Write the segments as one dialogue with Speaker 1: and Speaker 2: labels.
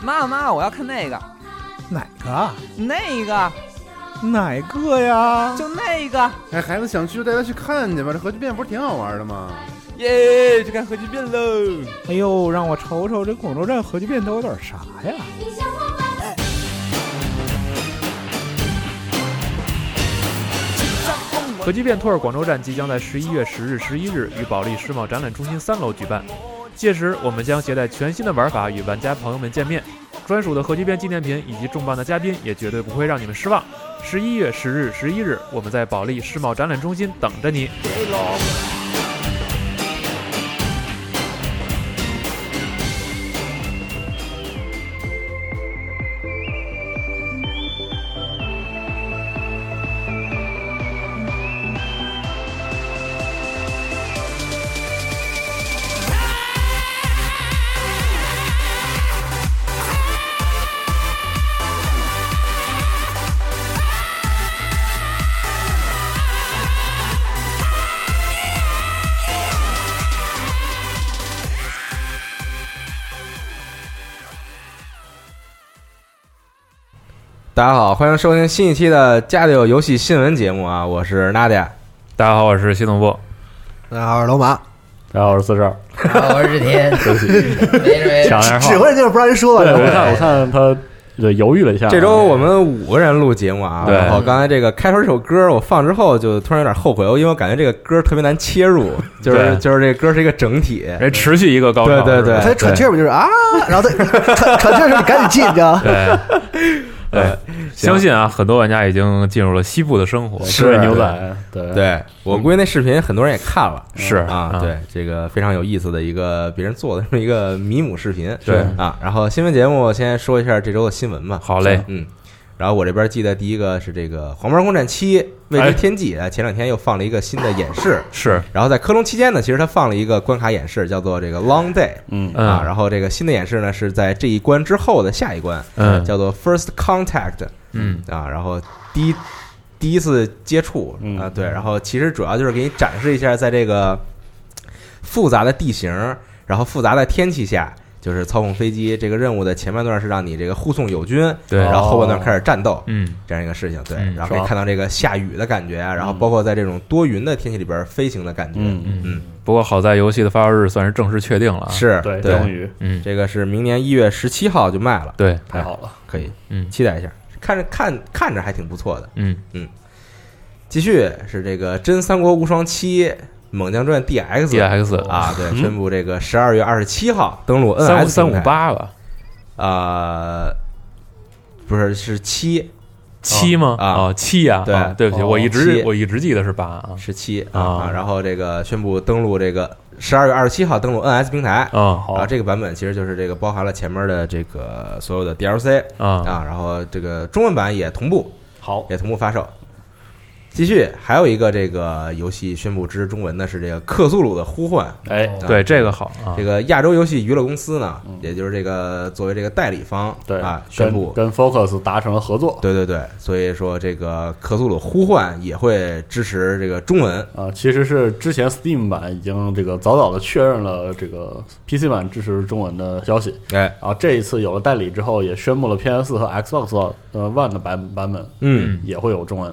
Speaker 1: 妈妈，我要看那个
Speaker 2: 哪个
Speaker 1: 那个，
Speaker 2: 哪个呀？
Speaker 1: 就那个，
Speaker 3: 哎，孩子想去就带他去看去吧，这核聚变不是挺好玩的吗？
Speaker 1: 耶，去看核聚变 喽！
Speaker 2: 哎呦，让我瞅瞅这广州站核聚变都有点啥呀？
Speaker 4: 核聚变 tour 广州站即将在十一月十日、十一日于保利世贸展览中心三楼举办，届时我们将携带全新的玩法与玩家朋友们见面，专属的核聚变纪念品以及重磅的嘉宾也绝对不会让你们失望。十一月十日、十一日，我们在保利世贸展览中心等着你。
Speaker 5: 大家好，欢迎收听新一期的《家里有游戏新闻》节目啊，我是 Nadia。
Speaker 4: 大家好，我是系统部。
Speaker 6: 大家好，我是老马，
Speaker 4: 大家好，我是四少。
Speaker 7: 然啊后我是天，没事没事，
Speaker 4: 点
Speaker 6: 指挥就是不让人说
Speaker 8: 对，
Speaker 6: 了。
Speaker 8: 我看我看他呃犹豫了一下，
Speaker 5: 这周我们五个人录节目啊，
Speaker 4: 对
Speaker 5: 然后刚才这个开头这首歌我放之后，就突然有点后悔，因为我感觉这个歌特别难切入，就是
Speaker 4: 对
Speaker 5: 就是这个歌是一个整体，
Speaker 4: 人哎持续一个高潮，
Speaker 5: 对对对
Speaker 6: 他喘气儿不就是啊，然后他 喘喘气儿的时候你赶紧进，你知道吗？
Speaker 4: 对对，哎相信啊，很多玩家已经进入了西部的生活，
Speaker 5: 是
Speaker 8: 是牛仔，对，
Speaker 5: 对我估计那视频很多人也看了。
Speaker 4: 嗯是
Speaker 5: 啊，对，这个非常有意思的一个别人做的这么一个迷母视频，
Speaker 4: 对
Speaker 5: 啊。然后新闻节目先说一下这周的新闻吧。
Speaker 4: 好嘞
Speaker 5: 嗯。然后我这边记得第一个是这个《黄牌空战七：未
Speaker 4: 哎
Speaker 5: 知天际》啊，前两天又放了一个新的演示。
Speaker 4: 是，
Speaker 5: 然后在科隆期间呢，其实他放了一个关卡演示，叫做这个 Long Day
Speaker 8: 嗯，
Speaker 4: 嗯
Speaker 5: 啊。然后这个新的演示呢是在这一关之后的下一关，
Speaker 4: 嗯
Speaker 5: 叫做 First Contact
Speaker 4: 嗯
Speaker 5: 啊。然后第一第一次接触
Speaker 8: 嗯
Speaker 5: 啊，对。然后其实主要就是给你展示一下，在这个复杂的地形，然后复杂的天气下。就是操控飞机这个任务的前半段是让你这个护送友军，
Speaker 8: 哦
Speaker 4: 对
Speaker 5: 然后后半段开始战斗，
Speaker 4: 嗯
Speaker 5: 这样一个事情，对，
Speaker 4: 嗯
Speaker 5: 然后可以
Speaker 8: 爽
Speaker 5: 看到这个下雨的感觉啊，然后包括在这种多云的天气里边飞行的感觉，
Speaker 8: 嗯
Speaker 4: 嗯。不过好在游戏的发售日算是正式确定了啊，
Speaker 5: 是
Speaker 8: 对，终于
Speaker 4: 嗯，
Speaker 5: 这个是明年一月十七号就卖了，
Speaker 4: 对，
Speaker 8: 太好了，
Speaker 5: 可以
Speaker 4: 嗯
Speaker 5: 期待一下，看着看看着还挺不错的。
Speaker 4: 嗯
Speaker 5: 继续是这个《真三国无双七》《猛将传 DX》
Speaker 4: ，D X
Speaker 5: 啊，对，宣布这个十二月二十七号登陆 NS
Speaker 4: 三五三五八
Speaker 5: 哦
Speaker 4: 吧，
Speaker 5: 啊，呃不是是七
Speaker 4: 七吗？
Speaker 5: 啊
Speaker 4: 哦，七呀，
Speaker 5: 对
Speaker 4: 啊对不起，
Speaker 5: 哦
Speaker 4: 我一直
Speaker 5: 七
Speaker 4: 我一直记得是八啊，
Speaker 5: 是七
Speaker 4: 啊
Speaker 5: 啊，然后这个宣布登陆这个十二月二十七号登陆 NS 平台，
Speaker 4: 嗯
Speaker 5: 然啊后这个版本其实就是这个包含了前面的这个所有的 DLC
Speaker 4: 啊，
Speaker 5: 啊，然后这个中文版也同步
Speaker 8: 好，
Speaker 5: 也同步发售。继续，还有一个这个游戏宣布之中文呢是这个《克苏鲁的呼唤》
Speaker 8: 哎，
Speaker 5: 啊。
Speaker 4: 对，这个好啊
Speaker 5: 这，个亚洲游戏娱乐公司呢，也就是这个作为这个代理方
Speaker 8: 对
Speaker 5: 啊，
Speaker 8: 跟
Speaker 5: 宣布，
Speaker 8: 跟 Focus 达成了合作，
Speaker 5: 对对对，所以说这个《克苏鲁呼唤》也会支持这个中文。
Speaker 8: 啊，其实是之前 Steam 版已经这个早早的确认了这个 PC 版支持中文的消息，
Speaker 5: 哎，
Speaker 8: 然后啊这一次有了代理之后，也宣布了 PS 和 Xbox 呃 One 的版版本
Speaker 5: 嗯，
Speaker 8: 也会有中文。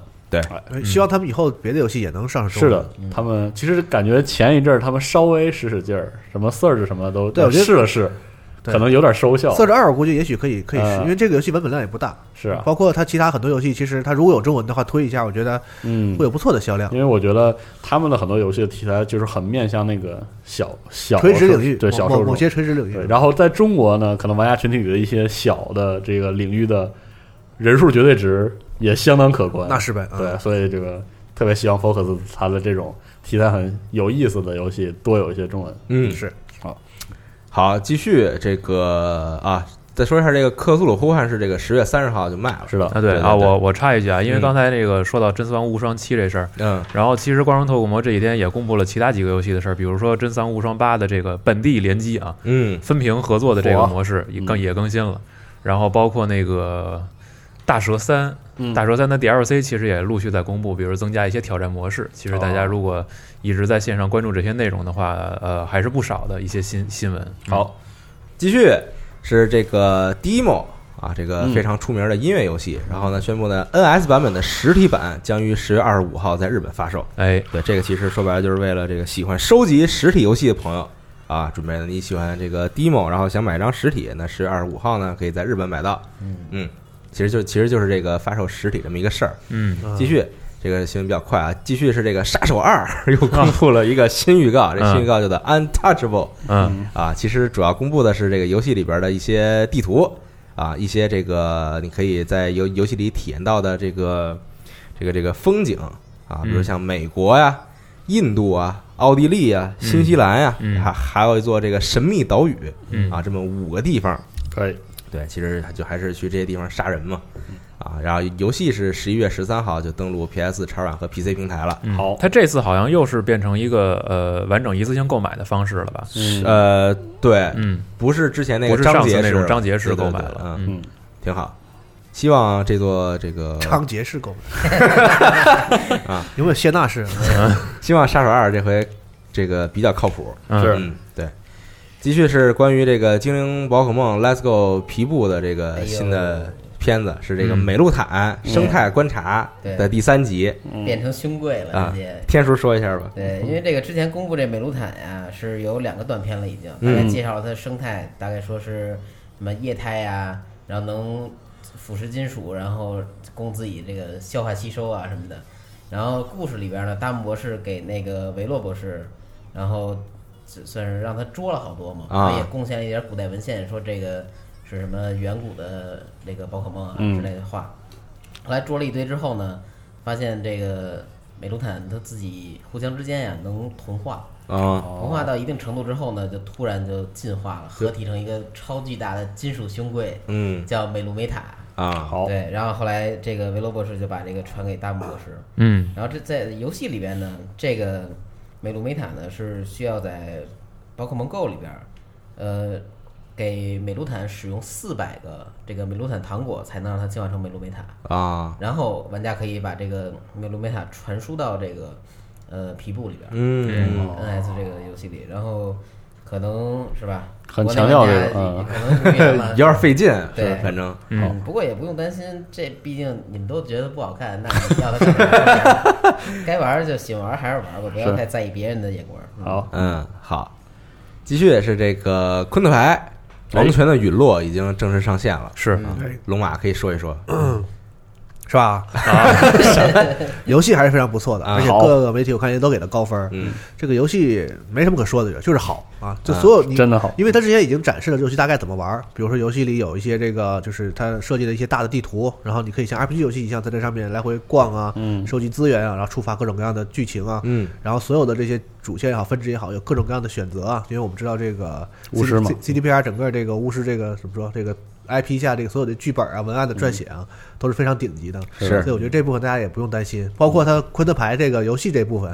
Speaker 6: 希望他们以后别的游戏也能上市。
Speaker 8: 是的，，他
Speaker 6: 嗯
Speaker 8: 们其实感觉前一阵儿他们稍微使使劲儿，什么 Surge 什么的都
Speaker 6: 对我觉得
Speaker 8: 试了试，
Speaker 6: 对
Speaker 8: 可能有点收效。
Speaker 6: 四十二我估计也许可以可以试，
Speaker 8: 呃
Speaker 6: 因为这个游戏文本量也不大，
Speaker 8: 是啊，
Speaker 6: 包括它其他很多游戏，其实它如果有中文的话推一下，我觉得
Speaker 8: 嗯
Speaker 6: 会，有不错的销量
Speaker 8: 因。为我觉得他们的很多游戏的题材就是很面向那个小小
Speaker 6: 垂直
Speaker 8: 受
Speaker 6: 领域，
Speaker 8: 对小
Speaker 6: 某
Speaker 8: 受
Speaker 6: 某某
Speaker 8: 众。
Speaker 6: 些垂直领
Speaker 8: 对，
Speaker 6: 域，
Speaker 8: 然后在中国呢，可能玩家群体里的一些小的这个领域的人数绝对值也相当可观。
Speaker 6: 那是呗。嗯
Speaker 8: 对，所以这个特别希望 Focus 它的这种题材很有意思的游戏多有一些中文。
Speaker 5: 嗯，
Speaker 6: 是
Speaker 8: 好。
Speaker 5: 好，继续这个啊，再说一下这个《克苏鲁呼唤》是这个十月三十号就卖了，
Speaker 8: 是的，
Speaker 4: 啊对
Speaker 5: 对对
Speaker 4: 啊，
Speaker 5: 对
Speaker 4: 我我插一句啊，因为
Speaker 5: 嗯
Speaker 4: 刚才那个说到《真三国无双七》这事儿，
Speaker 5: 嗯
Speaker 4: 然后其实《光荣特务魔》这几天也公布了其他几个游戏的事儿，比如说《真三国无双八》的这个本地联机啊，
Speaker 5: 嗯
Speaker 4: 分屏合作的这个模式也更
Speaker 8: 嗯
Speaker 4: 也更新了，然后包括那个大蛇三
Speaker 8: 嗯。
Speaker 4: 大蛇三的 DLC 其实也陆续在公布，比如增加一些挑战模式。其实大家
Speaker 8: 哦
Speaker 4: 如果一直在线上关注这些内容的话，呃，还是不少的一些新新闻。嗯，
Speaker 8: 好，
Speaker 5: 继续是这个 Demo 啊，这个
Speaker 1: 嗯
Speaker 5: 非常出名的音乐游戏。然后呢，宣布呢 NS 版本的实体版将于十月二十五号在日本发售。
Speaker 4: 哎，
Speaker 5: 对，这个其实说白了就是为了这个喜欢收集实体游戏的朋友啊，准备的你喜欢这个 demo，然后想买一张实体，那十月二十五号呢可以在日本买到。嗯，其实就其实就是这个发售实体这么一个事儿。
Speaker 1: 嗯，
Speaker 5: 继续，这个新闻比较快啊，继续是这个《杀手二》 又公布了一个新预告，这新预告叫做 Untouchable
Speaker 4: 嗯，
Speaker 5: 啊，其实主要公布的是这个游戏里边的一些地图啊，一些这个你可以在游游戏里体验到的这个这个这个风景啊，比如
Speaker 4: 嗯
Speaker 5: 像美国呀、印度啊、奥地利啊、新西兰呀，
Speaker 4: 嗯
Speaker 5: 还还有一座这个神秘岛屿
Speaker 4: 嗯
Speaker 5: 啊，这么五个地方。
Speaker 8: 可以，
Speaker 5: 对，其实就还是去这些地方杀人嘛。啊，然后游戏是十一月十三号就登陆 PS、叉软和 PC 平台了。
Speaker 4: 嗯
Speaker 8: 好
Speaker 4: 它这次好像又是变成一个呃完整一次性购买的方式了吧？
Speaker 8: 嗯
Speaker 5: 呃，对，
Speaker 4: 嗯，
Speaker 5: 不是之前那
Speaker 4: 不
Speaker 5: 个
Speaker 4: 是上
Speaker 5: 章
Speaker 4: 次
Speaker 5: 节
Speaker 4: 那种
Speaker 5: 式
Speaker 4: 章节式
Speaker 5: 对对
Speaker 4: 购买
Speaker 5: 对
Speaker 4: 了，
Speaker 5: 嗯，
Speaker 4: 嗯
Speaker 8: 嗯，
Speaker 5: 挺好。希望这座这个，
Speaker 6: 长杰式 购买
Speaker 5: 啊，
Speaker 6: 有没有谢娜式？
Speaker 5: 希望杀手二这回这个比较靠谱。
Speaker 4: 嗯
Speaker 8: 是
Speaker 5: 嗯，对。继续是关于这个精灵宝可梦 Let's Go 皮布的这
Speaker 7: 哎
Speaker 5: 个
Speaker 7: 呦
Speaker 5: 新的片子，是这个
Speaker 4: 嗯
Speaker 5: 美露坦生态观察
Speaker 7: 对
Speaker 5: 的第三集
Speaker 7: 变成胸贵了，
Speaker 5: 嗯啊嗯
Speaker 7: 直接。。
Speaker 5: 天叔说一下吧。
Speaker 7: 对，因为这个之前公布这美露坦呀，是有两个短片了，已经大
Speaker 5: 嗯
Speaker 7: 概介绍了它的生态，大概说是什么液态呀，然后能腐蚀金属，然后供自己这个消化吸收啊什么的。然后故事里边呢，大木博士给那个维洛博士，然后就算是让他捉了好多嘛，
Speaker 5: 啊
Speaker 7: 他也贡献了一点古代文献，说这个是什么远古的这个宝可梦啊之类的话。后来捉了一堆之后呢，发现这个美卢坦他自己互相之间呀、能同化，
Speaker 5: 啊，
Speaker 7: 同化到一定程度之后呢，就突然就进化了，合体成一个超巨大的金属胸柜，
Speaker 5: 嗯
Speaker 7: 叫美卢美塔。
Speaker 5: 啊，
Speaker 8: 好，
Speaker 7: 对，然后后来这个维罗博士就把这个传给大木博士，
Speaker 4: 嗯
Speaker 7: 然后这在游戏里边呢，这个美露美塔呢是需要在宝可梦 Go 里边儿，呃，给美露坦使用四百个这个美露坦糖果，才能让它进化成美露美塔。
Speaker 5: 啊，
Speaker 7: 然后玩家可以把这个美露美塔传输到这个呃皮部里边儿、
Speaker 5: 嗯，
Speaker 7: n s 这个游戏里，然后可能是吧，
Speaker 8: 很
Speaker 7: 国内
Speaker 8: 强调
Speaker 7: 玩
Speaker 8: 这
Speaker 7: 家
Speaker 8: 个嗯
Speaker 7: 可能无缘了
Speaker 5: 有点费劲，
Speaker 7: 对
Speaker 5: 反正
Speaker 7: 嗯，不过也不用担心，这毕竟你们都觉得不好看，那你要它干嘛？该玩儿就喜欢玩儿还是玩儿吧，不要
Speaker 8: 是
Speaker 7: 太在意别人的眼光。嗯，
Speaker 8: 好，
Speaker 5: 嗯好。继续是这个昆特牌王权的陨落已经正式上线了，
Speaker 4: 是
Speaker 5: 啊
Speaker 6: 哎嗯
Speaker 5: 龙马可以说一嗯啊说
Speaker 6: 是吧？游戏还是非常不错的，
Speaker 5: 啊
Speaker 6: 而且
Speaker 8: 好
Speaker 6: 各个媒体我看也都给了高分儿。
Speaker 5: 嗯
Speaker 6: 这个游戏没什么可说的，就是好啊，就
Speaker 5: 啊
Speaker 6: 所有你
Speaker 8: 真的好，
Speaker 6: 因为它之前已经展示了这游戏大概怎么玩儿，比如说游戏里有一些这个就是它设计的一些大的地图，然后你可以像 RPG 游戏一样在这上面来回逛啊，
Speaker 8: 嗯
Speaker 6: 收集资源啊，然后触发各种各样的剧情啊，
Speaker 5: 嗯
Speaker 6: 然后所有的这些主线也好，分支也好，有各种各样的选择啊，因为我们知道这个
Speaker 8: 巫师嘛
Speaker 6: c d p r 整个这个巫师这个怎么说这个 IP 下这个所有的剧本啊、文案的撰写啊，都是非常顶级的，
Speaker 5: 是
Speaker 6: 所以我觉得这部分大家也不用担心，包括它昆特牌这个游戏这部分。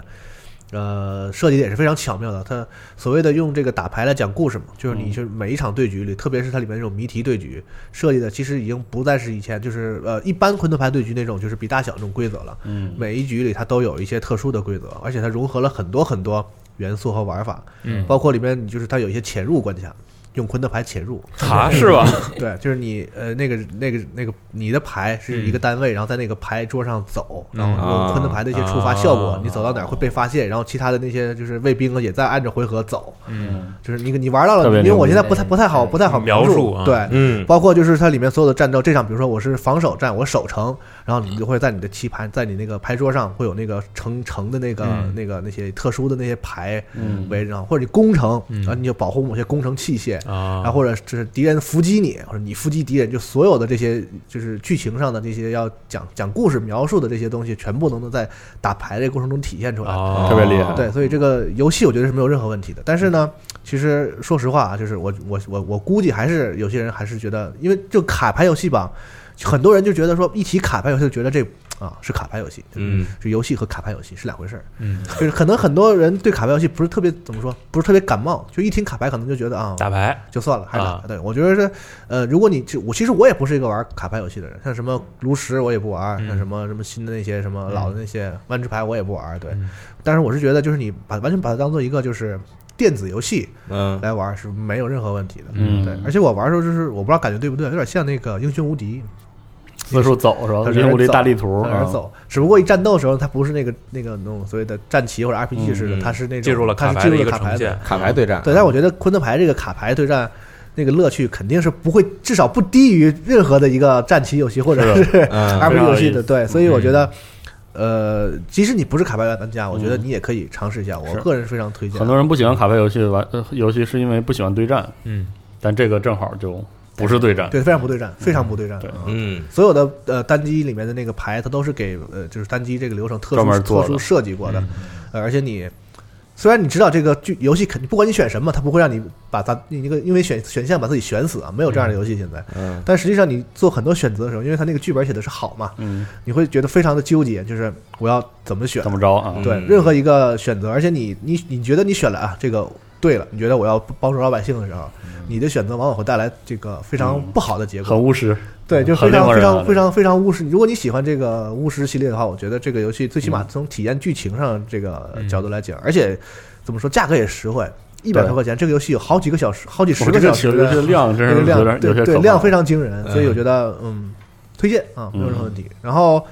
Speaker 6: 呃，设计的也是非常巧妙的。它所谓的用这个打牌来讲故事嘛，就是你就是每一场对局里，特别是它里面那种谜题对局设计的，其实已经不再是以前就是呃一般昆特牌对局那种就是比大小那种规则了。
Speaker 8: 嗯，
Speaker 6: 每一局里它都有一些特殊的规则，而且它融合了很多很多元素和玩法，
Speaker 4: 嗯，
Speaker 6: 包括里面你就是它有一些潜入关卡，用昆特牌潜入，
Speaker 4: 啊是吧？
Speaker 6: 对，就是你呃那个那个那个你的牌是一个单位，然后在那个牌桌上走，然后
Speaker 5: 啊
Speaker 6: 用昆特牌的一些触发效果，
Speaker 4: 啊
Speaker 6: 你走到哪儿会被发现，然后其他的那些就是卫兵啊也在按着回合走，嗯，就是你你玩到了
Speaker 8: 特别，
Speaker 6: 因
Speaker 8: 牛
Speaker 6: 为
Speaker 8: 逼
Speaker 6: 我现在不太不太好不太好
Speaker 4: 嗯描述啊
Speaker 6: 对，
Speaker 5: 嗯
Speaker 6: 包括就是它里面所有的战斗，这场比如说我是防守战，我守城，然后你就会在你的棋盘，在你那个牌桌上会有那个城城的那个、
Speaker 4: 嗯
Speaker 6: 那个那些特殊的那些牌围着，或者你攻城，
Speaker 4: 嗯
Speaker 6: 然后你就保护某些攻城器械，
Speaker 4: 啊，
Speaker 6: 然后或者就是敌人伏击你，或者你伏击敌人，就所有的这些就是剧情上的这些要讲讲故事描述的这些东西，全部都能在打牌这个过程中体现出来。
Speaker 4: 哦
Speaker 8: 特别厉害
Speaker 6: 对，所以这个游戏我觉得是没有任何问题的。但是呢，其实说实话啊，就是我我我我估计还是有些人还是觉得，因为就卡牌游戏吧，很多人就觉得说一提卡牌游戏就觉得这啊是卡牌游戏，
Speaker 5: 嗯，
Speaker 6: 是游戏和卡牌游戏是两回事儿。
Speaker 4: 嗯，
Speaker 6: 就是可能很多人对卡牌游戏不是特别怎么说，不是特别感冒，就一听卡牌可能就觉得啊。
Speaker 4: 打牌，
Speaker 6: 就算了，还是打
Speaker 4: 啊
Speaker 6: 牌。对我觉得是，呃，如果你就我其实我也不是一个玩卡牌游戏的人，像什么炉石我也不玩，
Speaker 4: 嗯
Speaker 6: 像什么什么新的那些什么老的那些万智牌我也不玩，对。
Speaker 4: 嗯
Speaker 6: 但是我是觉得，就是你把完全把它当做一个就是电子游戏
Speaker 5: 嗯，
Speaker 6: 来玩是没有任何问题的。
Speaker 8: 嗯
Speaker 6: 对，而且我玩的时候就是我不知道感觉对不对，有点像那个英雄无敌，
Speaker 8: 四处走是吧？
Speaker 6: 他
Speaker 8: 英雄这大地图
Speaker 6: 在那儿
Speaker 8: 啊
Speaker 6: 走。只不过一战斗的时候，它不是那个那个那种所谓的战棋或者 RPG 式的，
Speaker 5: 嗯
Speaker 6: 它是那种
Speaker 4: 进入了
Speaker 6: 它
Speaker 4: 卡
Speaker 6: 是
Speaker 4: 牌
Speaker 6: 进
Speaker 4: 的
Speaker 6: 入
Speaker 4: 一
Speaker 6: 了
Speaker 4: 个
Speaker 6: 卡
Speaker 4: 重
Speaker 6: 牌
Speaker 4: 建
Speaker 6: 的。，
Speaker 5: 卡牌对战，
Speaker 6: 对，但我觉得昆特牌这个卡牌对战。那个乐趣肯定是不会，至少不低于任何的一个战棋游戏或者是
Speaker 5: 嗯
Speaker 6: RPG
Speaker 8: 非常有
Speaker 6: 游戏
Speaker 8: 意思
Speaker 6: 的，对，所以我觉得，呃，即使你不是卡牌玩家，我觉得你也可以尝试一下，我
Speaker 8: 是
Speaker 6: 个人非常推荐。
Speaker 8: 很多人不喜欢卡牌游戏玩呃游戏，是因为不喜欢对战，
Speaker 4: 嗯，
Speaker 8: 但这个正好就不是对战，
Speaker 6: 对非常不对战，非常不对战。
Speaker 8: 对
Speaker 5: 嗯
Speaker 6: 所有的呃单机里面的那个牌，它都是给呃就是单机这个流程特
Speaker 8: 专
Speaker 6: 殊
Speaker 8: 门做
Speaker 6: 特
Speaker 8: 的
Speaker 6: 殊设计过的，呃而且你虽然你知道这个剧游戏肯定不管你选什么，它不会让你把咱你那个因为选选项把自己选死啊，没有这样的游戏现在。
Speaker 5: 嗯
Speaker 6: 但实际上你做很多选择的时候，因为它那个剧本写的是好嘛，
Speaker 8: 嗯，
Speaker 6: 你会觉得非常的纠结，就是我要怎么选
Speaker 8: 怎，么着啊？
Speaker 6: 对，
Speaker 5: 嗯
Speaker 6: 任何一个选择，而且你你你觉得你选了啊，这个对了，你觉得我要帮助老百姓的时候，你的选择往往会带来这个非常不好的结
Speaker 8: 很
Speaker 6: 果。
Speaker 8: 务实，
Speaker 6: 对，就非
Speaker 8: 很令
Speaker 6: 常
Speaker 8: 人
Speaker 6: 非
Speaker 8: 啊
Speaker 6: 常非常非常巫师。如果你喜欢这个巫师系列的话，我觉得这个游戏最起码从体验剧情上这个呃
Speaker 4: 嗯
Speaker 6: 角度来讲，而且怎么说，价格也实惠，一百
Speaker 8: 对
Speaker 6: 多块钱，这个游戏有好几个小时，好几
Speaker 8: 我
Speaker 6: 十
Speaker 8: 这
Speaker 6: 个
Speaker 8: 个
Speaker 6: 小
Speaker 8: 球
Speaker 6: 时
Speaker 8: 这个
Speaker 6: 的
Speaker 8: 量真
Speaker 6: 这个
Speaker 8: 是有
Speaker 6: 量，
Speaker 8: 点有
Speaker 6: 对
Speaker 8: 些
Speaker 6: 对
Speaker 8: 可
Speaker 6: 量
Speaker 8: 怕
Speaker 6: 非。常惊人，所以
Speaker 5: 嗯
Speaker 6: 我觉得嗯，推荐啊，没有任何
Speaker 8: 嗯
Speaker 6: 问题。然后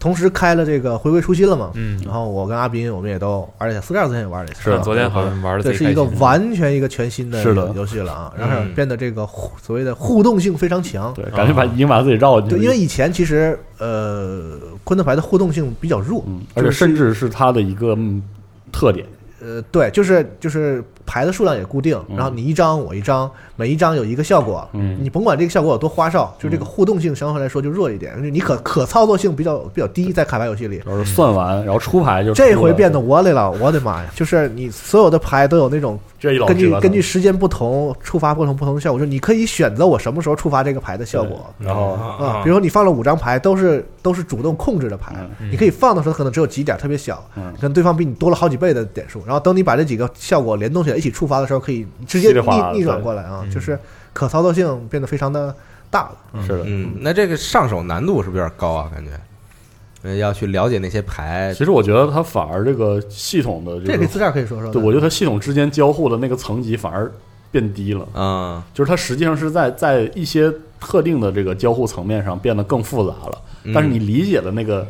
Speaker 6: 同时开了这个回归初心了嘛，
Speaker 4: 嗯，
Speaker 6: 然后我跟阿斌，我们也都，而且四十二之前也玩了一次，
Speaker 4: 是
Speaker 6: 啊
Speaker 4: 昨天好像玩的
Speaker 6: 对，是一个完全一个全新的
Speaker 8: 是的
Speaker 6: 游戏了啊，然后
Speaker 5: 嗯
Speaker 6: 变得这个互所谓的互动性非常强。
Speaker 8: 对，感觉把已经把自己绕进去
Speaker 6: 啊对，
Speaker 8: 了，
Speaker 6: 因为以前其实呃，昆特牌的互动性比较弱，
Speaker 8: 嗯，而且甚至是它的一个嗯特点，
Speaker 6: 呃，对，就是就是牌的数量也固定，然后你一张我一张，每一张有一个效果，
Speaker 8: 嗯
Speaker 6: 你甭管这个效果有多花哨，就这个互动性相对来说就弱一点，就你可可操作性比较比较低，在卡牌游戏里。
Speaker 8: 然后算完，然后出牌就
Speaker 6: 这
Speaker 8: 出
Speaker 6: 回
Speaker 8: 了
Speaker 6: 变得我的了，我的妈呀！就是你所有的牌都有那种
Speaker 8: 这一老
Speaker 6: 根据
Speaker 8: 折腾
Speaker 6: 根据时间不同触发不同不同的效果，就是你可以选择我什么时候触发这个牌的效果
Speaker 8: 然后
Speaker 6: 啊。比如说你放了五张牌，都是都是主动控制的牌，你
Speaker 7: 嗯
Speaker 6: 可以放的时候可能只有几点，特别小，
Speaker 8: 嗯
Speaker 6: 可能对方比你多了好几倍的点数。然后等你把这几个效果联动起来一起触发的时候，可以直接
Speaker 8: 稀里哗啦的
Speaker 6: 逆逆转
Speaker 8: 对
Speaker 6: 过来啊，就是可操作性变得非常的大了。
Speaker 8: 是的，
Speaker 5: 嗯，那这个上手难度是不是有点高啊？感觉，呃要去了解那些牌，
Speaker 8: 其实我觉得它反而这个系统的
Speaker 6: 这
Speaker 8: 这
Speaker 6: 个
Speaker 8: 个，
Speaker 6: 自这儿可以说说的。
Speaker 8: 对我觉得它系统之间交互的那个层级反而变低了，
Speaker 5: 嗯
Speaker 8: 就是它实际上是在在一些特定的这个交互层面上变得更复杂了，
Speaker 5: 嗯
Speaker 8: 但是你理解的那个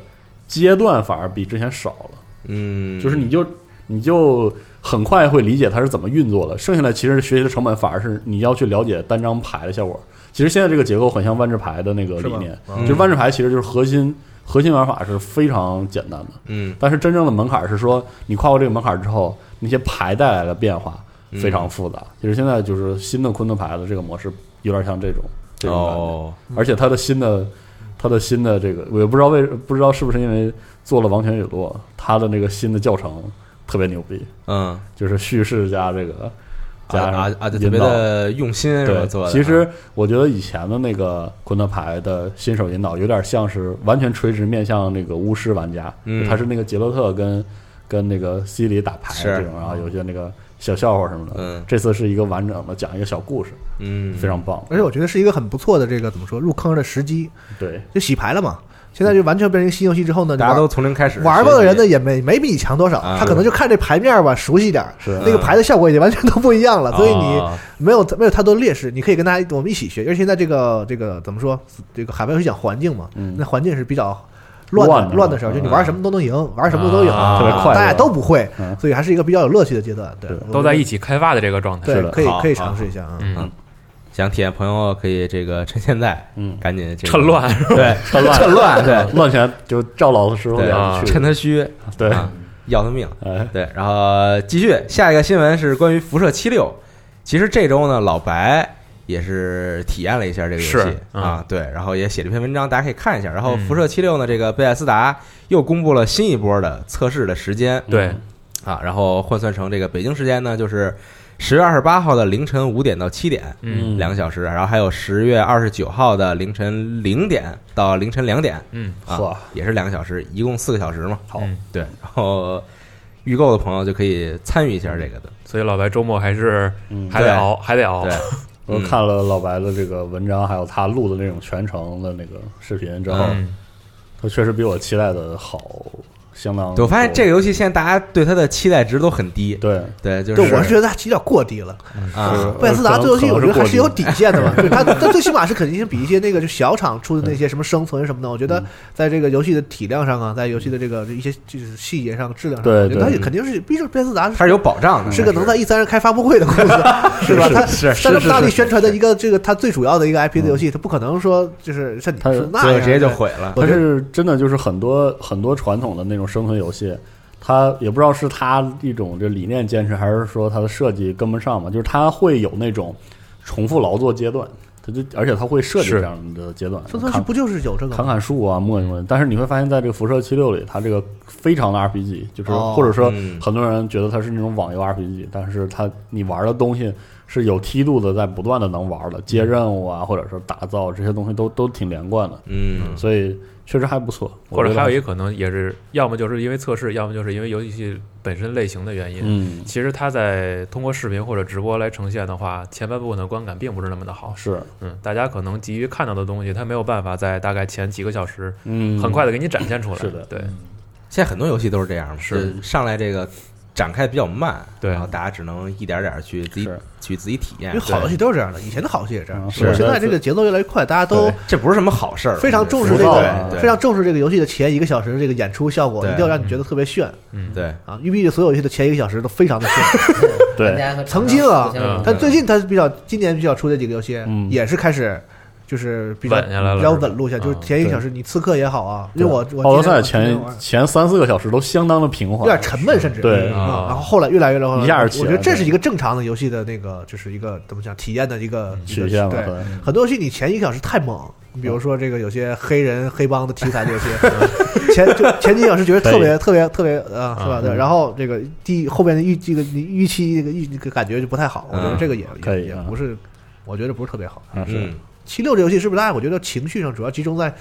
Speaker 8: 阶段反而比之前少了，
Speaker 5: 嗯，
Speaker 8: 就是你就你就很快会理解它是怎么运作的，剩下的其实学习的成本反而是你要去了解单张牌的效果。其实现在这个结构很像万智牌的那个理念，
Speaker 5: 嗯
Speaker 8: 就是万智牌其实就是核心核心玩法是非常简单的，
Speaker 5: 嗯
Speaker 8: 但是真正的门槛是说，你跨过这个门槛之后，那些牌带来的变化
Speaker 5: 嗯
Speaker 8: 非常复杂。其实现在就是新的昆特牌的这个模式，有点像这种这种感觉，
Speaker 5: 哦，
Speaker 8: 而且它的新的它的新的这个，我也不知道为不知道是不是因为做了《王权陨落》，它的那个新的教程特别牛逼，
Speaker 5: 嗯，
Speaker 8: 就是叙事加这个
Speaker 5: 啊
Speaker 8: 加上
Speaker 5: 啊啊，就特
Speaker 8: 引
Speaker 5: 别
Speaker 8: 导。
Speaker 5: 的用心是吧？做的，
Speaker 8: 对，其实我觉得以前的那个昆特牌的新手引导有点像是完全垂直面向那个巫师玩家，
Speaker 5: 嗯
Speaker 8: 他是那个杰洛特跟跟那个西里打牌
Speaker 5: 是
Speaker 8: 这种，然后有一些那个小笑话什么的。
Speaker 5: 嗯
Speaker 8: 这次是一个完整的讲一个小故事，
Speaker 5: 嗯，
Speaker 8: 非常棒。
Speaker 6: 而且我觉得是一个很不错的这个怎么说入坑的时机，
Speaker 8: 对，
Speaker 6: 就洗牌了嘛。现在就完全变成一个新游戏之后呢，你
Speaker 5: 大家
Speaker 6: 玩
Speaker 5: 都从零开始
Speaker 6: 玩过的人呢，
Speaker 5: 学习
Speaker 6: 也没没比你强多少，
Speaker 5: 啊
Speaker 6: 他可能就看这牌面儿吧，熟悉点儿，
Speaker 8: 是
Speaker 6: 那个牌的效果已经完全都不一样了，所以你
Speaker 5: 啊
Speaker 6: 没有没有太多劣势，你可以跟大家我们一起学，因为现在这个这个怎么说，这个海外游戏讲环境嘛，
Speaker 8: 嗯
Speaker 6: 那环境是比较。乱
Speaker 8: 乱的啊
Speaker 6: 乱的时候，
Speaker 5: 嗯
Speaker 6: 就你玩什么都能赢，玩什么都赢，
Speaker 5: 啊
Speaker 8: 特别快乐
Speaker 6: 大家都不会，
Speaker 8: 嗯
Speaker 6: 所以还是一个比较有乐趣的阶段。对
Speaker 8: 对，
Speaker 6: 我
Speaker 4: 都在一，起开发的这个状态，
Speaker 6: 对
Speaker 8: 是，的
Speaker 6: 可以
Speaker 5: 好
Speaker 6: 可以尝试一下啊。
Speaker 4: 嗯，
Speaker 5: 想体验朋友可以这个趁现在，
Speaker 8: 嗯
Speaker 5: 赶紧这 个
Speaker 4: 趁乱，
Speaker 5: 对
Speaker 8: 趁乱
Speaker 5: 趁乱对
Speaker 8: 乱拳就照老师傅
Speaker 5: 对啊
Speaker 8: 的去，
Speaker 5: 趁他虚
Speaker 8: 对，
Speaker 5: 啊要他命。
Speaker 8: 哎，
Speaker 5: 对，然后继续下一个新闻是关于辐射七六。其实这周呢，老白也是体验了一下这个游戏
Speaker 4: 是嗯
Speaker 5: 啊，对，然后也写了一篇文章，大家可以看一下。然后
Speaker 4: 嗯
Speaker 5: 辐射七六呢，这个贝艾斯达又公布了新一波的测试的时间
Speaker 8: 嗯
Speaker 4: 对，
Speaker 5: 啊，然后换算成这个北京时间呢，就是十月二十八号的凌晨五点到七点。
Speaker 4: 嗯
Speaker 5: 两个小时，然后还有十月二十九号的凌晨零点到凌晨两点
Speaker 4: 嗯
Speaker 5: 啊
Speaker 8: 呵，
Speaker 5: 也是两个小时，一共四个小时嘛。
Speaker 8: 好，
Speaker 4: 嗯
Speaker 5: 对，然后预购的朋友就可以参与一下这个的。
Speaker 4: 所以老白周末还是
Speaker 8: 嗯，
Speaker 4: 还得熬，还得熬
Speaker 6: 哦
Speaker 5: 对，
Speaker 8: 我
Speaker 5: 嗯
Speaker 8: 看了老白的这个文章，还有他录
Speaker 5: 嗯
Speaker 8: 的那种全程的那个视频之后，
Speaker 4: 嗯，
Speaker 8: 他确实比我期待的好相当。
Speaker 5: 对我
Speaker 6: 哦
Speaker 5: 发现这个游戏啊现在大家对它的期待值都很低，
Speaker 8: 对，
Speaker 5: 对，就
Speaker 6: 就我是
Speaker 5: 是
Speaker 6: 觉得它有点过低了。
Speaker 5: 啊，
Speaker 6: 贝斯达做游戏，我觉得还是有
Speaker 8: 可能
Speaker 6: 底线 的嘛。对它它最起码是肯定是比一些那个就小厂出的那些什么生存什么的，我觉
Speaker 8: 嗯
Speaker 6: 得在这个游戏的体量上啊，在游戏的这个一些就是细节上、质量上，
Speaker 8: 对
Speaker 6: 我觉得它
Speaker 8: 对
Speaker 6: 也肯定是，毕竟贝斯达
Speaker 5: 它是有保障的，
Speaker 6: 是个能在 E 三上开发布会的公司，是吧？他他这么大力宣传的一个这个他最主要的一个 IP 的游戏，他不可能说就是像你
Speaker 8: 它
Speaker 6: 说那
Speaker 5: 最后
Speaker 6: 样
Speaker 5: 直接就毁了。
Speaker 8: 但是真的就是很多很多传统的那种生存游戏，它也不知道是它一种这理念坚持，还是说它的设计跟不上嘛？就是它会有那种重复劳作阶段，它就而且它会设计
Speaker 4: 是
Speaker 8: 这样的阶段，
Speaker 6: 生存区
Speaker 8: 砍
Speaker 6: 不就是有这个
Speaker 8: 砍
Speaker 6: 吗？
Speaker 8: 砍树啊，磨一磨。但是你会发现在这个辐射七六里，它这个非常的 RPG，就是
Speaker 6: 哦
Speaker 8: 或者说
Speaker 5: 嗯
Speaker 8: 很多人觉得它是那种网游 RPG，但是它你玩的东西是有梯度的，在不断的能玩的，接任务啊，或者说打造这些东西都都挺连贯的。
Speaker 5: 嗯，
Speaker 8: 所以确实还不错。
Speaker 4: 或者还有一
Speaker 8: 一
Speaker 4: 个可能也是，要么就是因为测试，要么就是因为游戏本身类型的原因。
Speaker 8: 嗯
Speaker 4: 其实它在通过视频或者直播来呈现的话，前半部分的观感并不是那么的好。
Speaker 8: 是
Speaker 4: 嗯，大家可能急于看到的东西，它没有办法在大概前几个小时
Speaker 8: 嗯
Speaker 4: 很快的给你展现出来。
Speaker 8: 是的
Speaker 4: 对，
Speaker 5: 现在很多游戏都是这样嘛，
Speaker 4: 是
Speaker 5: 就上来这个展开比较慢，
Speaker 4: 对
Speaker 5: 然后大家只能一点点儿去自己
Speaker 8: 是
Speaker 5: 去自己体验
Speaker 6: 因为。好游戏都是这样的，以前的好游戏也这样
Speaker 8: 嗯。
Speaker 5: 是
Speaker 6: 现在这个节奏越来越快，大家都
Speaker 5: 对这不是什么好事儿，
Speaker 6: 非常重视这
Speaker 8: 浮躁
Speaker 6: 个
Speaker 8: 啊，
Speaker 5: 对
Speaker 6: 非常重视这个游戏的前一个小时的这个演出效果，
Speaker 5: 对
Speaker 6: 一定要让你觉得特别炫
Speaker 4: 嗯，
Speaker 5: 对
Speaker 6: 啊！育碧的所有游戏的前一个小时都非常的炫，
Speaker 8: 对
Speaker 7: 玩家和厂商
Speaker 6: 曾经啊
Speaker 7: 互相有
Speaker 4: 嗯
Speaker 6: 但最近它比较今年比较出的几个游戏
Speaker 8: 嗯
Speaker 6: 也是开始。就是比较
Speaker 4: 稳下来了
Speaker 6: 比较稳路线，
Speaker 4: 是
Speaker 6: 就
Speaker 4: 吧
Speaker 6: 是前一个小时，你刺客也好啊，因为我我
Speaker 8: 奥
Speaker 6: 今
Speaker 8: 德
Speaker 6: 天
Speaker 8: 赛
Speaker 6: 我今
Speaker 8: 前
Speaker 6: 天玩
Speaker 8: 前三四个小时都相当的平
Speaker 6: 有
Speaker 8: 缓，
Speaker 6: 点沉闷，甚至
Speaker 8: 对
Speaker 6: 啊
Speaker 4: 啊。
Speaker 6: 然后后来越来越来越，
Speaker 8: 一下就起
Speaker 6: 我
Speaker 8: 来
Speaker 6: 觉得这是
Speaker 8: 了
Speaker 6: 一个正常的游戏的那个，就是一个怎么讲体验的一个一
Speaker 8: 曲
Speaker 6: 个
Speaker 8: 线了。
Speaker 6: 嗯对，
Speaker 8: 对
Speaker 6: 很多游戏你前一个小时太猛，比如说这个有些黑人黑帮的题材的游戏，前就前几个小时觉得特别特别特别啊，是吧？对，然后这个第后边的预这个预期这个预这个感觉就不太好，我觉得
Speaker 5: 嗯
Speaker 6: 这个也
Speaker 8: 可
Speaker 6: 也
Speaker 8: 以
Speaker 6: 也
Speaker 8: 嗯
Speaker 6: 不是，我觉得不是特别好。
Speaker 8: 嗯是
Speaker 5: 嗯，
Speaker 6: 七六这游戏是不是大家我觉得情绪上主要集中在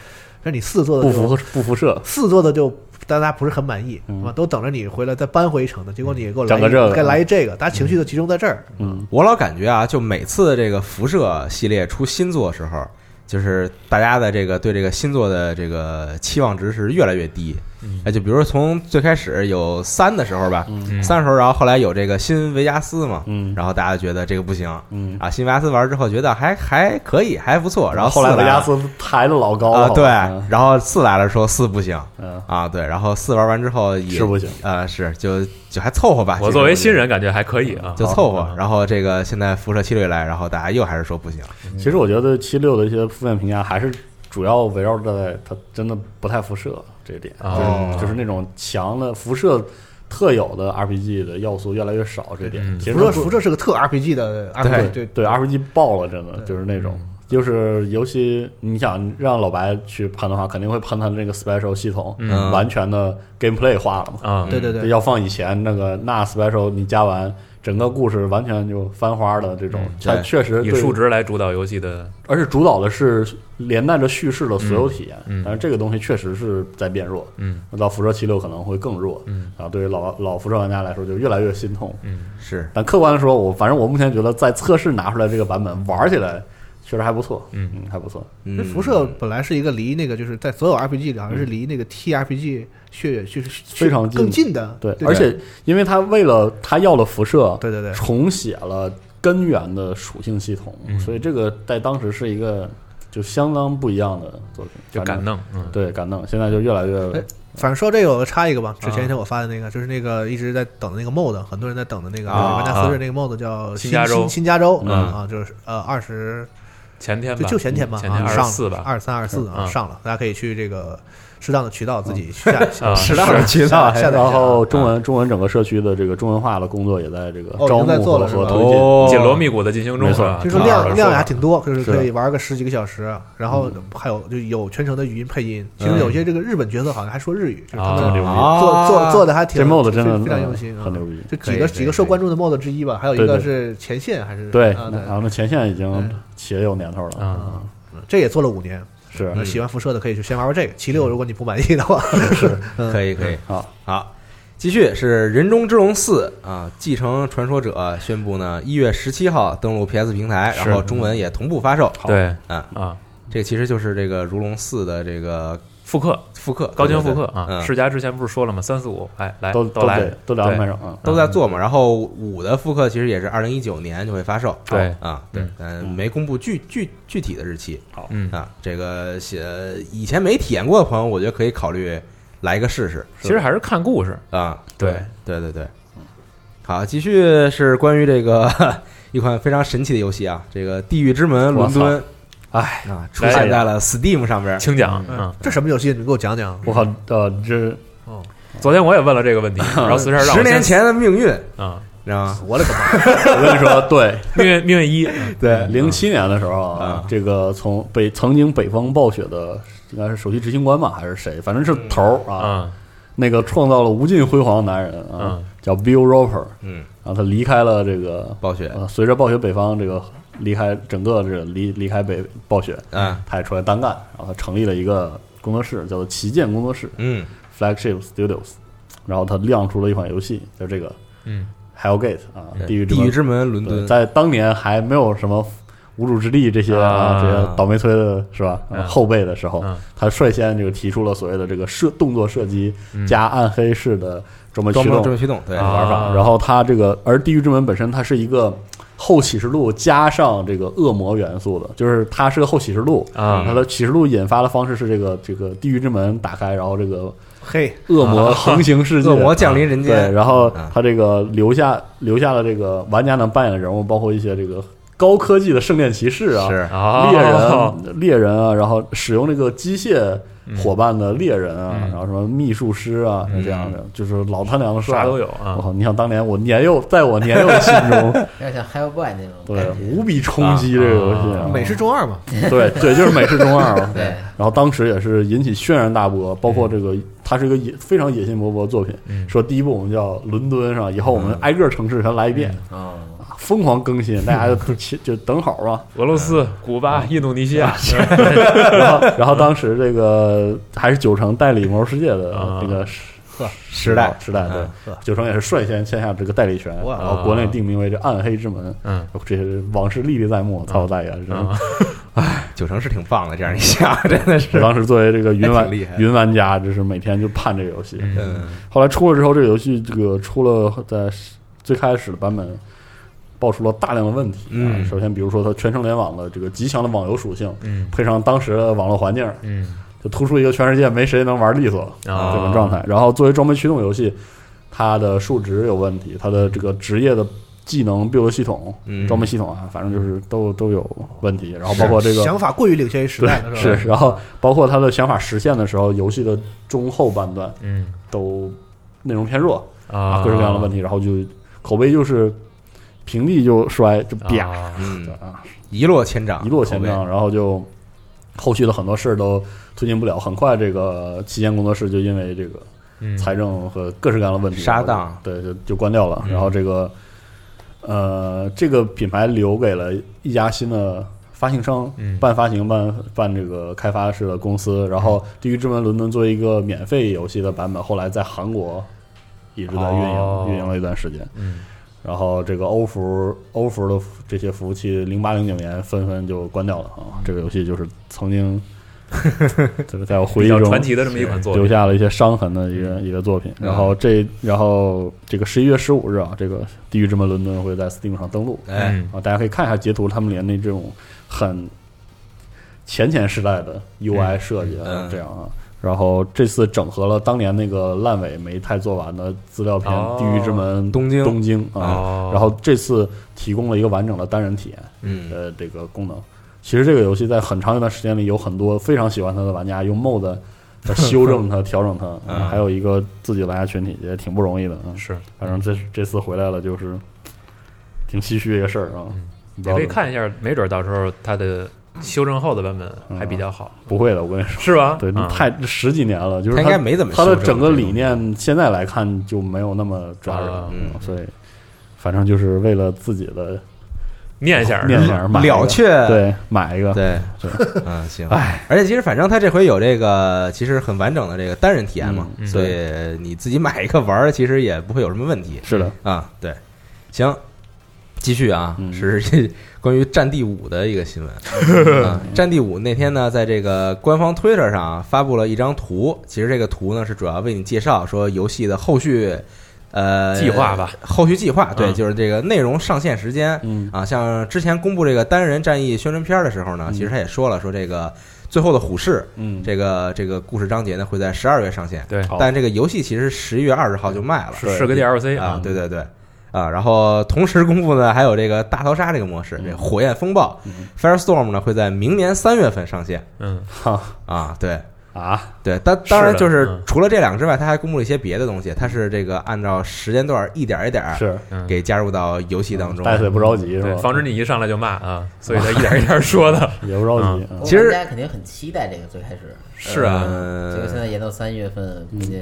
Speaker 6: 让你四做的
Speaker 8: 不
Speaker 6: 这种
Speaker 8: 辐不辐射，
Speaker 6: 四做的就大家不是很满意，
Speaker 8: 嗯
Speaker 6: 是吧？都等着你回来再扳回一城的，结果你给我来
Speaker 8: 整个
Speaker 6: 一
Speaker 8: 这个
Speaker 6: 给来一这个，大家情绪都集中在这儿，
Speaker 8: 嗯
Speaker 5: 我老感觉啊，就每次这个辐射系列出新作的时候，就是大家的这个对这个新作的这个期望值是越来越低。哎，就比如说从最开始有三的时候吧，
Speaker 8: 嗯
Speaker 5: 三的时候，然后后来有这个新维加斯嘛，
Speaker 8: 嗯
Speaker 5: 然后大家觉得这个不行
Speaker 8: 嗯。
Speaker 5: 啊，新维加斯玩之后觉得还还可以，还不错，然后
Speaker 8: 后来
Speaker 5: 四
Speaker 8: 维
Speaker 5: 来
Speaker 8: 加
Speaker 5: 了
Speaker 8: 斯抬的老高
Speaker 5: 啊、
Speaker 8: 了，
Speaker 5: 对
Speaker 8: 嗯，
Speaker 5: 然后四来了说四不行
Speaker 8: 嗯，
Speaker 5: 啊，对，然后四玩完之后也
Speaker 8: 是不行
Speaker 5: 啊、是就就还凑合吧。
Speaker 4: 我
Speaker 5: 其实
Speaker 4: 作为新
Speaker 5: 觉得
Speaker 4: 人感觉还可以啊，
Speaker 5: 就凑合
Speaker 4: 嗯。
Speaker 5: 然后这个现在辐射七六一来，然后大家又还是说不行，
Speaker 8: 其实我觉得七六的一些负面评价还是主要围绕在它真的不太辐射这一点，
Speaker 4: 哦
Speaker 8: 就是就是那种强的辐射特有的 RPG 的要素越来越少这一点。
Speaker 4: 嗯
Speaker 8: 其实
Speaker 6: 辐射辐射是个特 RPG 的 RPG，对
Speaker 8: 对 RPG 爆了，真的就是那种，就是尤其你想让老白去喷的话，肯定会喷他那个 special 系统，
Speaker 5: 嗯
Speaker 8: 完全的 gameplay 化了嘛。
Speaker 4: 啊，
Speaker 6: 对对对，
Speaker 8: 嗯要放以前那个那 special 你加完，整个故事完全就翻花的这种
Speaker 4: 嗯，
Speaker 8: 它
Speaker 5: 对
Speaker 8: 确实
Speaker 4: 以
Speaker 8: 对
Speaker 4: 数值来主导游戏的，
Speaker 8: 而且主导的是连带着叙事的所有体验，
Speaker 4: 嗯嗯
Speaker 8: 但是这个东西确实是在变弱。
Speaker 4: 嗯
Speaker 8: 那到辐射七六可能会更弱，
Speaker 4: 嗯
Speaker 8: 然后对于老老辐射玩家来说就越来越心痛。
Speaker 4: 嗯，
Speaker 5: 是
Speaker 8: 但客观的说，我反正我目前觉得在测试拿出来这个版本玩起来确实还不错，
Speaker 4: 嗯
Speaker 8: 嗯，还不错，
Speaker 5: 嗯
Speaker 6: 那辐射本来是一个离那个就是在所有 RPG 里好像是离那个 TRPG 血就是
Speaker 8: 非常近
Speaker 6: 更近的，
Speaker 8: 对。啊
Speaker 6: 对
Speaker 8: 而且因为他为了他要了辐射，
Speaker 6: 对对对，
Speaker 8: 重写了根源的属性系统，
Speaker 4: 嗯
Speaker 8: 所以这个在当时是一个就相当不一样的作品，
Speaker 4: 就
Speaker 8: 反
Speaker 4: 敢
Speaker 8: 正
Speaker 4: 弄，嗯，
Speaker 8: 对敢弄，现在就越来
Speaker 6: 哎
Speaker 8: 越
Speaker 6: 反正说这个我插一个吧，之
Speaker 8: 啊
Speaker 6: 前一天我发的那个就是那个一直在等的那个 mod，很多人在等的那个
Speaker 5: 啊
Speaker 6: 玩 家私人那个 mod 叫新
Speaker 4: 新加州
Speaker 6: 新新加州
Speaker 8: 嗯
Speaker 6: 啊，就是呃二十
Speaker 4: 前天
Speaker 6: 就
Speaker 4: 吧，嗯
Speaker 6: 就前天吧，
Speaker 4: 前天
Speaker 6: 啊
Speaker 4: 二
Speaker 6: 上
Speaker 4: 十四
Speaker 6: 了
Speaker 4: 吧，
Speaker 6: 二三二四啊
Speaker 4: 嗯
Speaker 6: 上了，大家可以去这个适当的渠道自己下
Speaker 4: 啊，
Speaker 5: 适当的渠道
Speaker 6: 下载一下
Speaker 8: 然后中文中文整个社区的这个中文化的工作也在这个
Speaker 6: 哎啊哦已
Speaker 8: 招
Speaker 6: 经在
Speaker 8: 募
Speaker 6: 做
Speaker 8: 和
Speaker 6: 了是
Speaker 8: 和
Speaker 6: 吧
Speaker 8: 推进。
Speaker 4: 紧锣密鼓的进行中
Speaker 8: 没错
Speaker 4: 啊，
Speaker 6: 听说
Speaker 4: 挺好的
Speaker 6: 量量也
Speaker 4: 说
Speaker 6: 还
Speaker 4: 法
Speaker 6: 挺多，就是
Speaker 8: 是
Speaker 6: 可以玩个十几个小时，然后还有就有全程的语音配音。其实有些这个日本角色好像还说日语，就是他
Speaker 4: 啊
Speaker 6: 们
Speaker 4: 牛
Speaker 6: 做、做做的还挺
Speaker 8: 这 mod 真的
Speaker 6: 非非常用心啊，
Speaker 8: 很牛逼。
Speaker 6: 就
Speaker 5: 可
Speaker 6: 几
Speaker 5: 以
Speaker 6: 个
Speaker 5: 啊可以
Speaker 6: 几个受关注的 mod 之一吧，还有一
Speaker 8: 对
Speaker 6: 个
Speaker 8: 对
Speaker 6: 是前线还是
Speaker 8: 对，
Speaker 6: 啊
Speaker 8: 那然后那前线已经也有年头了，
Speaker 4: 啊嗯
Speaker 8: 嗯
Speaker 6: 这也做了五年。
Speaker 8: 是
Speaker 5: 嗯
Speaker 6: 那喜欢辐射的可以去先玩玩这个。七六，如果你不满意的 话， 嗯是
Speaker 5: 可以可以
Speaker 8: 好，
Speaker 5: 好。继续是《人中之龙四》啊，《继承传说者》宣布呢，一月十七号登陆 PS 平台，
Speaker 4: 是
Speaker 5: 然后中文也同步发售。
Speaker 4: 对
Speaker 5: 啊，
Speaker 4: 啊，
Speaker 5: 这其实就是这个《如龙四》的这个
Speaker 4: 复刻
Speaker 5: 复刻
Speaker 4: 高清复刻
Speaker 5: 对对对
Speaker 4: 啊！
Speaker 5: 嗯
Speaker 4: 世嘉之前不是说了吗？三四五，哎，来
Speaker 8: 都
Speaker 4: 都来
Speaker 8: 得，都得安
Speaker 4: 对
Speaker 8: 排上啊。
Speaker 5: 都在做嘛。然后五的复刻其实也是二零一九年就会发售，
Speaker 4: 对
Speaker 5: 啊，对
Speaker 4: 嗯，
Speaker 5: 但没公布具具具体的日期
Speaker 4: 嗯，
Speaker 5: 啊。这个写以前没体验过的朋友，我觉得可以考虑来一个试试。
Speaker 4: 其实还是看故事，
Speaker 5: 啊，
Speaker 4: 对
Speaker 5: 对对对，好，继续是关于这个 一款非常神奇的游戏啊，这个《地狱之门：
Speaker 8: 我
Speaker 5: 伦
Speaker 8: 操
Speaker 5: 敦
Speaker 8: 哎，》
Speaker 5: 啊，出现在了 Steam 上
Speaker 8: 嗯
Speaker 5: 边。
Speaker 4: 请讲啊！
Speaker 6: 这什么游戏？你给我讲讲。
Speaker 8: 我靠，
Speaker 4: 嗯
Speaker 8: 呃，这
Speaker 4: 昨天我也问了这个问 题，然后四十二让我
Speaker 5: 十年
Speaker 4: 先
Speaker 5: 前的命运，
Speaker 4: 啊，
Speaker 5: 知道吗？
Speaker 6: 我勒个妈！
Speaker 8: 我跟你说，对
Speaker 4: 命运命运一，嗯
Speaker 8: 对，零七年的时候啊
Speaker 5: 啊，
Speaker 8: 这个从北曾经北方暴雪的应该是首席执行官吧，还是谁，反正是头儿啊，
Speaker 4: 嗯
Speaker 8: 那个创造了无尽辉煌的男人啊
Speaker 4: 嗯，
Speaker 8: 叫 Bill Roper，
Speaker 5: 嗯，
Speaker 8: 然后他离开了这个
Speaker 5: 暴雪
Speaker 8: 呃，随着暴雪北方这个离开整个这个离离开北暴雪，
Speaker 5: 啊，
Speaker 8: 他也出来单干，然后他成立了一个工作室，叫做旗舰工作室
Speaker 5: 嗯
Speaker 8: （Flagship Studios），然后他亮出了一款游戏，叫这个
Speaker 4: 嗯，
Speaker 8: Hellgate 啊，
Speaker 5: 对
Speaker 8: 地狱之
Speaker 5: 地
Speaker 8: 门
Speaker 5: 狱之门伦
Speaker 8: 对
Speaker 5: 敦，
Speaker 8: 在当年还没有什么无主之地这些
Speaker 4: 啊
Speaker 8: 啊，这些倒霉催的是吧？
Speaker 4: 嗯
Speaker 8: 后辈的时候
Speaker 4: 嗯，
Speaker 8: 他率先这个提出了所谓的这个射动作射击
Speaker 4: 嗯
Speaker 8: 加暗黑式的这么
Speaker 5: 装
Speaker 8: 驱
Speaker 5: 备
Speaker 8: 动
Speaker 5: 这么驱动，对，
Speaker 4: 啊
Speaker 8: 玩法。然后它这个，而《地狱之门》本身它是一个后启示录加上这个恶魔元素的，就是它是个后启示录
Speaker 4: 啊
Speaker 8: 它的启示录引发的方式是这个这个地狱之门打开，然后这个
Speaker 6: 嘿，
Speaker 8: 恶魔横行世 界，
Speaker 5: 恶魔降临人
Speaker 8: 对，
Speaker 5: 间，
Speaker 8: 然后
Speaker 5: 啊
Speaker 8: 它这个留下留下了这个玩家能扮演的人物，包括一些这个高科技的圣殿骑士啊。
Speaker 5: 是
Speaker 4: 啊
Speaker 8: 猎人、猎人啊，然后使用这个机械伙伴的猎人啊，
Speaker 4: 嗯
Speaker 8: 然后什么秘术师啊，
Speaker 5: 嗯
Speaker 8: 这样的，就是老他娘的帅
Speaker 4: 啥都有
Speaker 8: 我
Speaker 4: 啊，
Speaker 8: 靠！你想当年我年幼，在我年幼的心 中，
Speaker 7: 有点像 Hellboy 那种
Speaker 5: 哎
Speaker 8: 对
Speaker 7: 感觉。
Speaker 8: 无比冲击这个游戏啊，
Speaker 6: 美式中二嘛，
Speaker 8: 对对，就是美式中二 嘛。
Speaker 7: 对
Speaker 8: 然后当时也是引起轩然大波，包括这
Speaker 5: 嗯
Speaker 8: 个它是一个野非常野心勃勃的作品。
Speaker 4: 嗯
Speaker 8: 说第一部我们叫伦敦是吧？以后我们
Speaker 5: 嗯
Speaker 8: 挨个城市全来一遍，啊
Speaker 7: 哦，
Speaker 8: 疯狂更新，大家就就就等好啊吧。
Speaker 4: 俄罗斯、
Speaker 8: 嗯
Speaker 4: 古巴、印度尼西
Speaker 8: 啊
Speaker 4: 亚， 嗯
Speaker 8: 然后然后当时这个还是九城代理魔兽世界的这个
Speaker 5: 啊时代
Speaker 8: 时代，
Speaker 5: 嗯
Speaker 8: 对，九城也是啊率先签下这个代理权，
Speaker 6: 哇
Speaker 8: 然后国内定名为这暗黑之门。
Speaker 4: 嗯，
Speaker 8: 这些往事历历在
Speaker 5: 嗯
Speaker 8: 目，操我大爷！真的
Speaker 4: 啊
Speaker 5: 九成是挺棒的，这样一想 真的
Speaker 8: 我
Speaker 5: 是，
Speaker 8: 当时作为 这个云玩
Speaker 5: 还挺厉害的
Speaker 8: 云玩家，就是每天就盼这个游戏。
Speaker 4: 嗯
Speaker 5: 嗯
Speaker 8: 后来出了之后，这个游戏这个出了在最开始的版本爆出了大量的问题。
Speaker 5: 嗯
Speaker 8: 啊首先比如说它全程联网的这个极强的网游属性，
Speaker 4: 嗯
Speaker 8: 配上当时的网络环境，
Speaker 4: 嗯
Speaker 8: 就突出一个全世界没谁能玩利索
Speaker 4: 啊
Speaker 8: 这种状态。然后作为装备驱动游戏，它的数值有问题，它的这个职业的技能 build 系统、
Speaker 5: 嗯
Speaker 8: 装备系统啊，反正就是都都有问题。然后包括这个
Speaker 6: 想法过于领先于时代了，
Speaker 8: 是，
Speaker 6: 吧？
Speaker 8: 然后包括他的想法实现的时候，游戏的中后半段
Speaker 4: 嗯
Speaker 8: 都内容偏弱
Speaker 4: 啊，
Speaker 8: 各式各样的问
Speaker 4: 题
Speaker 8: 题，然后就口碑就是平地就摔，就啪
Speaker 4: 啊，
Speaker 5: 嗯，
Speaker 8: 啊
Speaker 5: 一落千丈，
Speaker 8: 一落千
Speaker 5: 口
Speaker 8: 丈，然后就后续的很多事儿都推进不了。很快，这个旗舰工作室就因为这个
Speaker 4: 嗯
Speaker 8: 财政和各式各样的问题，
Speaker 5: 杀
Speaker 8: 然后就
Speaker 5: 当
Speaker 8: 对，就就关掉了。
Speaker 4: 嗯
Speaker 8: 然后这个呃，这个品牌留给了一家新的发行商，
Speaker 4: 嗯
Speaker 8: 半发行半半这个开发式的公司。然后《地狱之门：伦敦》作为一个免费游戏的版本，后来在韩国一直在运营，
Speaker 4: 哦
Speaker 8: 运营了一段时间。
Speaker 4: 嗯
Speaker 8: 然后这个欧服欧服的这些服务器，零八零九年纷纷就关掉了啊。这个游戏就是 曾经就是在我回
Speaker 4: 比
Speaker 8: 忆
Speaker 4: 较
Speaker 8: 中
Speaker 4: 传奇的这么一款作
Speaker 8: 留
Speaker 4: 品，嗯
Speaker 8: 下了一些伤痕的一个一个作品。然后这然后这个十一月十五日啊，这个《地狱之门：伦敦》会在 Steam 上登陆
Speaker 5: 碑哎，
Speaker 4: 嗯
Speaker 8: 啊，大家可以看一下截图，他们连那这种很前前时代的 UI 设计啊
Speaker 5: 嗯，
Speaker 8: 这样啊。然后这次整合了当年那个烂尾没太做完的资料片
Speaker 4: 哦
Speaker 8: 《地狱之门：
Speaker 5: 东京
Speaker 8: 东京》啊，
Speaker 4: 哦，
Speaker 8: 然后这次提供了一个完整的单人体验
Speaker 5: 嗯
Speaker 8: 的呃这个功能。其实这个游戏在很长一段时间里，有很多非常喜欢它的玩家用 mod 来修正它、调整它，嗯
Speaker 5: 嗯
Speaker 8: 还有一个自己的玩家群体也挺不容易的。嗯
Speaker 4: 是
Speaker 8: 反正这这次回来了，就是挺唏嘘这个事儿啊
Speaker 4: 嗯。
Speaker 8: 你
Speaker 4: 也可以，看一下，没准到时候它的修正后的版本还比较好，
Speaker 8: 不会的，我跟你说，
Speaker 4: 是吧？
Speaker 8: 嗯对，
Speaker 4: 啊
Speaker 8: 太十几年了，就是
Speaker 5: 他应该
Speaker 8: 它
Speaker 5: 没怎么
Speaker 8: 它的
Speaker 5: 修
Speaker 8: 整个
Speaker 5: 这
Speaker 8: 理
Speaker 5: 东西，
Speaker 8: 念现在来看就没有那么抓人，
Speaker 4: 啊
Speaker 5: 嗯
Speaker 8: 所以反正就是为了自己的
Speaker 4: 念一下，
Speaker 8: 念想买一个
Speaker 5: 了却，
Speaker 8: 对，买一个，
Speaker 5: 对
Speaker 8: 对，
Speaker 5: 嗯，行，
Speaker 8: 哎，
Speaker 5: 而且其实反正它这回有这个其实很完整的这个单人体验嘛，
Speaker 4: 嗯嗯
Speaker 5: 所以你自己买一个玩儿，其实也不会有什么问题
Speaker 8: 是的，
Speaker 5: 啊。对，行，继续啊，
Speaker 8: 嗯
Speaker 5: 是这关于《战地五》的一个新闻。
Speaker 8: 嗯
Speaker 5: 啊《战地五》那天呢，在这个官方推特上发布了一张图，其实这个图呢是主要为你介绍说游戏的后续呃
Speaker 4: 计划吧，
Speaker 5: 后续计划对，
Speaker 4: 嗯
Speaker 5: 就是这个内容上线时间
Speaker 8: 啊嗯
Speaker 5: 啊。像之前公布这个单人战役宣传片的时候呢，
Speaker 8: 嗯
Speaker 5: 其实他也说了，说这个最后的虎视
Speaker 8: 嗯，
Speaker 5: 这个这个故事章节呢会在十二月上线，
Speaker 4: 对，
Speaker 8: 好
Speaker 5: 但这个游戏其实十一月二十号就卖了，
Speaker 4: 是是个 DLC
Speaker 8: 嗯
Speaker 5: 啊，对对对。啊，然后同时公布呢，还有这个大逃杀这个模式，这个火焰风暴、
Speaker 8: 嗯
Speaker 5: Firestorm 呢会在明年三月份上线
Speaker 4: 嗯，
Speaker 8: 哈
Speaker 5: 啊，对
Speaker 8: 啊，
Speaker 5: 对，当当然就是是
Speaker 4: 的嗯
Speaker 5: 除了这两个之外，他还公布了一些别的东西，它是这个按照时间段一点儿一点儿
Speaker 8: 是
Speaker 4: 嗯
Speaker 5: 给加入到游戏当中。
Speaker 8: 大家也不着急是
Speaker 4: 对，
Speaker 8: 吧？
Speaker 4: 防止你一上来就骂啊，所以他一点一点说的，
Speaker 8: 也不着急，嗯
Speaker 5: 其实
Speaker 7: 大家肯定很期待这个，最开始，
Speaker 4: 是啊，
Speaker 8: 嗯
Speaker 5: 呃
Speaker 7: 结果现在延到三月份，估计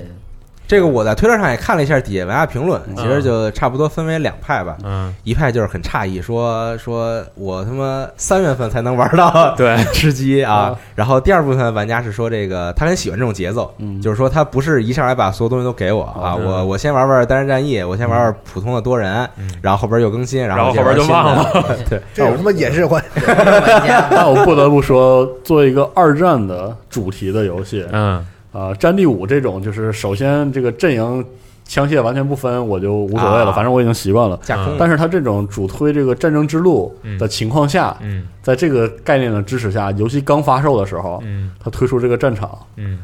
Speaker 5: 这个我在推特上也看了一下底下玩家评论，
Speaker 8: 嗯
Speaker 5: 其实就差不多分为两派吧，
Speaker 4: 嗯，
Speaker 5: 一派就是很诧异，说说我他妈三月份才能玩到，
Speaker 4: 对，
Speaker 5: 吃鸡啊
Speaker 8: 啊。
Speaker 5: 然后第二部分玩家是说这个他很喜欢这种节奏，
Speaker 8: 嗯
Speaker 5: 就是说他不是一上来把所有东西都给我啊，
Speaker 4: 嗯
Speaker 5: 我我先玩玩单人战役，我先玩玩普通的多人
Speaker 4: 嗯，
Speaker 5: 然后后边又更新，
Speaker 4: 然后
Speaker 5: 后
Speaker 4: 后边就忘了
Speaker 5: 了。 对，
Speaker 6: 这有他妈掩饰关系？
Speaker 7: 玩家
Speaker 8: 但我不得不说，作为一个二战的主题的游戏
Speaker 4: 嗯，
Speaker 8: 啊，《战地五》这种就是首先这个阵营枪械完全不分，我就无所谓了，
Speaker 5: 啊
Speaker 8: 反正我已经习惯 了。
Speaker 5: 架空
Speaker 4: 嗯
Speaker 8: 但是它这种主推这个战争之路的情况下，
Speaker 4: 嗯
Speaker 8: 在这个概念的支持下，游戏刚发售的时候，
Speaker 4: 嗯
Speaker 8: 它推出这个战场，
Speaker 4: 嗯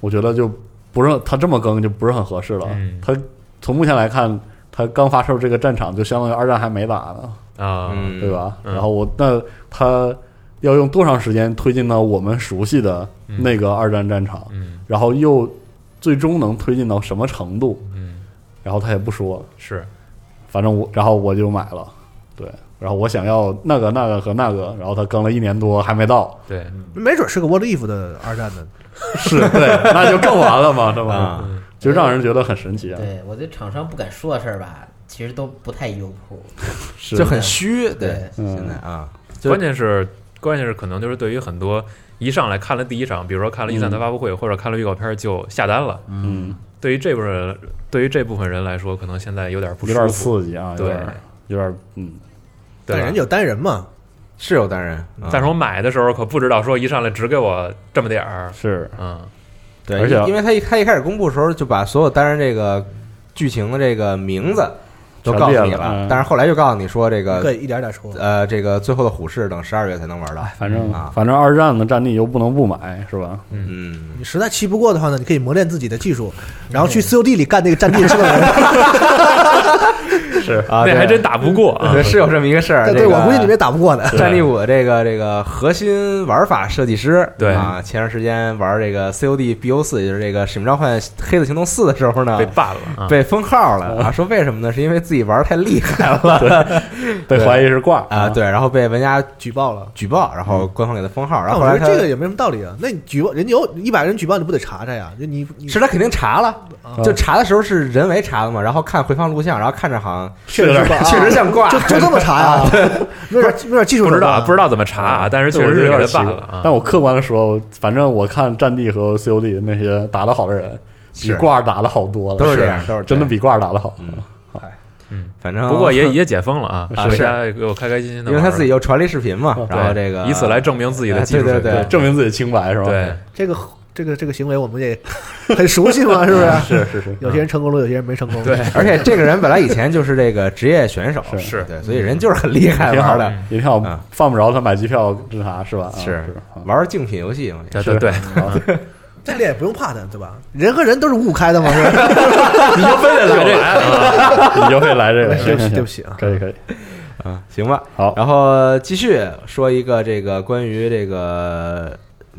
Speaker 8: 我觉得就不是它这么更就不是很合适了
Speaker 4: 嗯。
Speaker 8: 它从目前来看，它刚发售这个战场就相当于二战还没打呢，
Speaker 4: 啊，
Speaker 5: 嗯，
Speaker 8: 对？吧？
Speaker 4: 嗯
Speaker 8: 然后我那它要用多长时间推进到我们熟悉的那个二战战场，
Speaker 4: 嗯
Speaker 8: 然后又最终能推进到什么程度？
Speaker 4: 嗯，
Speaker 8: 然后他也不说，
Speaker 4: 是，
Speaker 8: 反正我，然后我就买了，对，然后我想要那个那个和那个，然后他更了一年多还没到，
Speaker 4: 对，
Speaker 6: 没准是个 What If 的二战的，
Speaker 8: 是对，那就更完了嘛，对吧？
Speaker 5: 啊，
Speaker 8: 就让人觉得很神奇啊，
Speaker 7: 对我觉得厂商不敢说的事儿吧，其实都不太优酷。
Speaker 8: 是
Speaker 5: 就很虚，对，
Speaker 8: 嗯
Speaker 5: 现在啊，就
Speaker 4: 关键是关键是可能就是对于很多一上来看了第一场，比如说看了一战的发布会或者看了预告片就下单了，
Speaker 8: 嗯，
Speaker 4: 对于这部分人，对于这部分人来说，可能现在有点不
Speaker 8: 有
Speaker 4: 舒
Speaker 8: 点
Speaker 4: 服，
Speaker 8: 刺激啊，有
Speaker 4: 对
Speaker 8: 点有点嗯，
Speaker 4: 对
Speaker 6: 但
Speaker 4: 吧
Speaker 6: 人家。有单人嘛，
Speaker 5: 是有单人，啊
Speaker 4: 但是我买的时候可不知道说一上来只给我这么点儿，
Speaker 8: 是
Speaker 4: 嗯
Speaker 5: 对，
Speaker 8: 而且
Speaker 5: 因因为他一他一开始公布的时候就把所有单人这个剧情的这个名字都告诉
Speaker 8: 全
Speaker 5: 你
Speaker 8: 列了嗯
Speaker 5: 但是后来就告诉你说这
Speaker 6: 可
Speaker 5: 个
Speaker 6: 以一点点说。
Speaker 5: 呃这个最后的虎视等十二月才能玩到，
Speaker 8: 哎反正
Speaker 5: 啊
Speaker 8: 反正二战的战地又不能不买，是吧？
Speaker 5: 嗯。
Speaker 6: 你实在气不过的话呢，你可以磨练自己的技术，然后去 COD 里干那个战地制作 人。
Speaker 4: 是
Speaker 5: 啊
Speaker 4: 那
Speaker 5: 对
Speaker 4: 还真打不过啊
Speaker 5: 对，，是有这么一个事儿。
Speaker 6: 但
Speaker 5: 这
Speaker 6: 对
Speaker 5: 个
Speaker 6: 我估计 你们也打不过的。
Speaker 5: 《战地五》的这个这个核心玩法设计师，
Speaker 4: 对
Speaker 5: 啊，前段时间玩这个 COD BO 四，也就是这个《使命召唤：黑色行动四》的时候呢
Speaker 4: 被，办了啊，
Speaker 5: 被封号了啊，说为什么呢？是因为自己玩太厉害 了
Speaker 8: 被怀疑是挂
Speaker 5: 啊，，对，然后被玩家
Speaker 6: 举报了，
Speaker 5: 举报，然后官方给他封号，然后
Speaker 6: 但我
Speaker 5: 啊后来
Speaker 6: 觉得
Speaker 5: 他
Speaker 6: 这个也没什么道理啊。那你举报人家有一百个人举报，你不得查查呀？就你你
Speaker 5: 是他肯定查了，
Speaker 6: 嗯
Speaker 5: 就查的时候是人为查的嘛，然后看回放录像，然后看着好
Speaker 8: 确实是
Speaker 5: 像确实像挂
Speaker 6: 就，就这么查呀？有点有点技术
Speaker 4: 不
Speaker 6: 手
Speaker 4: 知道
Speaker 6: 段啊
Speaker 4: 不知道怎么查啊，但是确
Speaker 8: 对我
Speaker 4: 实
Speaker 8: 觉
Speaker 4: 是
Speaker 8: 得有
Speaker 4: 给他
Speaker 8: 点奇
Speaker 4: 办
Speaker 8: 怪
Speaker 4: 了啊。
Speaker 8: 但我客观的说，反正我看战地和 COD 那些打的好的人，比
Speaker 5: 是
Speaker 8: 挂儿打的好多了，
Speaker 5: 都是这样，都是这样
Speaker 8: 哦真的，比挂儿打的好。
Speaker 5: 嗯
Speaker 4: 嗯，
Speaker 5: 反正
Speaker 4: 不过也也解封了啊，
Speaker 5: 啊
Speaker 4: 大
Speaker 5: 是
Speaker 4: 家给我开开心心的，
Speaker 5: 因为他自己又传了一视频嘛，
Speaker 4: 哦对
Speaker 5: 然后这个
Speaker 4: 以此来证明自己的
Speaker 5: 哎
Speaker 4: 技术
Speaker 5: 对
Speaker 4: 水
Speaker 5: 对
Speaker 4: 平，
Speaker 5: 对
Speaker 8: 证明自己清白是吧？
Speaker 4: 对，
Speaker 6: 这个这个这个行为，我们 也很熟悉嘛，是不是？
Speaker 8: 啊是是是，
Speaker 6: 有些人成功了，有些人没成功。
Speaker 4: 对，
Speaker 5: 而且这个人本来以前就是这个职业选手，
Speaker 8: 是
Speaker 4: 是
Speaker 5: 对，所以人就是很厉害
Speaker 8: 挺好
Speaker 5: 玩的，
Speaker 8: 也挺好
Speaker 5: 嗯，
Speaker 8: 犯不着他买机票这啥是吧？啊
Speaker 5: 是
Speaker 8: 是啊
Speaker 5: 玩竞品游戏嘛。
Speaker 4: 嗯对
Speaker 8: 是
Speaker 4: 对对，
Speaker 6: 这里也不用怕他，对吧？人和人都是五五开的嘛，是吧？
Speaker 4: 你就非得来 这个，
Speaker 8: 啊你就会来这个，
Speaker 6: 对不起，对不起啊。
Speaker 8: 可以可以，
Speaker 5: 嗯，行吧。
Speaker 8: 好
Speaker 5: 然后继续说一个这个关于这个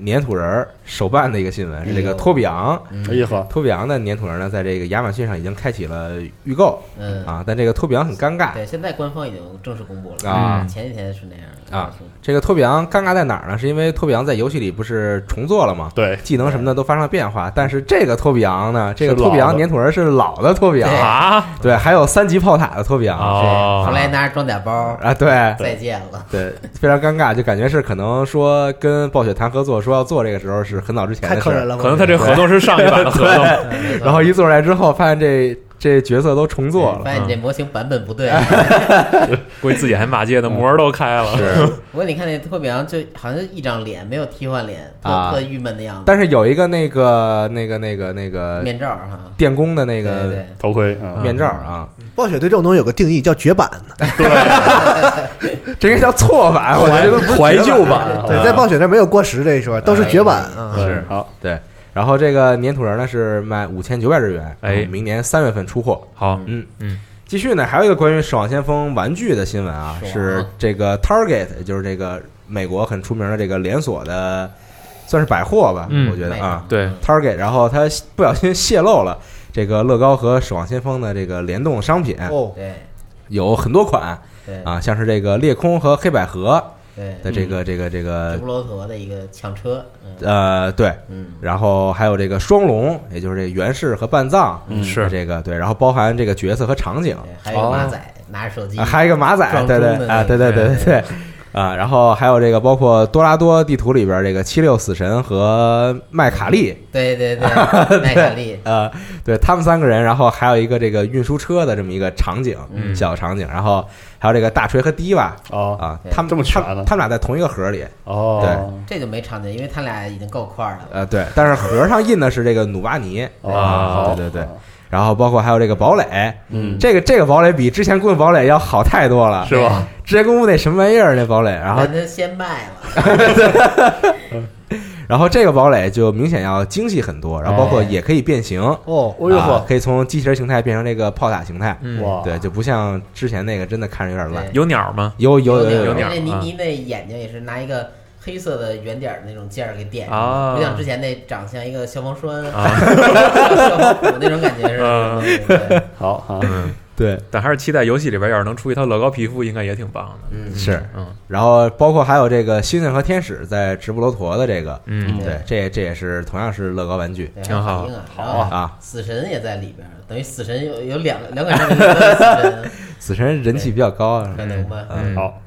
Speaker 5: 粘土人儿手办的一个新闻，是这个
Speaker 4: 嗯
Speaker 5: 托比昂。
Speaker 7: 嗯
Speaker 8: 哎呀呵，
Speaker 5: 托比昂的粘土人呢，在这个亚马逊上已经开启了预购
Speaker 7: 嗯，
Speaker 5: 啊，但这个托比昂很尴尬
Speaker 7: 对，现在官方已经正式公布了
Speaker 5: 啊
Speaker 7: 前几天是那样的
Speaker 5: 啊。这个托比昂尴尬在哪儿呢？是因为托比昂在游戏里不是重做了吗？
Speaker 8: 对，
Speaker 5: 技能什么的都发生了变化，但是这个托比昂呢，这个
Speaker 8: 是老
Speaker 5: 托比昂
Speaker 8: 的
Speaker 5: 粘土人是老的托比昂，
Speaker 4: 啊，
Speaker 5: 对，还有三级炮塔的托比昂
Speaker 7: 对
Speaker 4: 哦
Speaker 7: 后来拿着装甲包，
Speaker 5: 啊，对
Speaker 7: 再见了。
Speaker 5: 对，非常尴尬，就感觉是可能说跟暴雪谈合作，说要做这个时候是很早之前
Speaker 6: 太
Speaker 5: 的事
Speaker 6: 坑人
Speaker 5: 儿，
Speaker 6: 了，
Speaker 4: 可能他这合同是上一版的合同，
Speaker 5: 然后一做出来之后，发现这这角色都重做了
Speaker 7: 发，现你这模型版本 不对。
Speaker 4: 估计自己还骂街呢，膜儿都开了。
Speaker 5: 嗯是。
Speaker 7: 不过你看那托比昂就好像就一张脸，没有替换脸，特、
Speaker 5: 啊
Speaker 7: 特郁闷的样子。
Speaker 5: 但是有一个那个那个那个那个
Speaker 7: 面罩儿哈，
Speaker 5: 电工的那
Speaker 7: 对
Speaker 5: 个
Speaker 7: 对
Speaker 8: 头盔啊，
Speaker 5: 面罩啊，
Speaker 6: 暴雪对这种东西有个定义叫绝版，
Speaker 5: 这个叫错版，我觉得都不是
Speaker 8: 怀旧
Speaker 5: 版。
Speaker 8: 版，
Speaker 6: 对，在暴雪那儿没有过时这一说，都是绝版
Speaker 7: 嗯
Speaker 6: 啊。
Speaker 8: 是好，
Speaker 5: 对，然后这个粘土人呢是卖五千九百日元，
Speaker 4: 哎
Speaker 5: 然后明年三月份出货。
Speaker 4: 好，
Speaker 5: 嗯
Speaker 4: 嗯，
Speaker 5: 继续呢，还有一个关于《守望先锋》玩具的新闻啊，
Speaker 7: 爽啊
Speaker 5: 是这个 Target，也就是这个美国很出名的这个连锁的，算是百货吧，
Speaker 4: 嗯
Speaker 5: 我觉得
Speaker 7: 卖
Speaker 5: 啊
Speaker 7: 的
Speaker 4: 对，
Speaker 5: ，Target，然后他不小心泄露了这个乐高和《守望先锋》的这个联动商品，
Speaker 6: 哦，
Speaker 7: 对
Speaker 5: 有很多款
Speaker 7: 对
Speaker 5: 啊，像是这个裂空和黑百合
Speaker 7: 对，
Speaker 5: 的这个这个这
Speaker 7: 直
Speaker 5: 个
Speaker 7: 布罗陀的一个抢车，嗯
Speaker 5: 呃，对，
Speaker 7: 嗯，
Speaker 5: 然后还有这个双龙，也就是这袁氏和半藏，
Speaker 8: 嗯
Speaker 4: 是
Speaker 5: 这个对，然后包含这个角色和场景，
Speaker 7: 对，还有个马仔拿着手机，
Speaker 5: 啊、还有一个马仔，
Speaker 7: 撞
Speaker 5: 对
Speaker 7: 钟
Speaker 5: 对
Speaker 7: 的那
Speaker 5: 啊，
Speaker 7: 个
Speaker 5: 哦对对对对对，啊，然后还有这个包括多拉多地图里边这个七六死神和麦卡利，
Speaker 7: 对 对对，耐卡利，
Speaker 5: 呃，对他们三个人，然后还有一个这个运输车的这么一个场景，
Speaker 4: 嗯
Speaker 5: 小场景，然后还有这个大锤和迪瓦
Speaker 8: 哦
Speaker 5: 啊，
Speaker 7: 对
Speaker 5: 他们
Speaker 8: 这么全
Speaker 5: 他
Speaker 8: 呢
Speaker 5: 他们俩在同一个盒里，
Speaker 8: 哦，
Speaker 7: 这就没场景，因为他俩已经够快了。
Speaker 5: 呃，对，但是盒上印的是这个努巴尼，
Speaker 8: 哦
Speaker 5: 啊
Speaker 8: 好
Speaker 5: 对对对，然后包括还有这个堡垒，
Speaker 8: 嗯，
Speaker 5: 这个这个堡垒比之前公布堡垒要好太多了，
Speaker 8: 是吧？
Speaker 5: 之前公布那什么玩意儿那堡垒，然后
Speaker 7: 但他先卖了，
Speaker 5: 然后这个堡垒就明显要精细很多，然后包括也可以变形，
Speaker 6: 哦，
Speaker 8: 哦呦
Speaker 5: 啊
Speaker 8: 呵，哦
Speaker 5: 可以从机器人形态变成这个炮塔形态，
Speaker 4: 嗯，
Speaker 8: 哇，
Speaker 5: 对，就不像之前那个真的看着有点烂
Speaker 7: 对，
Speaker 4: 有鸟吗？
Speaker 5: 有有
Speaker 7: 点
Speaker 5: 有
Speaker 4: 有
Speaker 7: 儿，
Speaker 4: 点
Speaker 7: 那
Speaker 4: 儿
Speaker 7: 倪
Speaker 4: 啊
Speaker 7: 妮那眼睛也是拿一个黑色的圆点儿的那种尖儿给点
Speaker 4: 啊
Speaker 7: 上，不像之前那长相一个消防栓、
Speaker 4: 啊
Speaker 7: 消防鼓那种感觉似
Speaker 4: 啊
Speaker 7: 的。对
Speaker 8: 好啊，
Speaker 4: 嗯，
Speaker 5: 对
Speaker 4: 但还是期待游戏里边要是能出一套乐高皮肤，应该也挺棒的。
Speaker 7: 嗯，
Speaker 5: 是，
Speaker 4: 嗯
Speaker 5: 然后包括还有这个星星和天使在直布罗陀的这个，
Speaker 4: 嗯，
Speaker 5: 对，这这也是同样是乐高玩具
Speaker 7: 对
Speaker 4: 挺好
Speaker 7: 反应啊，
Speaker 8: 好
Speaker 7: 然后
Speaker 8: 啊
Speaker 5: 啊，
Speaker 7: 死神也在里边儿，等于死神有有两个两款产品都是死神，
Speaker 5: 死神人气比较高，啊。
Speaker 7: 可能吧？
Speaker 4: 嗯
Speaker 8: 好，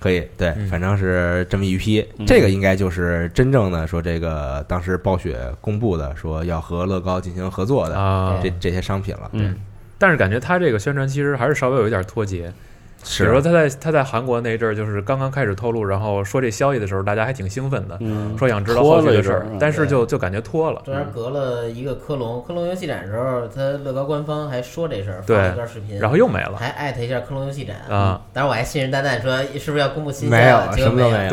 Speaker 5: 可以，对
Speaker 4: 嗯，
Speaker 5: 反正是这么一批。
Speaker 8: 嗯
Speaker 5: 这个应该就是真正的说，这个当时暴雪公布的说要和乐高进行合作的
Speaker 4: 啊，
Speaker 5: 这这些商品了。
Speaker 8: 嗯，
Speaker 4: 但是感觉他这个宣传其实还是稍微有一点脱节。比
Speaker 8: 啊
Speaker 4: 如说
Speaker 5: 是，
Speaker 4: 他在他在韩国那阵儿，就是刚刚开始透露，然后说这消息的时候，大家还挺兴奋的，
Speaker 8: 嗯，
Speaker 4: 说想知道后续的事
Speaker 8: 拖了一阵
Speaker 4: 儿
Speaker 8: 儿，嗯
Speaker 4: 但是就就感觉拖了。
Speaker 7: 中间隔了一个科隆，科隆游戏展的时候，他乐高官方还说这事儿，
Speaker 4: 对
Speaker 7: 发了一段视频，
Speaker 4: 然后又没了。
Speaker 7: 还艾特一下科隆游戏展
Speaker 4: 啊。
Speaker 7: 当然我还信誓旦旦说是不是要公布新消息
Speaker 5: 没有
Speaker 7: 了，结
Speaker 5: 什
Speaker 7: 果
Speaker 5: 么都
Speaker 7: 没
Speaker 8: 啊
Speaker 5: 没有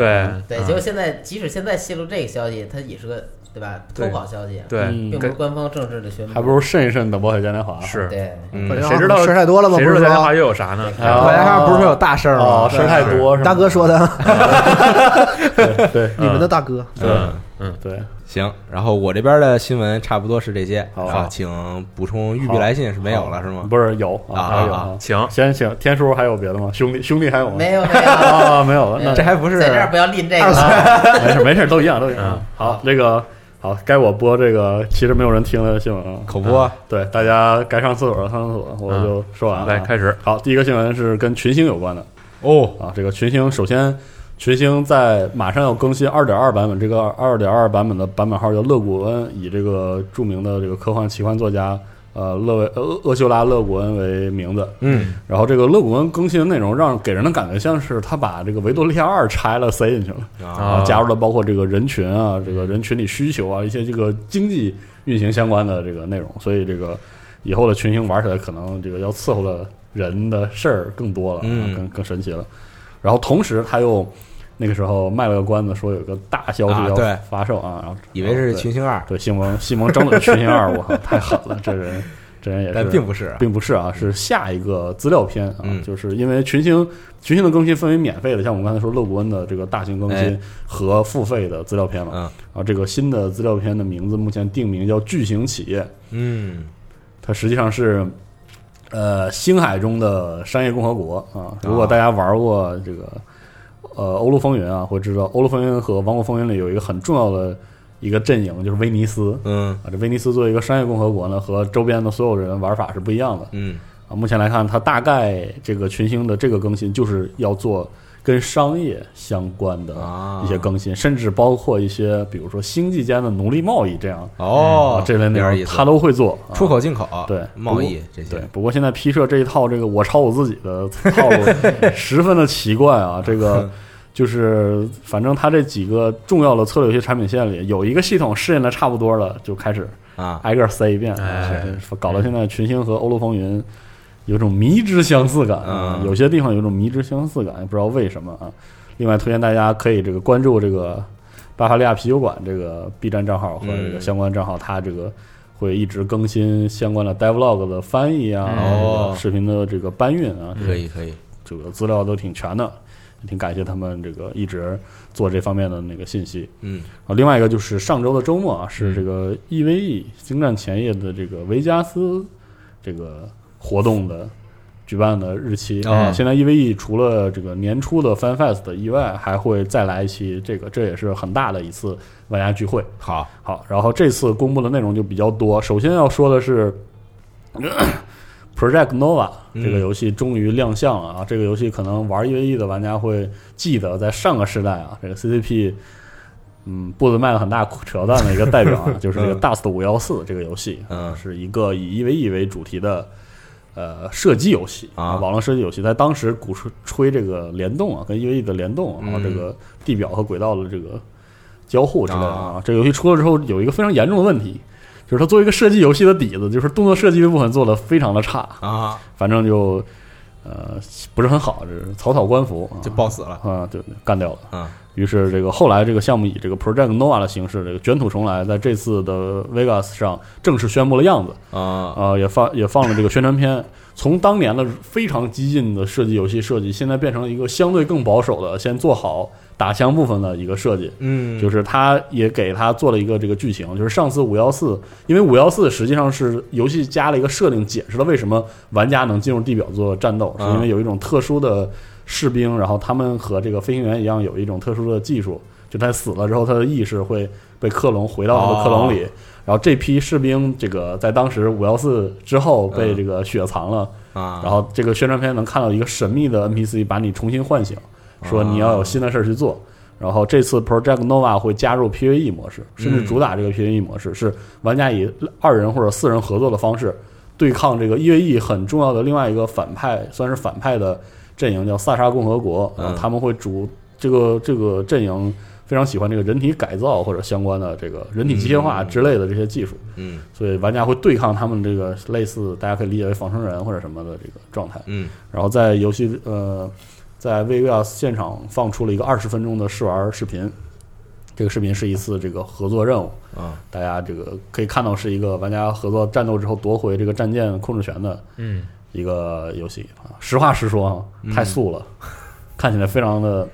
Speaker 4: 对
Speaker 7: 对，结果现在即使现在泄露这个消息，它也是个对吧偷
Speaker 4: 对
Speaker 7: 跑消息，啊
Speaker 4: 对，
Speaker 8: 嗯
Speaker 7: 并不是
Speaker 4: 跟
Speaker 7: 官方正式的宣布，
Speaker 8: 还不如慎一慎等暴雪嘉年华，
Speaker 4: 是
Speaker 7: 对
Speaker 5: 嗯，
Speaker 6: 谁
Speaker 4: 谁知道
Speaker 6: 事儿太多了吗？
Speaker 4: 谁
Speaker 6: 不
Speaker 4: 知
Speaker 6: 是
Speaker 4: 道嘉年
Speaker 6: 说啊
Speaker 4: 华又有啥呢？
Speaker 8: 哎呦
Speaker 5: 大家看不是说有大事儿
Speaker 8: 哦
Speaker 5: 吗？，
Speaker 8: 事儿太多，是吧
Speaker 6: 大哥说的，
Speaker 8: 对
Speaker 6: 你们的大哥，
Speaker 4: 嗯
Speaker 8: 对，
Speaker 5: 行，然后我这边的新闻差不多是这些，
Speaker 8: 好
Speaker 5: 然后请补充玉璧来信是没有了是吗？
Speaker 8: 不是有
Speaker 5: 啊
Speaker 8: 还有
Speaker 5: 啊
Speaker 8: 啊。
Speaker 4: 请
Speaker 8: 先请天叔还有别的吗？兄弟兄弟还有吗？
Speaker 7: 没有没有，
Speaker 8: 啊，没有了，那
Speaker 5: 这还不是
Speaker 7: 在这儿不要吝这个啊了，
Speaker 8: 没事没事，都一样都一样
Speaker 4: 嗯。
Speaker 8: 好，这个好，该我播这个其实没有人听的新闻啊。
Speaker 5: 口播，
Speaker 8: 对，大家该上厕所上厕所，我就说完了啊。
Speaker 4: 来开始。
Speaker 8: 好，第一个新闻是跟群星有关的
Speaker 5: 哦，
Speaker 8: 啊。这个群星，首先群星在马上要更新二点二版本，这个二点二版本的版本号叫勒古恩，以这个著名的这个科幻奇幻作家呃勒维呃厄厄修拉勒古恩为名字。
Speaker 5: 嗯，
Speaker 8: 然后这个勒古恩更新的内容让给人的感觉像是他把这个维多利亚二拆了塞进去了。
Speaker 5: 啊，
Speaker 8: 啊，
Speaker 4: 啊，
Speaker 8: 加入了包括这个人群啊，这个人群里需求啊，一些这个经济运行相关的这个内容，所以这个以后的群星玩起来可能这个要伺候的人的事儿更多了，啊
Speaker 5: 嗯
Speaker 8: 更更神奇了。然后同时他又那个时候卖了个关子，说有个大消
Speaker 5: 啊
Speaker 8: 息要
Speaker 5: 对
Speaker 8: 发售啊，然后
Speaker 5: 以为是
Speaker 8: 对
Speaker 5: 群星二，
Speaker 8: 对西蒙西蒙张嘴群星二，我靠， 太狠了，这人这人也
Speaker 5: 但
Speaker 8: 是
Speaker 5: 并不是啊，
Speaker 8: 并不是啊，是下一个资料片啊，
Speaker 5: 嗯
Speaker 8: 就是因为群星群星的更新分为免费的，像我们刚才说乐谷恩的这个大型更
Speaker 5: 哎
Speaker 8: 新和付费的资料片嘛。
Speaker 5: 嗯
Speaker 8: 啊，这个新的资料片的名字目前定名叫《巨型企业》，
Speaker 5: 嗯，
Speaker 8: 它实际上是呃星海中的商业共和国啊。如果
Speaker 5: 啊
Speaker 8: 大家玩过这个呃《欧陆风云》啊，会知道《欧陆风云》和《王国风云》里有一个很重要的一个阵营，就是威尼斯。
Speaker 5: 嗯
Speaker 8: 啊，这威尼斯作为一个商业共和国呢，和周边的所有人玩法是不一样的。
Speaker 5: 嗯，
Speaker 8: 啊，目前来看，它大概这个群星的这个更新就是要做跟商业相关的
Speaker 5: 啊
Speaker 8: 一些更新，甚至包括一些比如说星际间的奴隶贸易这样
Speaker 5: 哦
Speaker 8: 啊，这类内
Speaker 5: 有点意
Speaker 8: 容，
Speaker 5: 思
Speaker 8: 他都会做啊
Speaker 5: 出口进口，
Speaker 8: 对
Speaker 5: 贸易这些
Speaker 8: 对，，不过现在 P 社这一套这个我抄我自己的套 路十分的奇怪啊，这
Speaker 5: 嗯
Speaker 8: 个就是反正它这几个重要的策略游戏产品线里有一个系统试验的差不多了，就开始
Speaker 5: 啊，
Speaker 8: 挨个塞一遍，啊
Speaker 6: 哎
Speaker 8: 是搞得现在群星和欧陆风云有种迷之相似感，啊
Speaker 5: 嗯
Speaker 8: 有些地方有种迷之相似感，也不知道为什么啊。另外，推荐大家可以这个关注这个巴伐利亚啤酒馆这个 B 站账号和这个
Speaker 5: 嗯
Speaker 8: 相关账号，它这个会一直更新相关的 devlog 的翻译啊，
Speaker 5: 哦嗯
Speaker 8: 这个视频的这个搬运啊，
Speaker 5: 可以可以，
Speaker 8: 这个资料都挺全的，挺感谢他们这个一直做这方面的那个信息。
Speaker 5: 嗯
Speaker 8: 啊，另外一个就是上周的周末啊，是这个 EVE 星战前夜的这个维加斯这个活动的举办的日期。啊
Speaker 5: 哦
Speaker 8: 现在 EVE 除了这个年初的 FanFest 以外，还会再来一期这个，这也是很大的一次玩家聚会。
Speaker 5: 好，
Speaker 8: 好，然后这次公布的内容就比较多。首先要说的是 ，Project Nova
Speaker 5: 嗯
Speaker 8: 这个游戏终于亮相了啊！这个游戏可能玩 EVE 的玩家会记得，在上个时代啊，这个 CCP。嗯，步子迈了很大扯淡的一个代表 啊，就是这个
Speaker 5: 嗯
Speaker 8: Dust 五幺四这个游戏，
Speaker 5: 嗯
Speaker 8: 是一个以 EVE 为主题的呃射击游戏
Speaker 5: 啊
Speaker 8: 网络射击游戏，在当时鼓吹吹这个联动啊，跟 EVE 的联动啊，然后这
Speaker 5: 嗯
Speaker 8: 个地表和轨道的这个交互之类的啊。这个游戏出了之后，有一个非常严重的问题，就是它作为一个射击游戏的底子，就是动作射击的部分做的非常的差，
Speaker 5: 啊，
Speaker 8: 反正就呃不是很好，就是草草官服啊，
Speaker 5: 就爆死了，
Speaker 8: 啊，对，干掉了。
Speaker 5: 嗯
Speaker 8: 于是这个后来这个项目以这个 Project Nova 的形式，这个卷土重来，在这次的 Vegas 上正式宣布了样子。
Speaker 5: 啊，
Speaker 8: 啊，也放也放了这个宣传片。从当年的非常激进的射击游戏设计，现在变成了一个相对更保守的，先做好打枪部分的一个设计。
Speaker 5: 嗯，
Speaker 8: 就是它也给它做了一个这个剧情，就是上次五幺四，因为五幺四实际上是游戏加了一个设定，解释了为什么玩家能进入地表做战斗，是
Speaker 5: 嗯
Speaker 8: 因为有一种特殊的士兵，然后他们和这个飞行员一样有一种特殊的技术，就他死了之后，他的意识会被克隆回到这个克隆
Speaker 5: 啊
Speaker 8: 里。然后这批士兵，这个在当时五幺四之后被
Speaker 5: 嗯
Speaker 8: 这个雪藏了，
Speaker 5: 啊，
Speaker 8: 然后这个宣传片能看到一个神秘的 NPC 把你重新唤醒，
Speaker 5: 啊
Speaker 8: 说你要有新的事儿去做。然后这次 Project Nova 会加入 PVE 模式，甚至主打这个 PVE 模式是玩家以二人或者四人合作的方式对抗这个 EVE 很重要的另外一个反派，算是反派的阵营叫萨沙共和国，
Speaker 5: 嗯
Speaker 8: 然后他们会主这个这个阵营非常喜欢这个人体改造或者相关的这个人体机械化之类的这些技术。
Speaker 5: 嗯
Speaker 8: 所以玩家会对抗他们这个类似大家可以理解为仿生人或者什么的这个状态。
Speaker 5: 嗯
Speaker 8: 然后在游戏呃，在 VGS 现场放出了一个二十分钟的试玩视频，这个视频是一次这个合作任务，
Speaker 5: 啊，
Speaker 8: 大家这个可以看到是一个玩家合作战斗之后夺回这个战舰控制权的
Speaker 4: 嗯，
Speaker 8: 一个游戏啊。实话实说啊，太素了，看起来非常的，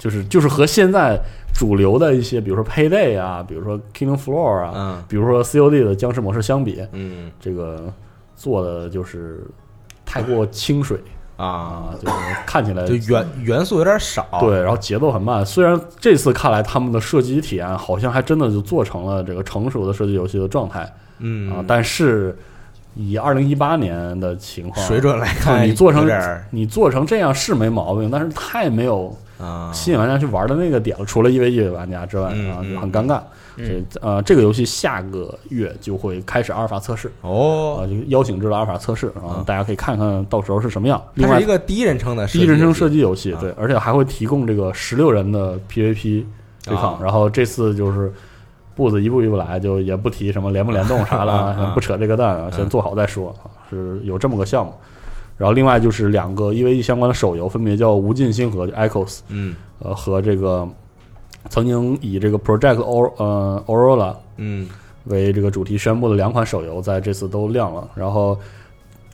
Speaker 8: 就是就是和现在主流的一些，比如说 Payday 啊，比如说 Killing Floor 啊，
Speaker 5: 嗯
Speaker 8: 比如说 COD 的僵尸模式相比，
Speaker 5: 嗯
Speaker 8: 这个做的就是太过清水
Speaker 5: 啊
Speaker 8: 啊，，就是看起来
Speaker 5: 就元元素有点少，
Speaker 8: 对，然后节奏很慢。虽然这次看来他们的射击体验好像还真的就做成了这个成熟的射击游戏的状态
Speaker 5: 嗯
Speaker 8: 啊，但是以二零一八年的情况
Speaker 5: 水。准来
Speaker 8: 就
Speaker 5: 看，
Speaker 8: 你做成
Speaker 5: 有点儿
Speaker 8: 你做成这样是没毛病，但是太没有
Speaker 5: 啊，
Speaker 8: 吸引玩家去玩的那个点了。除了一 v 一玩家之外
Speaker 5: 嗯
Speaker 8: 啊，
Speaker 5: 嗯
Speaker 8: 就很尴尬。所以呃，这个游戏下个月就会开始阿尔法测试，
Speaker 5: 哦
Speaker 8: 啊，，就邀请制了阿尔法测试，然后
Speaker 5: 啊
Speaker 8: 大家可以看看到时候是什么样。另
Speaker 5: 它
Speaker 8: 外
Speaker 5: 是一，个第一人称的
Speaker 8: 第一人称射
Speaker 5: 击
Speaker 8: 击游戏，
Speaker 5: 啊
Speaker 8: 对，而且还会提供这个十六人的 PVP 对
Speaker 5: 啊
Speaker 8: 抗。然后这次就是步子一步一步来，就也不提什么联不联动啥的
Speaker 5: 啊啊
Speaker 8: 啊，不扯这个蛋啊，先做好再说啊，是有这么个项目。然后另外就是两个 EVE 相关的手游，分别叫《无尽星河》就 （Echoes）
Speaker 5: 游戏，嗯
Speaker 8: 呃和这个曾经以这个 Project Aur 呃 Aurora
Speaker 5: 嗯
Speaker 8: 为这个主题宣布的两款手游，在这次都亮了。然后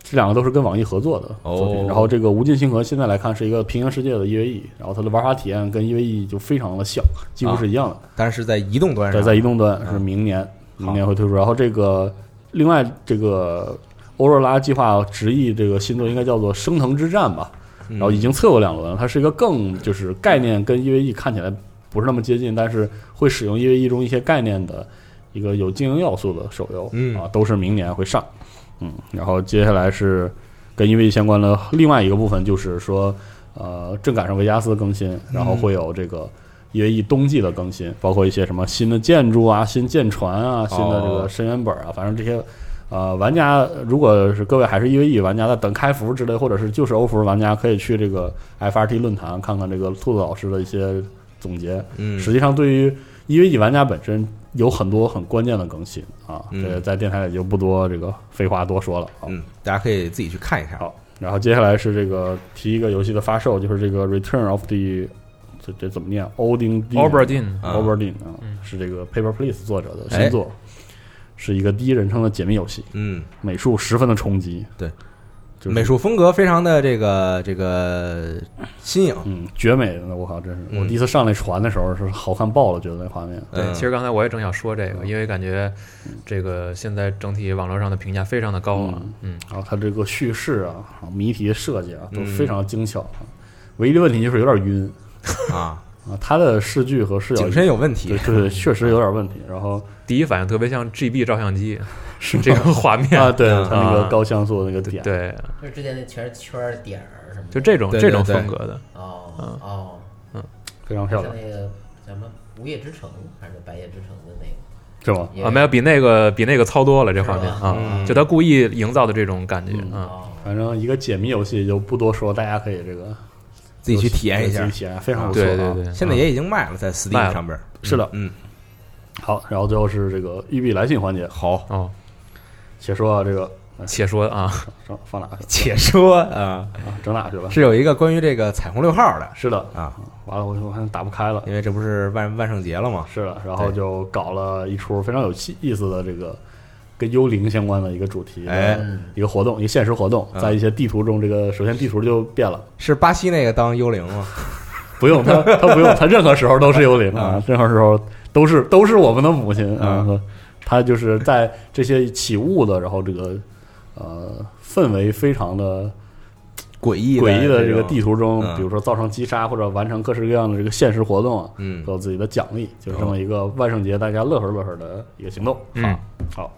Speaker 8: 这两个都是跟网易合作的作品。
Speaker 5: 哦
Speaker 8: 然后这个《无尽星河》现在来看是一个平行世界的 EVE，然后它的玩法体验跟 EVE 就非常的像，几乎是一样的。
Speaker 5: 但是在移动端
Speaker 8: 在
Speaker 5: 上，
Speaker 8: 在移动端是明年，明年会推出。然后这个另外这个欧若拉计划直译这个新作应该叫做《升腾之战》吧，
Speaker 5: 嗯
Speaker 8: 然后已经测过两轮了，它是一个更就是概念跟 EVE 看起来不是那么接近，但是会使用 EVE 中一些概念的一个有经营要素的手游，
Speaker 5: 嗯
Speaker 8: 啊，都是明年会上，嗯，然后接下来是跟 EVE 相关的另外一个部分，就是说呃正赶上维加斯更
Speaker 5: 嗯
Speaker 8: 新，然后会有这个 EVE 冬季的更新，包括一些什么新的建筑啊、新舰船
Speaker 5: 哦
Speaker 8: 啊、新的这个深渊本啊，反正这些。呃，玩家如果是各位还是 EVE 玩家在等开服之类，或者是就是欧服玩家，可以去这个 FRT 论坛看看这个兔子老师的一些总结。
Speaker 5: 嗯，
Speaker 8: 实际上，对于 EVE 玩家本身有很多很关键的更新啊，
Speaker 5: 嗯
Speaker 8: 这个在电台里就不多这个废话多说了啊。
Speaker 5: 嗯，大家可以自己去看一下。
Speaker 8: 好，然后接下来是这个提一个游戏的发售，就是这个 Return of the 这这怎么念 o d i n g
Speaker 4: o b e r d i n
Speaker 5: 啊
Speaker 8: o b e r d i n 啊
Speaker 4: 嗯，
Speaker 8: 是这个 Paper Please 作者的
Speaker 5: 哎
Speaker 8: 新作，是一个第一人称的解密游戏，
Speaker 5: 嗯，
Speaker 8: 美术十分的冲击，
Speaker 5: 对，
Speaker 8: 就是、
Speaker 5: 美术风格非常的这个这个新颖，
Speaker 8: 嗯绝美的，我靠，真是我
Speaker 5: 嗯
Speaker 8: 第一次上那船的时候是好看爆了，觉得那画面。
Speaker 4: 对，
Speaker 5: 嗯
Speaker 4: 其实刚才我也正想说这
Speaker 8: 嗯
Speaker 4: 个，因为感觉这个现在整体网络上的评价非常的高啊，嗯，
Speaker 8: 然后它这个叙事啊，然后谜题设计啊，都
Speaker 5: 嗯
Speaker 8: 非常精巧啊。唯一的问题就是有点晕
Speaker 5: 啊，
Speaker 8: 啊，它的视距和视角
Speaker 5: 景深有问题
Speaker 8: 对，对对，确实有点问题。然后
Speaker 4: 第一反应特别像 GB 照相机
Speaker 8: 是
Speaker 4: 这个画面，
Speaker 8: 啊，对
Speaker 5: 嗯
Speaker 8: 它那个高像素的那个
Speaker 4: 对
Speaker 8: 点，
Speaker 4: 对，
Speaker 7: 就是之前那全是圈儿点儿什么的，
Speaker 4: 就这种
Speaker 5: 对
Speaker 4: 这种
Speaker 5: 对对
Speaker 4: 风格的，
Speaker 7: 哦
Speaker 4: 嗯
Speaker 7: 哦，
Speaker 8: 非常漂
Speaker 7: 像
Speaker 8: 亮，
Speaker 7: 那个叫什么《午夜之城》还是《白夜之城》的那
Speaker 8: 是吗？
Speaker 7: 个
Speaker 4: 啊，没有比那个比那个糙多了，这
Speaker 7: 是吧
Speaker 4: 画面啊
Speaker 5: 嗯，
Speaker 4: 就他故意营造的这种感觉
Speaker 8: 嗯
Speaker 4: 啊，
Speaker 7: 哦，
Speaker 8: 反正一个解谜游戏就不多说，大家可以这个
Speaker 5: 自己去体验一
Speaker 8: 对
Speaker 5: 下
Speaker 8: 自。己体验非常不错、啊。
Speaker 4: 对对对，
Speaker 5: 现在
Speaker 4: 啊
Speaker 5: 也已经卖了，在
Speaker 4: 卖
Speaker 5: Steam
Speaker 4: 了
Speaker 5: 上边儿。
Speaker 8: 是的。
Speaker 5: 嗯，
Speaker 8: 好，然后最后是这个玉璧来信环节，
Speaker 5: 好，
Speaker 4: 哦，
Speaker 8: 且说啊，这个
Speaker 4: 且说啊，
Speaker 8: 放放哪去
Speaker 5: 且说啊，
Speaker 8: 了？啊，整哪去了？
Speaker 5: 是有一个关于这个彩虹六号的
Speaker 8: 是的，
Speaker 5: 啊，
Speaker 8: 完了我我看打不开了。
Speaker 5: 因为这不是万万圣节了嘛，
Speaker 8: 是的，然后
Speaker 5: 对
Speaker 8: 就搞了一出非常有气意思的这个跟幽灵相关的一个主题的
Speaker 5: 哎
Speaker 7: 嗯
Speaker 8: 一个活动，一个现实活动，
Speaker 5: 嗯
Speaker 8: 在一些地图中，这个首先地图就变了，
Speaker 5: 是巴西那个当幽灵吗？
Speaker 8: 不用他，他不用他，任何时候都是幽灵啊，任何时候都是都是我们的母亲啊。他就是在这些起雾的，然后这个呃氛围非常的
Speaker 5: 诡异
Speaker 8: 诡异的这个
Speaker 5: 种
Speaker 8: 地，图中，
Speaker 5: 嗯
Speaker 8: 比如说造成击杀或者完成各式各样的这个现实活动啊，
Speaker 5: 嗯
Speaker 8: 都有自己的奖励，就是这么一个万圣节大家乐呵乐呵的一个行动。
Speaker 4: 嗯，
Speaker 8: 好，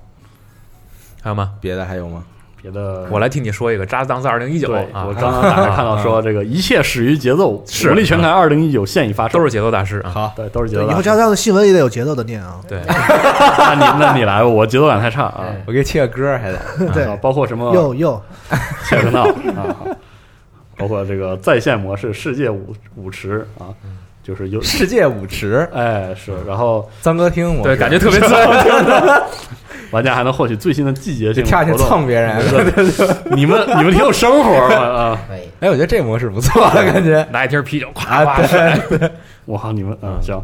Speaker 4: 还有吗？
Speaker 5: 别的还有吗？
Speaker 8: 别的
Speaker 4: 我来替你说一个《扎当斯二零一九
Speaker 8: 对》
Speaker 4: 啊，
Speaker 8: 我刚刚打开看到说这个一切始于节奏，
Speaker 4: 是
Speaker 8: 武力全开二零一九现已发售，
Speaker 4: 都是节奏大师啊，
Speaker 5: 好，
Speaker 8: 对都是节
Speaker 6: 对
Speaker 8: 奏
Speaker 6: 以
Speaker 8: 大
Speaker 6: 后
Speaker 8: 师。
Speaker 6: 加上新闻也得有节奏的念啊。
Speaker 4: 对，
Speaker 8: 那你那你来吧，我节奏感太差啊。
Speaker 7: 哎
Speaker 6: 哎
Speaker 5: 我给你切个歌儿还得，
Speaker 6: 对
Speaker 8: 啊，包括什么
Speaker 6: 又又
Speaker 8: 切克闹啊，包括这个在线模式、世界舞舞池啊，就是有
Speaker 5: 世界舞 池
Speaker 8: 哎是，然后
Speaker 5: 脏歌厅，我
Speaker 4: 对，
Speaker 5: 是
Speaker 4: 感觉特别自
Speaker 8: 玩家还能获取最新的季节
Speaker 5: 就
Speaker 8: 性
Speaker 5: 跳下去
Speaker 8: 活动
Speaker 5: 蹭别人。
Speaker 8: 你们你们挺有生活嘛啊！
Speaker 7: 可以，
Speaker 5: 哎，我觉得这模式不错，感觉
Speaker 4: 拿一瓶啤酒，咵
Speaker 5: 啊，
Speaker 4: 咵，
Speaker 5: 对，
Speaker 8: 我靠，你们啊行，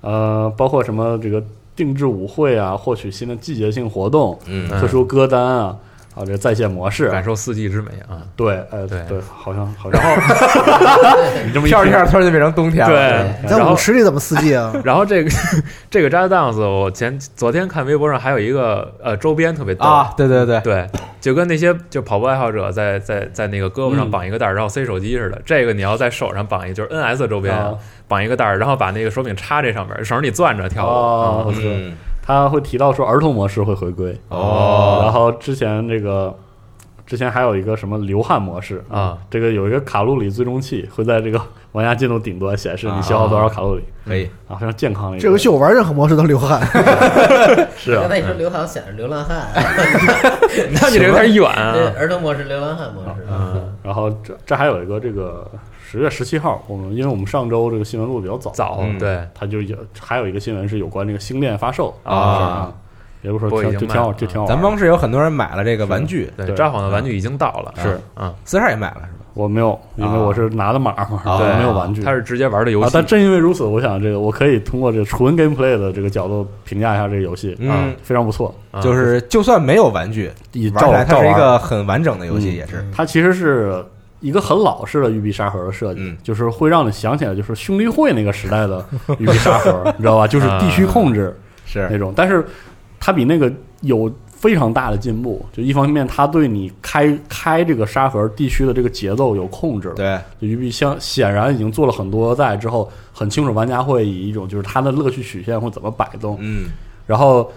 Speaker 8: 呃，包括什么这个定制舞会啊，获取新的季节性活动、
Speaker 5: 嗯
Speaker 8: 特殊歌单啊，啊这个在线模式，
Speaker 4: 感受四季之美啊，
Speaker 8: 对，呃
Speaker 4: 对
Speaker 8: 对，好像好像，然后你这么一
Speaker 5: 跳着
Speaker 8: 听
Speaker 5: 跳着突然就变成冬天
Speaker 8: 对
Speaker 5: 了。，
Speaker 6: 在
Speaker 8: 然后
Speaker 6: 舞池里怎么四季 啊？
Speaker 4: 然后这个 这个 Just Dance，我前昨天看微博上还有一个呃周边特别逗
Speaker 5: 啊，，对对对，
Speaker 4: 对，就跟那些就跑步爱好者在在在那个胳膊上
Speaker 8: 嗯
Speaker 4: 绑一个带儿，然后塞手机似的。这个你要在手上绑一，就是 NS 周边
Speaker 8: 啊
Speaker 4: 啊绑一个带儿，然后把那个手柄插这上面，绳儿你攥着 跳舞。
Speaker 8: 哦
Speaker 4: 嗯
Speaker 8: 我知道他会提到说儿童模式会回归
Speaker 5: 哦
Speaker 8: 然后之前这个之前还有一个什么流汗模式
Speaker 4: 啊，
Speaker 8: 这个有一个卡路里追踪器会在这个玩家进度顶端显示你消耗多少卡路里
Speaker 5: 可以，
Speaker 8: 啊，非常健康的一
Speaker 6: 这游戏我玩任何模式都流汗，
Speaker 8: 是
Speaker 7: 刚
Speaker 8: 啊，
Speaker 7: 才你说流行想着流浪汉，
Speaker 4: 那你这有点 远
Speaker 7: 这
Speaker 4: 啊。
Speaker 7: 儿童模式、流浪汉模式，
Speaker 4: 嗯，
Speaker 8: 然后这这还有一个这个十月十七号，我们因为我们上周这个新闻录的比较早，
Speaker 4: 早
Speaker 5: 嗯
Speaker 4: 对，
Speaker 8: 它就有还有一个新闻是有关这个星链发售
Speaker 4: 啊
Speaker 8: 的事儿啊，也不是
Speaker 4: 不
Speaker 8: 说
Speaker 4: 过已经
Speaker 8: 挺就挺
Speaker 4: 卖
Speaker 8: 好
Speaker 4: 了
Speaker 8: 就挺好玩
Speaker 5: 咱
Speaker 8: 的。
Speaker 5: 们办公室有很多人买了这个玩具，
Speaker 4: 对，
Speaker 8: 对嗯
Speaker 4: 札幌的玩具已经到了，
Speaker 8: 是
Speaker 4: 啊，
Speaker 5: 四十二也买了是吧？
Speaker 8: 我没有，因为我是拿的码嘛，
Speaker 5: 啊
Speaker 8: 我
Speaker 4: 对，
Speaker 8: 没有玩具。
Speaker 4: 他是直接玩的游
Speaker 8: 啊
Speaker 4: 戏，，
Speaker 8: 但正因为如此，我想这个我可以通过这个纯 gameplay 的这个角度评价一下这个游戏，
Speaker 5: 嗯
Speaker 8: 非常不错。
Speaker 4: 啊
Speaker 5: 就是就算没有玩具，
Speaker 8: 以
Speaker 5: 玩起
Speaker 8: 照
Speaker 5: 来它
Speaker 8: 照
Speaker 5: 是一
Speaker 8: 玩，
Speaker 5: 个很完整的游戏，
Speaker 8: 嗯
Speaker 5: 也是。
Speaker 8: 它其实是一个很老式的育碧沙盒的设计，
Speaker 5: 嗯
Speaker 8: 就是会让你想起来就是兄弟会那个时代的育碧沙盒，你知道吧？就是地区控制那
Speaker 5: 是，
Speaker 8: 种，但是它比那个有。非常大的进步，就一方面，它对你开开这个沙盒地区的这个节奏有控制了，
Speaker 5: 对，
Speaker 8: 就育碧相显然已经做了很多代之后，很清楚玩家会以一种就是它的乐趣曲线会怎么摆动，
Speaker 5: 嗯，
Speaker 8: 然后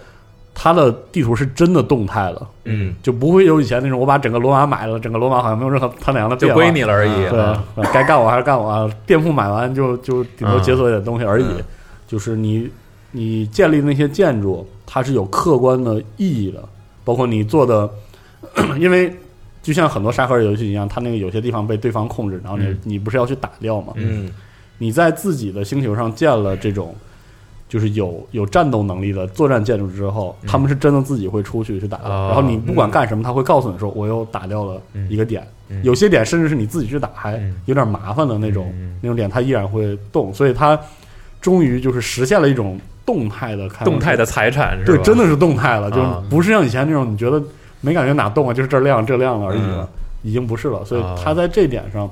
Speaker 8: 它的地图是真的动态的，
Speaker 5: 嗯，
Speaker 8: 就不会有以前那种我把整个罗马买了，整个罗马好像没有任何他娘的变
Speaker 5: 就
Speaker 8: 化，
Speaker 5: 归你了而已。
Speaker 8: 对，啊该干我还是干我啊！店铺买完就就顶多解锁一点东西而已，
Speaker 5: 嗯
Speaker 8: 就是你你建立那些建筑，它是有客观的意义的，包括你做的， 因为就像很多沙盒游戏一样，它那个有些地方被对方控制，然后你、
Speaker 5: 嗯
Speaker 8: 你不是要去打掉吗？
Speaker 5: 嗯
Speaker 8: 你在自己的星球上建了这种。就是有有战斗能力的作战建筑之后，他们是真的自己会出去去打掉。
Speaker 4: 嗯哦
Speaker 8: 然后你不管干什么，他会告诉你说我又打掉了一个点。
Speaker 4: 嗯
Speaker 8: 有些点甚至是你自己去打还
Speaker 4: 嗯
Speaker 8: 有点麻烦的那种、
Speaker 4: 嗯
Speaker 8: 那种点，它依然会动。所以它终于就是实现了一种动态的开放
Speaker 4: 动态的财产是吧？
Speaker 8: 对，真的是动态了，
Speaker 4: 啊
Speaker 8: 就是不是像以前那种你觉得没感觉哪动啊，就是这儿亮这儿亮了而已
Speaker 4: 嗯
Speaker 8: 了，已经不是了。所以
Speaker 4: 啊
Speaker 8: 它在这点上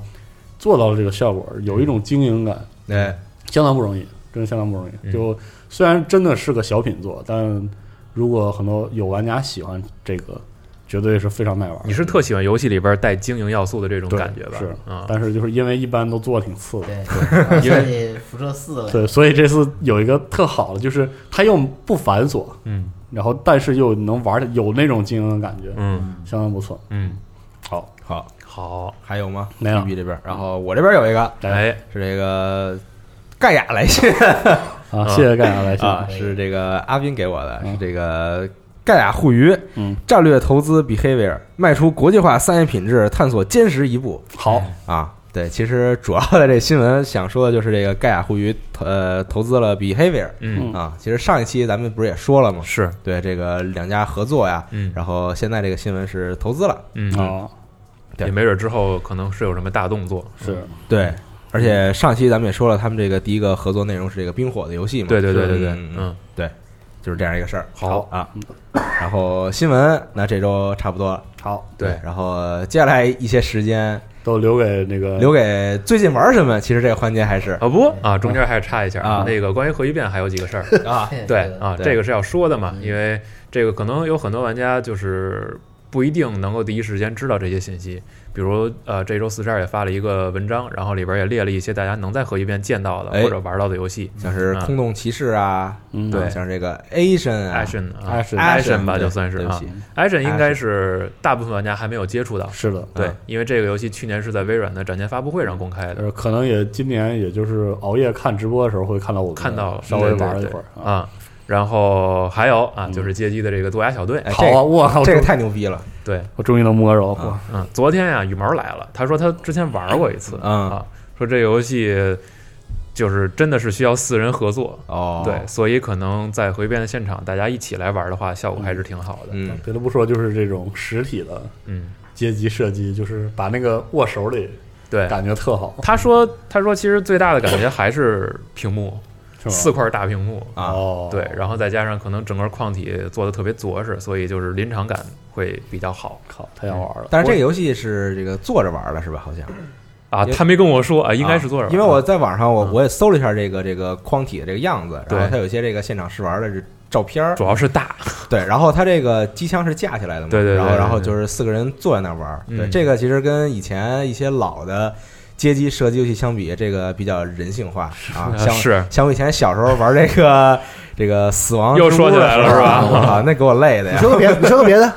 Speaker 8: 做到了这个效果，有一
Speaker 4: 嗯
Speaker 8: 种经营感。
Speaker 5: 对，
Speaker 8: 相当不容易，真的相当不容易。
Speaker 4: 嗯
Speaker 8: 就虽然真的是个小品作，但如果很多有玩家喜欢这个，绝对是非常耐玩。
Speaker 4: 你是特喜欢游戏里边带经营要素的这种
Speaker 8: 对
Speaker 4: 感觉吧？
Speaker 8: 是
Speaker 4: 啊，
Speaker 8: 但是就是因为一般都做的挺次的，
Speaker 7: 对，而
Speaker 4: 因
Speaker 7: 且辐射四了，
Speaker 8: 对，所以这次有一个特好的，就是它又不繁琐，
Speaker 4: 嗯
Speaker 8: 然后但是又能玩的有那种经营的感觉，
Speaker 4: 嗯
Speaker 8: 相当不错。
Speaker 4: 嗯，
Speaker 8: 好，
Speaker 5: 好，
Speaker 4: 好，
Speaker 5: 还有吗？
Speaker 8: 没有
Speaker 5: B 这边，然后我这边有一个
Speaker 8: 来
Speaker 4: 哎，
Speaker 5: 是这个盖亚来信
Speaker 4: 嗯
Speaker 8: 啊，谢谢盖亚来信
Speaker 5: 啊，是这个阿斌给我的，是这个盖亚互娱，
Speaker 8: 嗯，
Speaker 5: 战略投资 behavior，迈出国际化商业品质，探索坚实一步
Speaker 8: 好，
Speaker 5: 啊。对，其实主要的这新闻想说的就是这个盖亚互娱呃投资了 behavior
Speaker 4: 嗯
Speaker 8: 嗯
Speaker 5: 啊。其实上一期咱们不是也说了吗？
Speaker 4: 是，
Speaker 5: 对这个两家合作呀，
Speaker 4: 嗯
Speaker 5: 然后现在这个新闻是投资了，
Speaker 4: 嗯，
Speaker 8: 哦，
Speaker 5: 对
Speaker 4: 也没准之后可能是有什么大动作，
Speaker 8: 是
Speaker 5: 对，而且上期咱们也说了，他们这个第一个合作内容是这个冰火的游戏嘛，
Speaker 4: 对对对对对，
Speaker 5: 嗯
Speaker 4: 嗯，
Speaker 5: 对，就是这样一个事儿。
Speaker 4: 好
Speaker 5: 啊，然后新闻那这周差不多了，
Speaker 8: 好，
Speaker 5: 对，然后接下来一些时间
Speaker 8: 都留给那
Speaker 4: 嗯
Speaker 8: 个
Speaker 5: 留给最近玩儿什么，其实这个环节还是
Speaker 4: 啊不啊，中间还插一下
Speaker 5: 啊
Speaker 4: 那个关于核聚变还有几个事儿，
Speaker 5: 啊，
Speaker 4: 对啊，
Speaker 5: 对
Speaker 4: 这个是要说的嘛，
Speaker 7: 嗯
Speaker 4: 因为这个可能有很多玩家就是不一定能够第一时间知道这些信息。比如呃，这周四十二也发了一个文章，然后里边也列了一些大家能在核聚变见到的
Speaker 5: 哎
Speaker 4: 或者玩到的游戏
Speaker 5: 像是空洞骑士啊，
Speaker 8: 嗯
Speaker 4: 对
Speaker 5: 啊像这个 Asian 啊
Speaker 4: Action 啊
Speaker 8: Ash
Speaker 4: Action 吧
Speaker 5: 对
Speaker 4: 就算是啊
Speaker 5: 对不起
Speaker 4: ，Action 啊应该是大部分玩家还没有接触到。
Speaker 8: 是的，
Speaker 4: 对，因为这个游戏去年是在微软的展前发布会上公开的
Speaker 8: 呃，可能也今年也就是熬夜看直播的时候会看到我们
Speaker 4: 看到了
Speaker 8: 嗯稍微
Speaker 4: 对对
Speaker 8: 玩了一
Speaker 4: 对
Speaker 8: 会儿啊。嗯
Speaker 4: 啊。然后还有啊，就是街机的这个渡鸦小队，
Speaker 5: 哎
Speaker 8: 好啊，我靠，
Speaker 5: 这个
Speaker 8: 我终
Speaker 5: 太牛逼了，
Speaker 4: 对，
Speaker 8: 我终于能摸着了，哇
Speaker 5: 啊
Speaker 4: 嗯，昨天呀、羽毛来了，他说他之前玩过一次，
Speaker 5: 嗯
Speaker 4: 啊，说这游戏就是真的是需要四人合作，
Speaker 5: 哦，
Speaker 4: 对，，所以可能在回变的现场，大家一起来玩的话，效果还是挺好的。
Speaker 5: 嗯，
Speaker 8: 别的不说，就是这种实体的
Speaker 4: 嗯，
Speaker 8: 街机射击，就是把那个握手里
Speaker 4: 对。
Speaker 8: 感觉特好，
Speaker 4: 他说：“他说，其实最大的感觉还是屏幕，
Speaker 8: 是吧？
Speaker 4: 四块大屏幕，
Speaker 5: 啊
Speaker 8: 哦，
Speaker 4: 对，然后再加上可能整个矿体做的特别着实，所以就是临场感会比较好嗯
Speaker 8: 靠，太想玩了。
Speaker 5: 但是这个游戏是这个坐着玩儿的是吧？好像
Speaker 4: 啊。
Speaker 5: 也
Speaker 4: 他没跟我说啊，应该是做着玩
Speaker 5: 因
Speaker 4: 的、
Speaker 5: 为我在网上我
Speaker 4: 嗯
Speaker 5: 我也搜了一下这个这个框体的这个样子，然后
Speaker 4: 对
Speaker 5: 它有一些这个现场试玩的这照片儿
Speaker 4: 啊主，要是大，
Speaker 5: 对，然后它这个机枪是架起来的嘛，
Speaker 4: 对对对
Speaker 5: 然后
Speaker 4: 对对
Speaker 5: 然后就是四个人坐在那儿玩儿，
Speaker 4: 嗯
Speaker 5: 对，这个其实跟以前一些老的街机射击游戏相比，这个比较人性化啊，像
Speaker 4: 是
Speaker 5: 像我以前小时候玩这个这个死亡
Speaker 4: 又
Speaker 5: 之
Speaker 4: 说
Speaker 5: 屋
Speaker 4: 起
Speaker 5: 的
Speaker 4: 来了
Speaker 5: 时候
Speaker 4: 是吧
Speaker 5: 啊我操，那给我累 的
Speaker 6: 你
Speaker 5: 呀！
Speaker 6: 说个别的，你说个别的，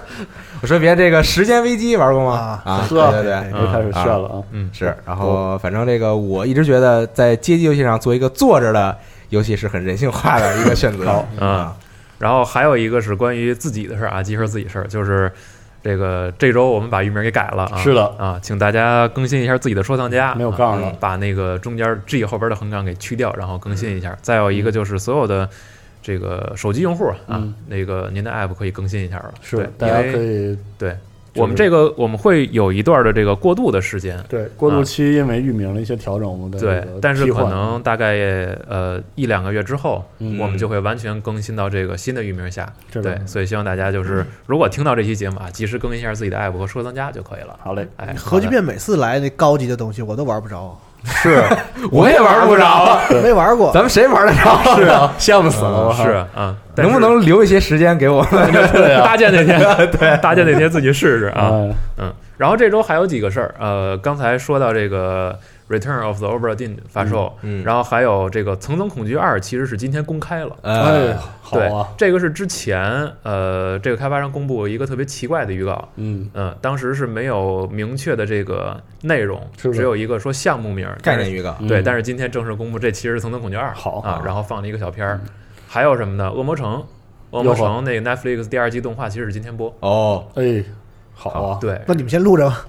Speaker 5: 我说别这个时间危机玩过吗
Speaker 6: 啊？
Speaker 5: 啊，对
Speaker 8: 呵
Speaker 5: 对对。
Speaker 4: 嗯
Speaker 8: 又开始炫了啊！
Speaker 5: 是，然后反正这个我一直觉得在街机游戏上做一个坐着的游戏是很人性化的一个选择。
Speaker 8: 好
Speaker 4: 啊，然后还有一个是关于自己的事儿啊，集合自己事儿，就是这个这周我们把域名给改了啊。
Speaker 8: 是的
Speaker 4: 啊，请大家更新一下自己的收藏夹，
Speaker 8: 没有杠了
Speaker 4: 啊把那个中间 G 后边的横杠给去掉，然后更新一下。再有一个就是所有的。这个手机用户啊，
Speaker 8: 嗯
Speaker 4: 那个您的 app 可以更新一下了。
Speaker 8: 是
Speaker 4: 对，
Speaker 8: 大家
Speaker 4: 因
Speaker 8: 可
Speaker 4: 为
Speaker 8: 以
Speaker 4: 对
Speaker 8: 就是
Speaker 4: 我们这个我们会有一段的这个过渡的时间，
Speaker 8: 对过渡期，因为域名的一些调整，我们的
Speaker 4: 啊对
Speaker 8: 这个，
Speaker 4: 但是
Speaker 8: 替换啊
Speaker 4: 可能大概呃一两个月之后，
Speaker 8: 嗯
Speaker 4: 我们就会完全更新到这个新的域名下。
Speaker 8: 是的嗯
Speaker 4: 对，所以希望大家就是如果听到这期节目啊，及时更新一下自己的 app 和收藏夹就可以了。
Speaker 8: 好嘞，
Speaker 4: 哎，
Speaker 6: 核聚
Speaker 4: 好的
Speaker 6: 变每次来那高级的东西我都玩不着，
Speaker 5: 是， 我也玩不着，啊
Speaker 6: 没玩过。
Speaker 5: 咱们谁玩得着？
Speaker 8: 是 啊，羡慕死了，我靠
Speaker 4: 是啊，但
Speaker 5: 能不 能留一些时间给我们？
Speaker 4: 是搭建那天对搭建那天自己试试啊？
Speaker 8: 哎
Speaker 4: 嗯，然后这周还有几个事儿，呃，刚才说到这个《Return of the Obra Dinn》发售，
Speaker 5: 嗯，
Speaker 4: 然后还有这个《层层恐惧二》，其实是今天公开了。
Speaker 8: 哎
Speaker 5: 呃，，
Speaker 8: 好
Speaker 4: 对
Speaker 8: 啊，，
Speaker 4: 这个是之前呃，这个开发商公布一个特别奇怪的预告，
Speaker 8: 嗯，
Speaker 4: 嗯，当时是没有明确的这个内容，
Speaker 8: 是的
Speaker 4: 只有一个说项目名儿
Speaker 5: 概念。预告，
Speaker 4: 但是对，
Speaker 8: 嗯
Speaker 4: 但是今天正式公布，这其实是《层层恐惧二》
Speaker 8: 好
Speaker 4: 啊，然后放了一个小片儿，还有什么呢？《恶魔城》，《恶魔
Speaker 8: 哟呵
Speaker 4: 城》那个 Netflix 第二季动画其实是今天播，
Speaker 5: 哦，
Speaker 8: 哎，好啊，
Speaker 4: 对，
Speaker 6: 那你们先录着吧。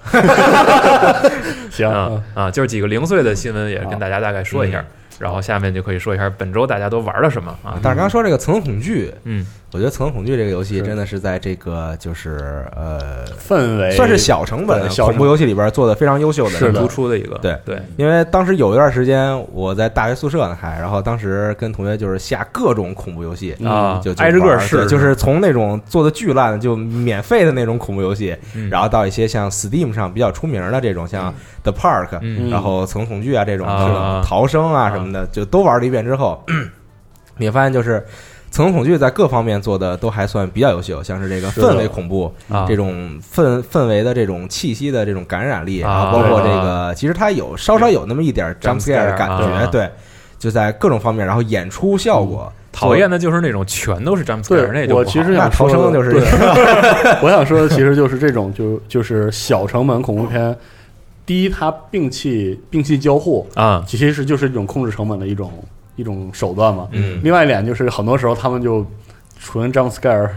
Speaker 8: 行，
Speaker 4: 啊啊，就是几个零碎的新闻也跟大家大概说一
Speaker 8: 嗯
Speaker 4: 下，然后下面就可以说一下本周大家都玩了什么啊。
Speaker 5: 但是刚刚说这个《层层恐惧》，
Speaker 4: 嗯，
Speaker 5: 我觉得《层层恐惧》这个游戏
Speaker 8: 是
Speaker 5: 真的是在这个就是呃，
Speaker 8: 氛围
Speaker 5: 算是小成本的
Speaker 8: 哎对小
Speaker 5: 恐怖游戏里边做的非常优秀的。
Speaker 8: 是的
Speaker 4: 突出的一个，
Speaker 5: 对
Speaker 4: 对，
Speaker 5: 因为当时有一段时间我在大学宿舍呢，还然后当时跟同学就是下各种恐怖游戏，
Speaker 4: 啊
Speaker 5: 就
Speaker 4: 挨着个
Speaker 5: 玩儿
Speaker 4: 试
Speaker 5: 对
Speaker 4: 是
Speaker 5: 就是从那种做的巨烂的就免费的那种恐怖游戏，
Speaker 4: 嗯
Speaker 5: 然后到一些像 Steam 上比较出名的这种，像 The Park，、
Speaker 4: 嗯
Speaker 5: 然后层恐惧啊这种，
Speaker 4: 啊
Speaker 5: 是吧逃生啊什么的，就都玩了一遍之后， 你发现就是。层恐惧在各方面做的都还算比较优秀，像是这个
Speaker 8: 是的
Speaker 5: 氛围恐怖，
Speaker 4: 啊
Speaker 5: 这种氛氛围的这种气息的这种感染力，
Speaker 4: 啊
Speaker 5: 然后包括这个，其实它有稍稍有那么一点 jump scare 的感
Speaker 4: jump scare，
Speaker 5: 觉
Speaker 4: 啊，
Speaker 5: 对，就在各种方面，然后演出效果
Speaker 4: 嗯讨厌的就是那种全都是詹姆斯
Speaker 8: 对
Speaker 4: 那就
Speaker 8: 我
Speaker 4: 不
Speaker 8: 其
Speaker 4: 好
Speaker 8: 实
Speaker 5: 那
Speaker 8: 想
Speaker 5: 逃
Speaker 8: 说的
Speaker 5: 生就是
Speaker 8: 对 我想说的其实就是这种，就就是小成本恐怖片。第一，它摒弃摒弃交互，
Speaker 4: 啊，
Speaker 8: 其实就是一种控制成本的一种一种手段嘛。
Speaker 5: 嗯
Speaker 8: 另外一点就是，很多时候他们就纯 jump scare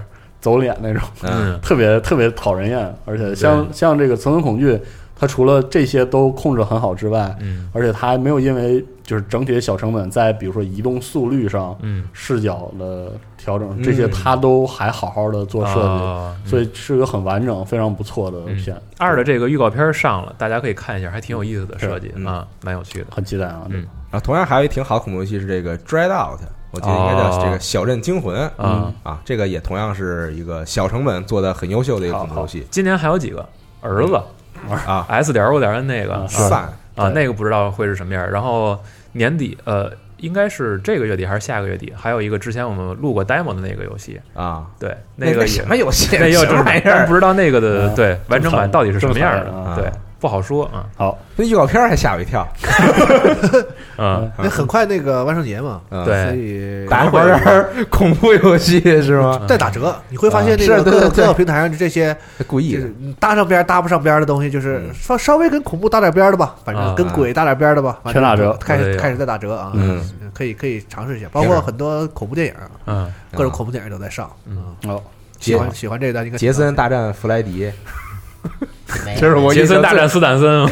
Speaker 8: 走脸那种，
Speaker 5: 嗯
Speaker 4: 嗯
Speaker 8: 特别特别讨人厌。而且像像这个《层层恐惧》，它除了这些都控制得很好之外，
Speaker 4: 嗯
Speaker 8: 而且它还没有因为就是整体的小成本，在比如说移动速率上、
Speaker 4: 嗯，
Speaker 8: 视角的调整这些，
Speaker 5: 嗯
Speaker 8: 它都还好好的做设计，
Speaker 4: 啊
Speaker 8: 所以是个很完整、非常不错的
Speaker 4: 嗯
Speaker 8: 片。
Speaker 4: 二的这个预告片上了，大家可以看一下，还挺有意思的设计
Speaker 5: 是嗯
Speaker 4: 啊，蛮有趣的。
Speaker 8: 很期待
Speaker 4: 嗯
Speaker 8: 啊！这个
Speaker 5: 然后同样还有一挺好的恐怖游戏是这个《Dread Out》，我记得应该
Speaker 4: 哦
Speaker 5: 叫这个《小镇惊魂》
Speaker 4: 啊
Speaker 5: 啊，这个也同样是一个小成本做的很优秀的一个恐怖游戏
Speaker 4: 今年还有几个儿子
Speaker 5: 啊。嗯
Speaker 4: S 点 O 点 N 那个
Speaker 8: 啊
Speaker 4: 啊
Speaker 5: 散
Speaker 4: 啊，
Speaker 8: 对
Speaker 4: 那个不知道会是什么样儿。然后年底呃，应该是这个月底还是下个月底，还有一个之前我们录过 demo 的那个游戏，
Speaker 5: 啊，
Speaker 4: 对，
Speaker 5: 那
Speaker 4: 个
Speaker 5: 那
Speaker 4: 也
Speaker 5: 什么游戏？
Speaker 4: 那又
Speaker 5: 什么玩意
Speaker 4: 但
Speaker 5: 儿嗯
Speaker 4: 不？知道那个的
Speaker 8: 啊
Speaker 4: 对完整版
Speaker 8: 惨
Speaker 4: 到底是什么样儿
Speaker 8: 这么惨
Speaker 4: 的，
Speaker 8: 啊
Speaker 4: 对，不好说啊
Speaker 8: 好，
Speaker 5: 那预告片还吓我一跳，
Speaker 4: 啊，
Speaker 6: 那很快那个万圣节嘛，
Speaker 5: 嗯
Speaker 4: 对
Speaker 6: 所以
Speaker 5: 打一会儿恐怖游戏是吗？啊
Speaker 6: 再打折，你会发现那
Speaker 5: 是
Speaker 6: 个
Speaker 5: 对
Speaker 6: 各
Speaker 5: 对
Speaker 6: 个
Speaker 5: 对
Speaker 6: 各个平台上就这些，
Speaker 5: 故意
Speaker 6: 就
Speaker 5: 的
Speaker 6: 是搭上边儿搭不上边儿的东西，就是
Speaker 5: 嗯
Speaker 6: 稍稍微跟恐怖搭点边儿的吧，反
Speaker 4: 啊
Speaker 6: 正跟鬼搭点边儿的吧，反正
Speaker 8: 全打折
Speaker 6: 开
Speaker 4: 哎
Speaker 6: 始
Speaker 4: 呦
Speaker 6: 开始在打折啊，
Speaker 5: 嗯，
Speaker 6: 可以可以尝试一下，啊包括很多恐怖电影啊，
Speaker 4: 嗯，
Speaker 6: 各种恐怖电影都在上，嗯，
Speaker 8: 好，
Speaker 6: 喜
Speaker 5: 杰
Speaker 6: 欢喜欢这个应该
Speaker 5: 杰森大战弗莱迪，
Speaker 7: 没
Speaker 5: 这是我
Speaker 4: 杰
Speaker 5: 印
Speaker 4: 森
Speaker 5: 象
Speaker 4: 大
Speaker 5: 最
Speaker 4: 战斯坦森，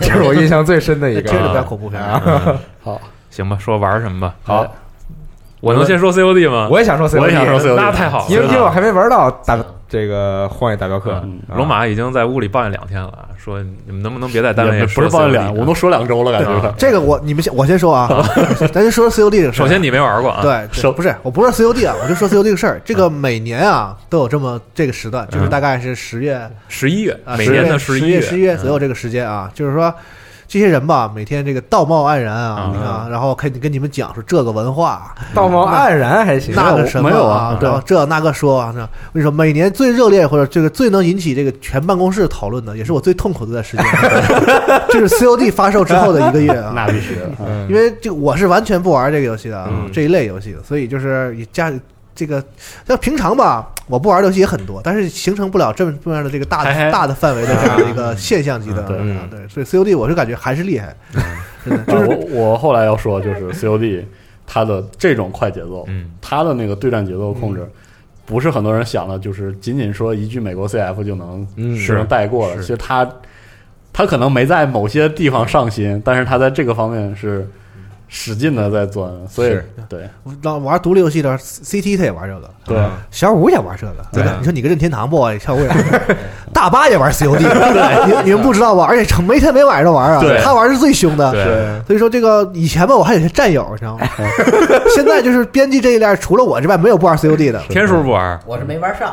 Speaker 5: 这是我印象最深的一
Speaker 6: 听
Speaker 5: 个。
Speaker 6: 着比较恐怖片啊，
Speaker 4: 嗯
Speaker 8: 好，
Speaker 4: 行吧，说玩儿什么吧。
Speaker 8: 好，
Speaker 4: 我能先说 COD 吗？
Speaker 5: 我也想说 COD，
Speaker 8: 我也想说 COD，
Speaker 4: 那太好了，
Speaker 5: 因为因啊为我还没玩到大
Speaker 7: 嗯
Speaker 5: 这个《荒野大镖客》
Speaker 4: 嗯
Speaker 5: 啊
Speaker 4: 龙马已经在屋里抱怨两天了，啊说你们能不能别在单位
Speaker 8: 也不
Speaker 4: 说
Speaker 8: 是抱怨
Speaker 4: COD
Speaker 8: 两，我都说两周了，感觉
Speaker 4: 啊
Speaker 8: 快。
Speaker 6: 这个我你们先我先说啊，咱先说 COD 这个事儿
Speaker 4: 首先你没玩过啊，
Speaker 6: 对，对
Speaker 8: 手
Speaker 6: 不是，我不是 COD 啊，我就说 COD 这个事儿。这个每年啊都有这么这个时段，就是
Speaker 4: 嗯
Speaker 6: 大概是十月
Speaker 4: 十一月
Speaker 6: 啊，
Speaker 4: 每年的
Speaker 6: 十
Speaker 4: 一
Speaker 6: 月、十一
Speaker 4: 月，
Speaker 6: 月左右这个时间啊，就是说这些人吧，每天这个道貌岸然啊
Speaker 4: 嗯
Speaker 6: 啊，然后跟跟你们讲说这个文化，
Speaker 5: 道貌岸然还行，
Speaker 6: 那个什么
Speaker 8: 没有
Speaker 6: 啊
Speaker 8: 啊，
Speaker 6: 然后这那个说啊，那我跟你说，每年最热烈或者这个最能引起这个全办公室讨论的，也是我最痛苦的一段时间， 这是 COD 发售之后的一个月啊，
Speaker 8: 那必须的，嗯
Speaker 6: 因为这个我是完全不玩这个游戏的啊，
Speaker 5: 嗯
Speaker 6: 这一类游戏的，所以就是也加这个，像平常吧，我不玩的游戏也很多，但是形成不了这么这样的这个大的
Speaker 4: 嗨嗨
Speaker 6: 大的范围的这样的一个现象级的啊，
Speaker 5: 嗯
Speaker 6: 啊对，所以 COD 我是感觉还是厉害，真的
Speaker 8: 就
Speaker 6: 就是是
Speaker 8: 啊我我后来要说，就是 COD 它的这种快节奏，
Speaker 4: 嗯，
Speaker 8: 它的那个对战节奏控制，不是很多人想的，就是仅仅说一句美国 CF 就能
Speaker 5: 嗯
Speaker 8: 就能带过了。
Speaker 4: 是
Speaker 8: 其实它它可能没在某些地方上心，但是它在这个方面是使劲的在钻，所以
Speaker 5: 是
Speaker 8: 对
Speaker 6: 老玩独立游戏的 CT 他也玩这个，
Speaker 8: 对
Speaker 6: 小五也玩这个，
Speaker 5: 对
Speaker 6: 吧？你说你个任天堂 boy，小五也玩这个，大巴也玩 COD，你你 们不知道吧？而且成没天没晚上玩啊
Speaker 4: 对，
Speaker 6: 他玩是最凶的，
Speaker 4: 对，
Speaker 6: 所以说这个以前吧，我还有些战友，你知道吗？ 现在就是编辑这一类，除了我之外，没有不玩 COD 的，
Speaker 4: 天叔不玩，
Speaker 7: 我是没玩上，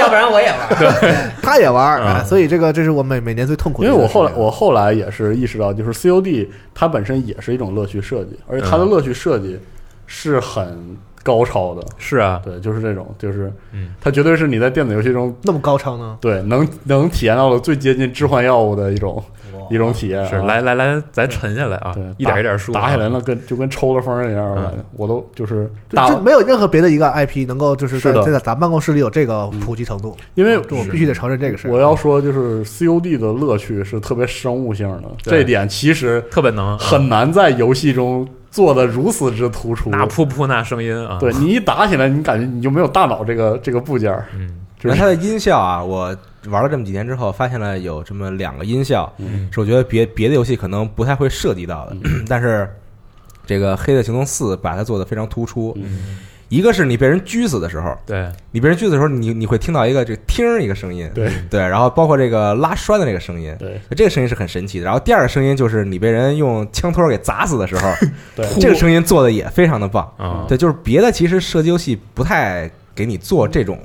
Speaker 7: 要不然我也玩。
Speaker 6: 他也玩，
Speaker 4: 嗯
Speaker 6: 哎所以这个这是我每每年最痛苦
Speaker 8: 因
Speaker 6: 的
Speaker 8: 为
Speaker 6: 一个
Speaker 8: 我
Speaker 6: 事情。
Speaker 8: 后来我后来也是意识到，就是 COD 它本身也是一种乐趣设计，而且它的乐趣设计是很高超的。
Speaker 4: 是啊，
Speaker 8: 对，就是这种，就是，
Speaker 4: 嗯，
Speaker 8: 它绝对是你在电子游戏中
Speaker 6: 那么高超呢？
Speaker 8: 对能能体验到的最接近置换药物的一种一种体验啊。
Speaker 4: 是，来来来，咱沉下来啊
Speaker 8: 对，
Speaker 4: 一点一点说啊，嗯
Speaker 8: 打起来了，跟就跟抽了风儿一样，我感觉我都就是
Speaker 6: 对
Speaker 8: 大
Speaker 6: 这没有任何别的一个 IP 能够就是在
Speaker 8: 是的嗯
Speaker 6: 在咱办公室里有这个普及程度，
Speaker 8: 因为
Speaker 6: 这我必须得承认这个事儿。
Speaker 8: 我要说，就是 COD 的乐趣是特别生物性的，
Speaker 4: 对
Speaker 8: 这一点其实
Speaker 4: 特本能，啊
Speaker 8: 很难在游戏中做的如此之突出。
Speaker 4: 那噗噗那声音啊，
Speaker 8: 对，你一打起来，你感觉你就没有大脑这个这个部件儿，
Speaker 4: 嗯，
Speaker 8: 就
Speaker 5: 那
Speaker 8: 是
Speaker 5: 它的音效啊，我玩了这么几天之后，发现了有这么两个音效，
Speaker 8: 嗯
Speaker 5: 是我觉得别别的游戏可能不太会涉及到的， 但是这个《黑色行动四》把它做的非常突出。一个是你被人狙死的时候，
Speaker 4: 对，
Speaker 5: 你被人狙死的时候，你你会听到一个这个听儿一个声音，
Speaker 8: 对
Speaker 4: 嗯
Speaker 5: 对，然后包括这个拉栓的那个声音，
Speaker 8: 对
Speaker 5: 这个声音是很神奇的。然后第二个声音就是你被人用枪托给砸死的时候，
Speaker 8: 对
Speaker 5: 这个声音做的也非常的棒。
Speaker 4: 啊，
Speaker 5: 对，就是别的其实射击游戏不太给你做这种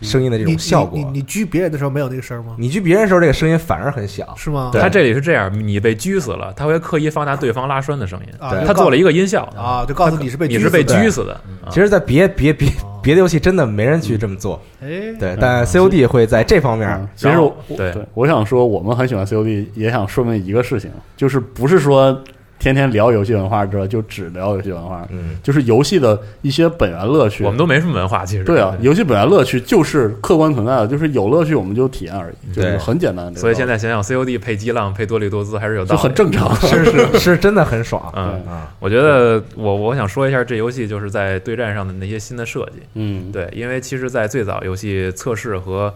Speaker 5: 声音的这
Speaker 6: 你
Speaker 5: 种效果。嗯
Speaker 6: 你你你狙别人的时候没有那个声儿吗？
Speaker 5: 你狙别人的时候，这个声音反而很小。
Speaker 6: 是吗？
Speaker 4: 他这里是这样，你被狙死了，他会刻意放大对方拉栓的声音，
Speaker 6: 啊
Speaker 5: 对
Speaker 4: 他做了一个音效，
Speaker 6: 啊，就告诉你是被
Speaker 4: 你
Speaker 6: 狙
Speaker 4: 是
Speaker 6: 死
Speaker 4: 被
Speaker 6: 的
Speaker 4: 狙死的，啊哦
Speaker 5: 其实，在别别别别的游戏真的没人去这么做，
Speaker 4: 嗯
Speaker 6: 哎，
Speaker 5: 对。但 COD 会在这方面，
Speaker 8: 嗯其实我
Speaker 4: 对
Speaker 8: 对我想说，我们很喜欢 COD，也想说明一个事情，就是不是说天天聊游戏文化之后就只聊游戏文化，
Speaker 5: 嗯，
Speaker 8: 就是游戏的一些本源乐趣。
Speaker 4: 我们都没什么文化，其实
Speaker 8: 对啊，游戏本来乐趣就是客观存在的，就是有乐趣我们就体验而已，就是
Speaker 5: 对
Speaker 8: 很简单的这个道理。
Speaker 4: 所以现在想想，COD 配激浪配多利多姿还是有道
Speaker 8: 就
Speaker 4: 理，
Speaker 8: 很正常。
Speaker 5: 是是是真的很爽
Speaker 4: 嗯，
Speaker 5: 啊！
Speaker 4: 我觉得我我想说一下这游戏就是在对战上的那些新的设计。
Speaker 8: 嗯，
Speaker 4: 对，因为其实，在最早游戏测试和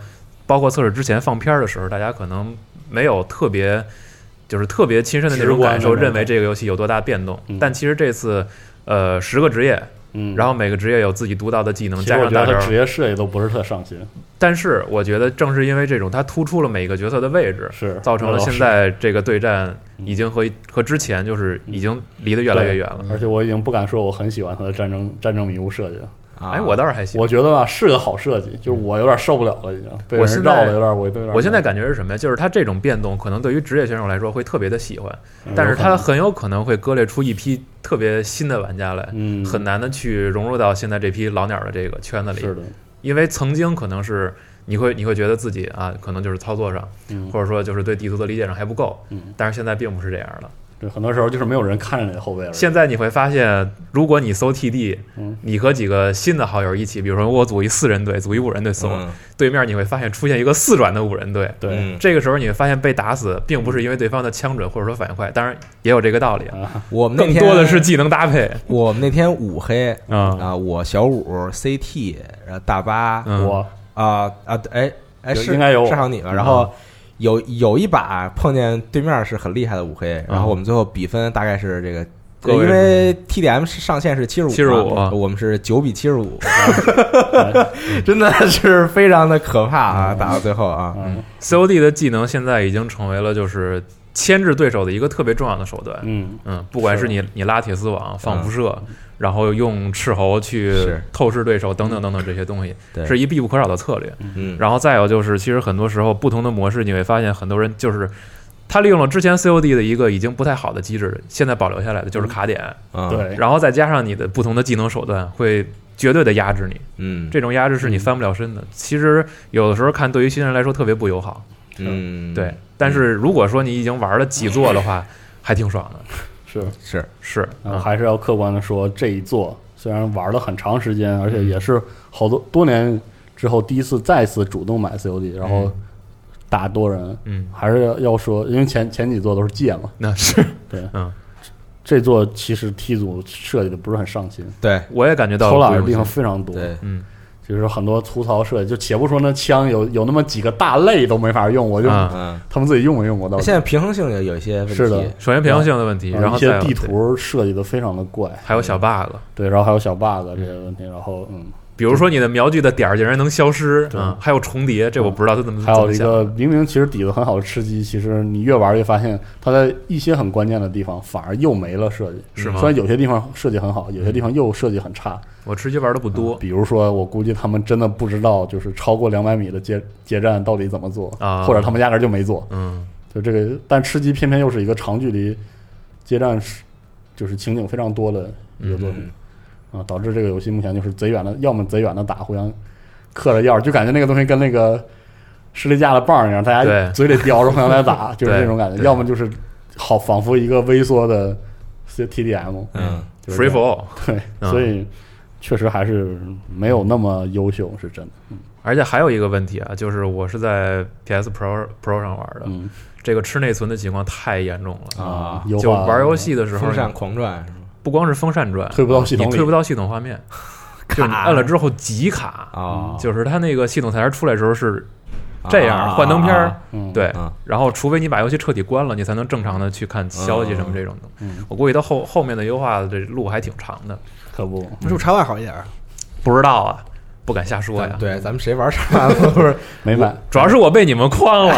Speaker 4: 包括测试之前放片儿的时候，大家可能没有特别就是特别亲身的那种
Speaker 8: 直观的
Speaker 4: 感受，
Speaker 8: 那种
Speaker 4: 认为这个游戏有多大变动
Speaker 8: 嗯。
Speaker 4: 但其实这次，呃，十个职业，
Speaker 8: 嗯，
Speaker 4: 然后每个职业有自己独到的技能，
Speaker 8: 其实
Speaker 4: 加
Speaker 8: 我
Speaker 4: 上
Speaker 8: 觉
Speaker 4: 大
Speaker 8: 得
Speaker 4: 招
Speaker 8: 他。职业设计都不是特上心，
Speaker 4: 但是我觉得，正是因为这种，它突出了每个角色的位置，
Speaker 8: 是
Speaker 4: 造成了现。在这个对战已经和和之前就是已经离得越来越远了。
Speaker 8: 而且我已经不敢说我很喜欢他的战争战争迷雾设计了，
Speaker 5: 啊
Speaker 4: 哎，我倒是还行。嗯
Speaker 8: 我觉得吧是个好设计，就是我有点受不了了，已经被
Speaker 4: 我
Speaker 8: 人
Speaker 4: 现
Speaker 8: 绕
Speaker 4: 在
Speaker 8: 的有点，我有点。
Speaker 4: 我现在感觉是什么呀？就是它这种变动，可能对于职业选手来说会特别的喜欢，
Speaker 8: 嗯，
Speaker 4: 但是
Speaker 8: 有可能
Speaker 4: 它很有可能会割裂出一批特别新的玩家来，
Speaker 8: 嗯
Speaker 4: 很难的去融入到现在这批老鸟的这个圈子里
Speaker 8: 是。的，
Speaker 4: 因为曾经可能是你会你会觉得自己啊，可能就是操作上，
Speaker 8: 嗯，
Speaker 4: 或者说就是对地图的理解上还不够
Speaker 8: 嗯，
Speaker 4: 但是现在并不是这样了。
Speaker 8: 对，很多时候就是没有人看着你的后背而已。
Speaker 4: 现在你会发现，如果你搜 TD，
Speaker 8: 嗯
Speaker 4: 你和几个新的好友一起，比如说我组一四人队，组一五人队搜，
Speaker 5: 嗯
Speaker 4: 对面你会发现出现一个四转的五人队。
Speaker 8: 对
Speaker 5: 嗯
Speaker 4: 这个时候你会发现被打死，并不是因为对方的枪准或者说反应快，当然也有这个道理，
Speaker 8: 啊，
Speaker 5: 我们那
Speaker 4: 更
Speaker 5: 天
Speaker 4: 多的是技能搭配
Speaker 5: 我们那天五黑
Speaker 4: 啊。
Speaker 5: 啊，我小五 CT，然后大巴
Speaker 4: 嗯
Speaker 8: 我
Speaker 5: 啊啊，哎哎
Speaker 8: 有
Speaker 5: 是
Speaker 8: 应该有我嗯
Speaker 5: 是好像你吧？然后有有一把碰见对面是很厉害的五黑，然后我们最后比分大概是这个。
Speaker 4: 各位
Speaker 5: 因为 TDM 是上限是七十五，
Speaker 4: 75啊
Speaker 5: 我们是九比七十五，
Speaker 8: 对
Speaker 5: 真的是非常的可怕啊！打到最后啊，
Speaker 8: 嗯
Speaker 4: COD 的技能现在已经成为了就是牵制对手的一个特别重要的手段。
Speaker 8: 嗯，
Speaker 4: 嗯，不管是你你拉铁丝网、放辐射，然后用斥候去
Speaker 5: 嗯是
Speaker 4: 透视对手等等等等这些东西，
Speaker 5: 对
Speaker 4: 是一必不可少的策略。
Speaker 5: 嗯，
Speaker 4: 然后再有就是，其实很多时候不同的模式，你会发现很多人就是他利用了之前 COD 的一个已经不太好的机制，现在保留下来的就是卡点，
Speaker 5: 啊，
Speaker 8: 对，
Speaker 4: 然后再加上你的不同的技能手段，会绝对的压制你。
Speaker 5: 嗯，
Speaker 4: 这种压制是你翻不了身的。其实有的时候看对于新人来说特别不友好，
Speaker 5: 嗯，
Speaker 4: 对。但是如果说你已经玩了几座的话，还挺爽的。
Speaker 8: 是
Speaker 5: 是
Speaker 4: 是，
Speaker 8: 然
Speaker 4: 嗯
Speaker 8: 后呃还是要客观的说，这一做虽然玩了很长时间，而且
Speaker 4: 嗯
Speaker 8: 也是好多多年之后第一次再次主动买 COD，然后打多人，
Speaker 4: 嗯，
Speaker 8: 还是要要说，因为前前几座都是借嘛，
Speaker 4: 那是
Speaker 8: 这座其实 T 组设计的不是很上心，
Speaker 5: 对
Speaker 4: 我也感觉到
Speaker 8: 偷
Speaker 4: 了
Speaker 8: 懒
Speaker 4: 不
Speaker 8: 的
Speaker 4: 用
Speaker 8: 地方
Speaker 4: 心
Speaker 8: 非常多，
Speaker 5: 对，
Speaker 4: 嗯，
Speaker 8: 就是很多粗糙设计，就且不说那枪有有那么几个大类都没法用，我就
Speaker 4: 啊
Speaker 5: 嗯，
Speaker 8: 他们自己用没用过到底
Speaker 5: 现在平衡性有有一些问题，
Speaker 8: 是的
Speaker 4: 首先平衡性的问题，
Speaker 8: 啊
Speaker 4: 然后
Speaker 8: 一
Speaker 4: 再
Speaker 8: 些
Speaker 4: 有对
Speaker 8: 地图嗯设计的非常的怪，
Speaker 4: 还有小 bug，
Speaker 8: 对，然后还有小 bug 这些问题，然后嗯，
Speaker 4: 比如说你的瞄具的点儿竟然能消失，
Speaker 8: 对
Speaker 4: 嗯，还有重叠，这我不知道他怎么
Speaker 8: 还有一
Speaker 4: 嗯怎么
Speaker 8: 个明明其实底子很好的吃鸡，其实你越玩越发现它在一些很关键的地方反而又没了设计，
Speaker 4: 是吗
Speaker 8: 虽然有些地方设计很好，有些地方又设计很差。
Speaker 4: 想我吃鸡玩的不嗯多
Speaker 8: 比如说，我估计他们真的不知道，就是超过两百米的接接站到底怎么做，
Speaker 4: 啊
Speaker 8: 或者他们压根儿就没做。
Speaker 4: 嗯，
Speaker 8: 就这个，但吃鸡偏偏又是一个长距离接站是，就是情景非常多的一个作品。
Speaker 5: 嗯
Speaker 8: 啊，导致这个游戏目前就是贼远的，要么贼远的打，互相嗑着药，就感觉那个东西跟那个士力架的棒一样，大
Speaker 4: 对
Speaker 8: 家嘴里叼着互相 来打，就是
Speaker 4: 对
Speaker 8: 这种感觉。
Speaker 4: 对
Speaker 8: 要么就是好，仿佛一个微缩的 C T D M，
Speaker 5: 嗯，
Speaker 8: 就是这
Speaker 4: ，free
Speaker 8: 样
Speaker 4: for all。
Speaker 8: 对，
Speaker 4: 嗯
Speaker 8: 所以确实还是没有那么优秀，是真的。
Speaker 4: 而且还有一个问题啊，就是我是在 PS Pro Pro 上玩的，
Speaker 8: 嗯
Speaker 4: 这个吃内存的情况太严重了。
Speaker 5: 啊
Speaker 4: 嗯
Speaker 8: 优
Speaker 4: 就
Speaker 8: 化
Speaker 4: 玩游戏的时候
Speaker 5: 风，扇狂转是吗？
Speaker 4: 不光是风扇转，
Speaker 8: 推不到系统
Speaker 4: 你
Speaker 8: 里，
Speaker 4: 推不到系统画 面，就你按了之后极卡，
Speaker 5: 啊，
Speaker 4: 就是它那个系统才出来的时候是这样，幻灯片儿，
Speaker 8: 嗯，
Speaker 4: 对
Speaker 5: 啊，
Speaker 4: 然后除非你把游戏彻底关了，你才能正常的去看消息什么这种的
Speaker 8: 嗯。
Speaker 4: 我估计到后后面的优化的这路还挺长的，
Speaker 8: 可不，
Speaker 6: 是不是插外好一点儿？
Speaker 4: 不知道啊，不敢瞎说呀
Speaker 5: 咱。对，咱们谁玩啥都是
Speaker 4: 啊
Speaker 8: 没买。
Speaker 4: 主要是我被你们诓了，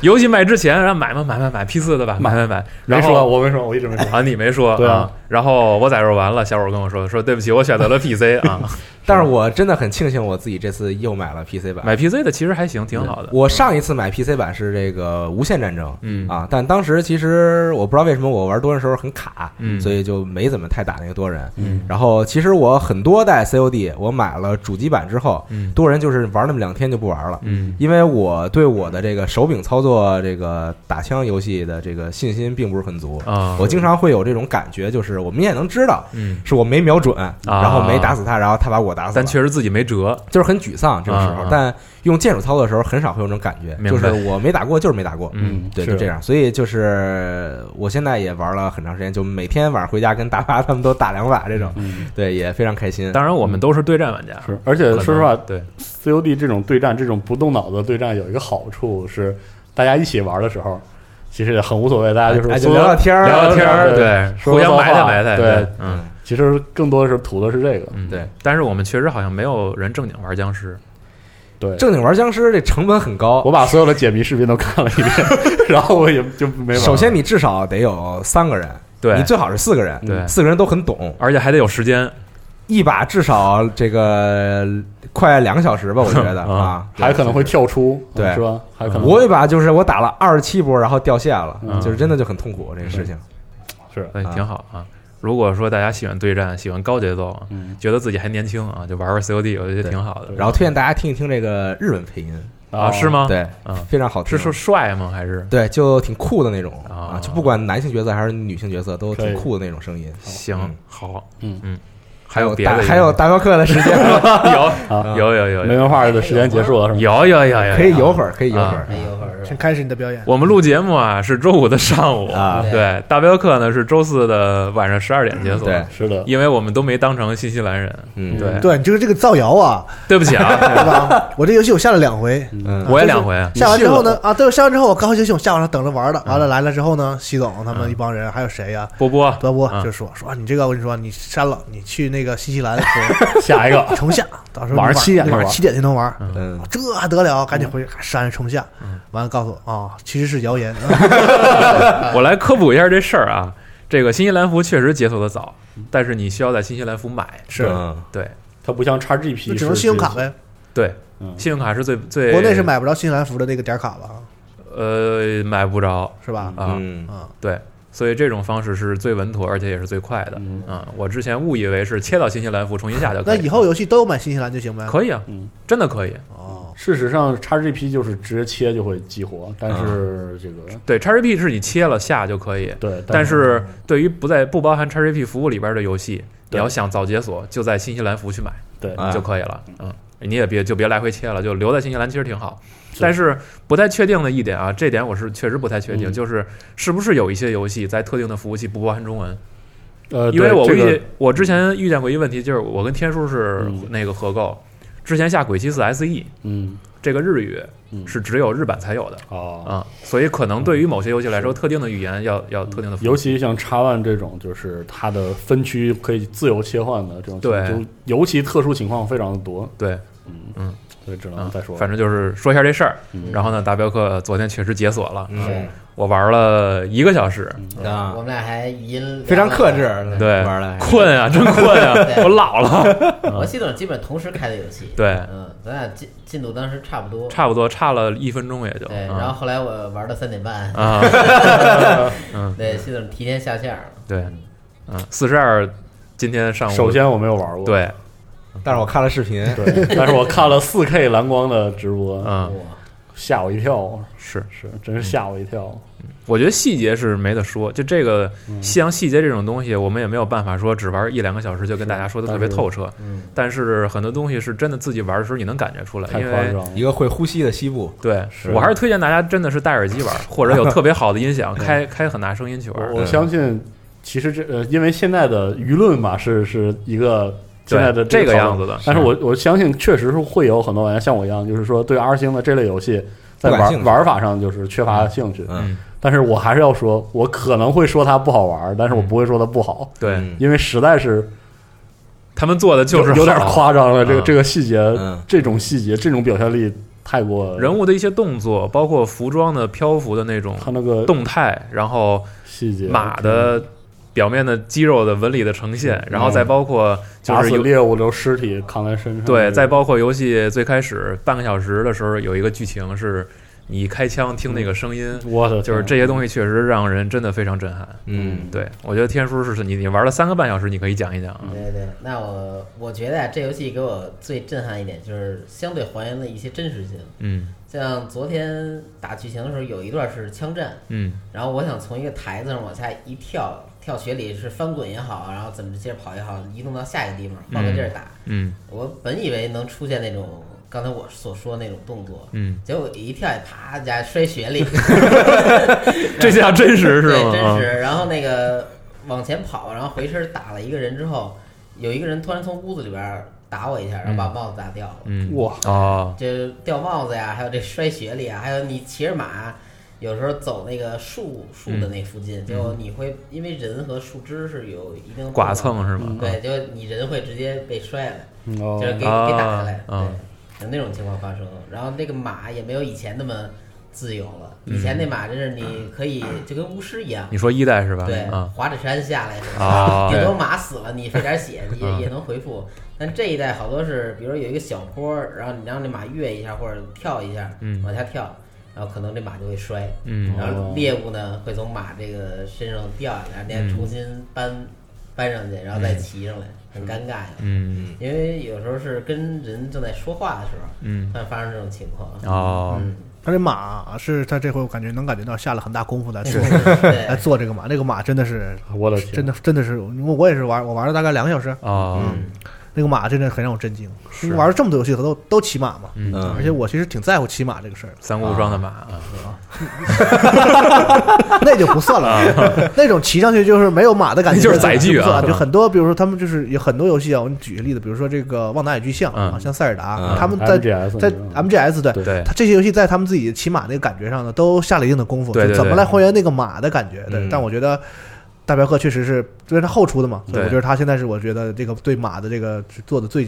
Speaker 4: 游戏卖之前，然后买吗？买买买 P 四的吧，买买买。然
Speaker 8: 没说，
Speaker 4: 后
Speaker 8: 我没说，我一直没说。
Speaker 4: 啊，你没说
Speaker 8: 对啊
Speaker 4: 啊。然后我载入完了，小伙跟我说说对不起，我选择了 PC 啊，
Speaker 5: 但是我真的很庆幸我自己这次又买了 PC 版。
Speaker 4: 买 PC 的其实还行，挺好的。
Speaker 5: 我上一次买 PC 版是这个《无限战争》
Speaker 4: 嗯
Speaker 5: 啊，但当时其实我不知道为什么我玩多人时候很卡，
Speaker 4: 嗯
Speaker 5: 所以就没怎么太打那个多人。
Speaker 4: 嗯
Speaker 5: 然后其实我很多代 COD，我买了主机版之后，
Speaker 4: 嗯
Speaker 5: 多人就是玩那么两天就不玩了。
Speaker 4: 嗯
Speaker 5: 因为我对我的这个手柄操作这个打枪游戏的这个信心并不是很足，
Speaker 4: 啊，
Speaker 5: 我经常会有这种感觉，就是我明显能知道
Speaker 4: 嗯，
Speaker 5: 是我没瞄准，然后没打死他，然后他把我打死了
Speaker 4: 但，确实自己没辙。
Speaker 5: 就是很沮丧这个时候
Speaker 4: 啊啊。
Speaker 5: 但用键鼠操作的时候，很少会有这种感觉，
Speaker 4: 明白
Speaker 5: 就是我没打过就是没打过，
Speaker 4: 嗯，
Speaker 5: 对，
Speaker 8: 是
Speaker 5: 就这样。所以就是我现在也玩了很长时间，就每天晚上回家跟大巴他们都打两把这种，
Speaker 8: 嗯，
Speaker 5: 对，也非常开心。
Speaker 4: 当然我们都是对战玩家。
Speaker 8: 是，而且
Speaker 4: 可能
Speaker 8: 说实话
Speaker 4: 对，
Speaker 8: ，COD 这种对战，这种不动脑子的对战，有一个好处是，大家一起玩的时候，其实也很无所谓，大家就是
Speaker 5: 哎，就
Speaker 8: 说
Speaker 5: 聊聊天儿，
Speaker 4: 聊聊天儿，
Speaker 8: 对
Speaker 4: 对，
Speaker 8: 说
Speaker 4: 互相
Speaker 8: 说
Speaker 4: 埋汰
Speaker 8: 话
Speaker 4: 埋汰，
Speaker 8: 对，
Speaker 4: 嗯
Speaker 8: 其实更多的是图的是这个，
Speaker 4: 嗯，
Speaker 5: 对。
Speaker 4: 但是我们确实好像没有人正经玩僵尸，
Speaker 8: 对。
Speaker 5: 正经玩僵尸这成本很高
Speaker 8: 我，把所有的解谜视频都看了一遍， 然后我也就没玩。
Speaker 5: 首先，你至少得有三个人，
Speaker 4: 对
Speaker 5: 你，最嗯好是四个人，
Speaker 4: 对
Speaker 5: 四个人都很懂，
Speaker 4: 而且还得有时间，
Speaker 5: 一把至少这个快两个小时吧，我觉 得
Speaker 4: 啊
Speaker 5: 啊，
Speaker 8: 还可能会跳出，
Speaker 5: 对
Speaker 8: 是吧？还可能
Speaker 5: 我有一把就是我打了二十七波，然后掉线了，
Speaker 4: 嗯
Speaker 5: 就是真的就很痛苦这个事情。
Speaker 8: 是，
Speaker 4: 哎，
Speaker 5: 啊
Speaker 4: 挺好啊。如果说大家喜欢对战，喜欢高节奏啊，
Speaker 8: 嗯
Speaker 4: 觉得自己还年轻啊，就玩玩 COD，我觉得挺好的。
Speaker 5: 然后推荐大家听一听这个日文配音，
Speaker 4: 啊，是？吗？，
Speaker 5: 哦对，嗯
Speaker 4: 嗯，
Speaker 5: 非常好听
Speaker 4: 是。说帅吗？还是
Speaker 5: 对，就挺酷的那种
Speaker 4: 啊
Speaker 5: 啊，就不管男性角色还是女性角色，都
Speaker 8: 可以
Speaker 5: 挺酷的那种声音。
Speaker 4: 行
Speaker 5: 嗯
Speaker 4: 好？
Speaker 8: 嗯
Speaker 4: 嗯，还
Speaker 5: 还有
Speaker 4: 别的
Speaker 5: 大
Speaker 4: 意见？
Speaker 5: 还有大镖客的 时间
Speaker 8: 啊，
Speaker 4: 有有有
Speaker 8: 没
Speaker 4: 有
Speaker 8: 文化的时间结束了是吗？
Speaker 4: 有有有有，
Speaker 5: 可以游会儿，可以游会
Speaker 4: 啊
Speaker 5: 儿。
Speaker 7: 哎，一会儿是
Speaker 6: 请
Speaker 7: 吧？
Speaker 6: 开始你的表演。
Speaker 4: 我们录节目啊，是周五的上午
Speaker 5: 啊
Speaker 4: 对，大镖客呢是周四的晚上十二点解锁，
Speaker 5: 对，
Speaker 8: 是的，
Speaker 4: 因为我们都没当成新西兰人，
Speaker 5: 嗯，
Speaker 4: 对
Speaker 6: 对，你就是这个造谣啊，
Speaker 4: 对不起 啊，
Speaker 6: 对吧？我这游戏我下了两回，
Speaker 5: 嗯，
Speaker 4: 我也两回，
Speaker 6: 下完之后呢，啊，对，下完之后我高高兴兴，我下完了等着玩的，完了来了之后呢，习总他们一帮人还有谁呀？
Speaker 4: 波波
Speaker 6: 德波
Speaker 4: 啊
Speaker 6: 就说说啊你这个我跟你说，你删了，你去那个新西兰和
Speaker 8: 下一个
Speaker 6: 重下，到时候
Speaker 8: 晚上七点
Speaker 6: 晚
Speaker 8: 就玩
Speaker 6: 晚上七点才能玩，
Speaker 5: 嗯
Speaker 6: 啊，这还得了？赶紧回去删重下，完了告诉我啊，其实是谣言，
Speaker 4: 我来科普一下这事儿啊。这个新西兰服确实解锁的早，但是你需要在新西兰服买。
Speaker 6: 是
Speaker 5: 嗯
Speaker 4: 对
Speaker 8: 它不像 XGP，
Speaker 6: 就只能信用卡。呗。
Speaker 4: 对，
Speaker 8: 嗯
Speaker 4: 信用卡是最最
Speaker 6: 国内是买不着新西兰服的那个点儿卡了，
Speaker 4: 呃买不着
Speaker 6: 是吧？
Speaker 4: 啊，
Speaker 5: 嗯
Speaker 6: 啊，
Speaker 4: 对，所以这种方式是最稳妥，而且也是最快的啊。我之前误以为是切到新西兰服重新下就
Speaker 6: 嗯那
Speaker 4: 可以，
Speaker 6: 以后游戏都买新西兰就行呗？
Speaker 4: 可以啊
Speaker 8: 嗯，
Speaker 4: 真的可以。
Speaker 6: 哦，
Speaker 8: 事实上，XGP 就是直接切就会激活，但
Speaker 5: 嗯
Speaker 8: 是这个
Speaker 4: 对，XGP 是你切了下就可以，
Speaker 8: 对，
Speaker 4: 但是对于不在不包含 XGP 服务里边的游戏，你
Speaker 8: 对
Speaker 4: 要想早解锁，就在新西兰服去买。
Speaker 8: 对
Speaker 5: 啊
Speaker 4: 就可以了。嗯，你也别就别来回切了，就留在新西兰其实挺好。但是不太确定的一点啊，这点我是确实不太确定，
Speaker 8: 嗯
Speaker 4: 就是是不是有一些游戏在特定的服务器不包含中文？
Speaker 8: 呃，
Speaker 4: 因为
Speaker 8: 对
Speaker 4: 我
Speaker 8: 这
Speaker 4: 遇、
Speaker 8: 个
Speaker 4: 我之前遇见过一个问题，就是我跟天叔是
Speaker 8: 嗯
Speaker 4: 那个合购，之前下《鬼泣四 SE》
Speaker 8: 嗯
Speaker 4: 这个日语
Speaker 8: 嗯
Speaker 4: 是只有日版才有的
Speaker 8: 哦，
Speaker 4: 啊、所以可能对于某些游戏来说，特定的语言要要特定的服务器，
Speaker 8: 尤其像 X One 这种，就是它的分区可以自由切换的这种，
Speaker 4: 对
Speaker 8: 就尤其特殊情况非常的多，
Speaker 4: 对。
Speaker 8: 嗯
Speaker 4: 嗯，
Speaker 8: 所以只能
Speaker 4: 嗯
Speaker 8: 再说，
Speaker 4: 反正就是说一下这事儿。
Speaker 8: 嗯
Speaker 4: 然后呢，大镖客昨天确实解锁了，
Speaker 5: 嗯
Speaker 4: 我玩了一个小时，
Speaker 8: 嗯
Speaker 7: 对
Speaker 5: 啊
Speaker 7: 嗯我，们俩还语音
Speaker 5: 非常
Speaker 7: 聊了
Speaker 5: 克制，
Speaker 4: 对
Speaker 5: 玩了。
Speaker 4: 困啊，真困啊，
Speaker 7: 对
Speaker 4: 我老了。
Speaker 7: 我系统基本同时开的游戏。
Speaker 4: 嗯对
Speaker 7: 嗯，咱俩进进度当时差不多。
Speaker 4: 差不多差了一分钟也就。
Speaker 7: 对，
Speaker 4: 嗯
Speaker 7: 然后后来我玩到三点半，
Speaker 4: 啊，嗯
Speaker 7: 对，系统提前下线了。嗯
Speaker 4: 对，嗯，四十二今天上午
Speaker 8: 首先我没有玩过，
Speaker 4: 对，
Speaker 5: 但是我看了视频，
Speaker 8: 对， 但是我看了4 K 蓝光的直播，
Speaker 4: 嗯，
Speaker 7: 哇，
Speaker 8: 吓我一跳，
Speaker 4: 是，
Speaker 8: 是，真是吓我一跳。
Speaker 4: 我觉得细节是没得说，就这个
Speaker 8: 嗯
Speaker 4: 像细节这种东西，我们也没有办法说只玩一两个小时就跟大家说的特别透彻。
Speaker 7: 嗯，
Speaker 4: 但是很多东西是真的自己玩的时候你能感觉出来，
Speaker 8: 太
Speaker 4: 因
Speaker 8: 夸张
Speaker 4: 为
Speaker 8: 了
Speaker 5: 一！个会呼吸的西部，
Speaker 4: 对
Speaker 8: 是
Speaker 4: 我还是推荐大家真的是戴耳机玩，或者有特别好的音 响，开开很大声音去玩。
Speaker 8: 嗯我我相信，其实这呃，因为现在的舆论嘛，是是一个现在的
Speaker 4: 对这个
Speaker 8: 个讨
Speaker 4: 样
Speaker 8: 论
Speaker 4: 子的，
Speaker 8: 但是我我相信，确实是会有很多玩家像我一样，就是说对 R 星的这类游戏在
Speaker 5: 不感兴
Speaker 8: 玩
Speaker 5: 趣
Speaker 8: 玩法上就是缺乏兴趣。
Speaker 5: 嗯
Speaker 8: 但是我还是要说，我可能会说它不好玩，但是我
Speaker 4: 嗯
Speaker 8: 不会说它不好，
Speaker 4: 对
Speaker 5: 嗯
Speaker 8: 因为实在是
Speaker 4: 他们做的就是
Speaker 8: 有有点
Speaker 4: 好
Speaker 8: 夸张了。这个
Speaker 4: 嗯
Speaker 8: 这个细节
Speaker 5: 嗯，
Speaker 8: 这种细节，这种表现力太过
Speaker 4: 人物的一些动作，包括服装的漂浮的那种
Speaker 8: 他那个
Speaker 4: 动态，然后
Speaker 8: 细节，
Speaker 4: 马的表面的肌肉的纹理的呈现，然后再包括就
Speaker 8: 嗯打
Speaker 4: 是
Speaker 8: 死
Speaker 4: 有
Speaker 8: 猎嗯物留尸体扛在身上，
Speaker 4: 对，再包括游戏最开始半个小时的时候有一个剧情是你一开枪听那个声音，
Speaker 8: 我的
Speaker 4: 就是这些东西确实让人真的非常震撼。
Speaker 5: 嗯，
Speaker 4: 对，我觉得天书是你你玩了三个半小时，你可以讲一讲啊。
Speaker 6: 嗯
Speaker 7: 对对，那我我觉得啊，这游戏给我最震撼一点就是相对还原了一些真实性。
Speaker 4: 嗯
Speaker 7: 像昨天打剧情的时候，有一段是枪战，
Speaker 4: 嗯
Speaker 7: 然后我想从一个台子上往下一跳，跳雪里是翻滚也好，然后怎么接着跑也好，移动到下一个地方，换个地儿打。
Speaker 4: 嗯
Speaker 7: 我本以为能出现那种刚才我所说那种动作，
Speaker 4: 嗯，
Speaker 7: 结果一跳，啪一下摔 雪里，
Speaker 4: 这叫真实是
Speaker 7: 对，
Speaker 4: 吗？
Speaker 7: 真
Speaker 4: 啊
Speaker 7: 实。然后那个往前跑，然后回身打了一个人之后，有一个人突然从屋子里边打我一下，然后把帽子打掉了。
Speaker 4: 嗯
Speaker 8: 哇，
Speaker 4: 哦
Speaker 7: 就掉帽子呀，还有这摔雪里啊，还有你骑着马，有时候走那个树树的那附
Speaker 4: 嗯
Speaker 7: 近，结果你会因为人和树枝是有一定的
Speaker 4: 剐蹭是吗？嗯
Speaker 7: 碰撞，对，就你人会直接被摔了，
Speaker 8: 嗯
Speaker 7: 就
Speaker 8: 哦
Speaker 7: 是给给
Speaker 4: 啊
Speaker 7: 打下来，
Speaker 4: 啊
Speaker 7: 对，有那种情况发生。然后那个马也没有以前那么自由了，以前那马真是你可以就跟巫师一样
Speaker 4: 你。说一代是吧？
Speaker 7: 对，
Speaker 4: 啊
Speaker 7: 滑着山下来的，
Speaker 4: 啊
Speaker 7: 顶多马死了，你费点血 也
Speaker 4: 嗯
Speaker 7: 也能回复。但这一代好多是，比如有一个小坡，然后你让那马越一下或者跳一下，
Speaker 4: 嗯
Speaker 7: 往下跳，然后可能这马就会摔，
Speaker 4: 嗯
Speaker 7: 然后
Speaker 8: 哦
Speaker 7: 猎物呢会从马这个身上掉下
Speaker 4: 嗯
Speaker 7: 来，然后你再重新搬、搬上去，然后再骑上来，很尴尬呀。
Speaker 4: 嗯
Speaker 7: 因为有时候是跟人正在说话的时候，
Speaker 4: 嗯
Speaker 7: 突然发生这种情况。
Speaker 4: 哦
Speaker 7: 嗯，
Speaker 6: 他这马是他这回我感觉能感觉到下了很大功夫来做来
Speaker 7: 对，
Speaker 6: 做这个马，那个马真的是
Speaker 8: 我的天，
Speaker 6: 真的真的是，我我也是玩我玩了大概两个小时，
Speaker 4: 哦
Speaker 6: 嗯那个马真的很让我震惊。
Speaker 4: 是
Speaker 6: 因为玩了这么多游戏，都都骑马嘛，
Speaker 4: 嗯，，
Speaker 6: 而
Speaker 5: 嗯，
Speaker 6: 且我其实挺在乎骑马这个事儿的
Speaker 4: 三国无双的马啊，
Speaker 6: 那就不算了啊。 那种骑上去就是没有马的感觉，
Speaker 4: 就是载具
Speaker 6: 不
Speaker 4: 啊
Speaker 6: 算了
Speaker 4: 是吧
Speaker 6: 就很多，比如说他们就是有很多游戏啊，我们举个例子，比如说这个《旺达与巨像》啊
Speaker 4: 嗯，
Speaker 6: 像塞尔达
Speaker 5: 嗯，
Speaker 6: 他们在
Speaker 8: MGS
Speaker 6: 在
Speaker 8: 嗯
Speaker 6: MGS 对。
Speaker 4: 对
Speaker 6: 他这些游戏在他们自己骑马那个感觉上呢，都下了一定的功夫，
Speaker 4: 对对
Speaker 6: 就怎么
Speaker 4: 对
Speaker 6: 来还原那个马的感觉。对
Speaker 5: 嗯，
Speaker 6: 但我觉得大镖客确实是，因为他后出的嘛，所
Speaker 4: 对
Speaker 6: 以我觉得他现在是我觉得这个对马的这个做的最，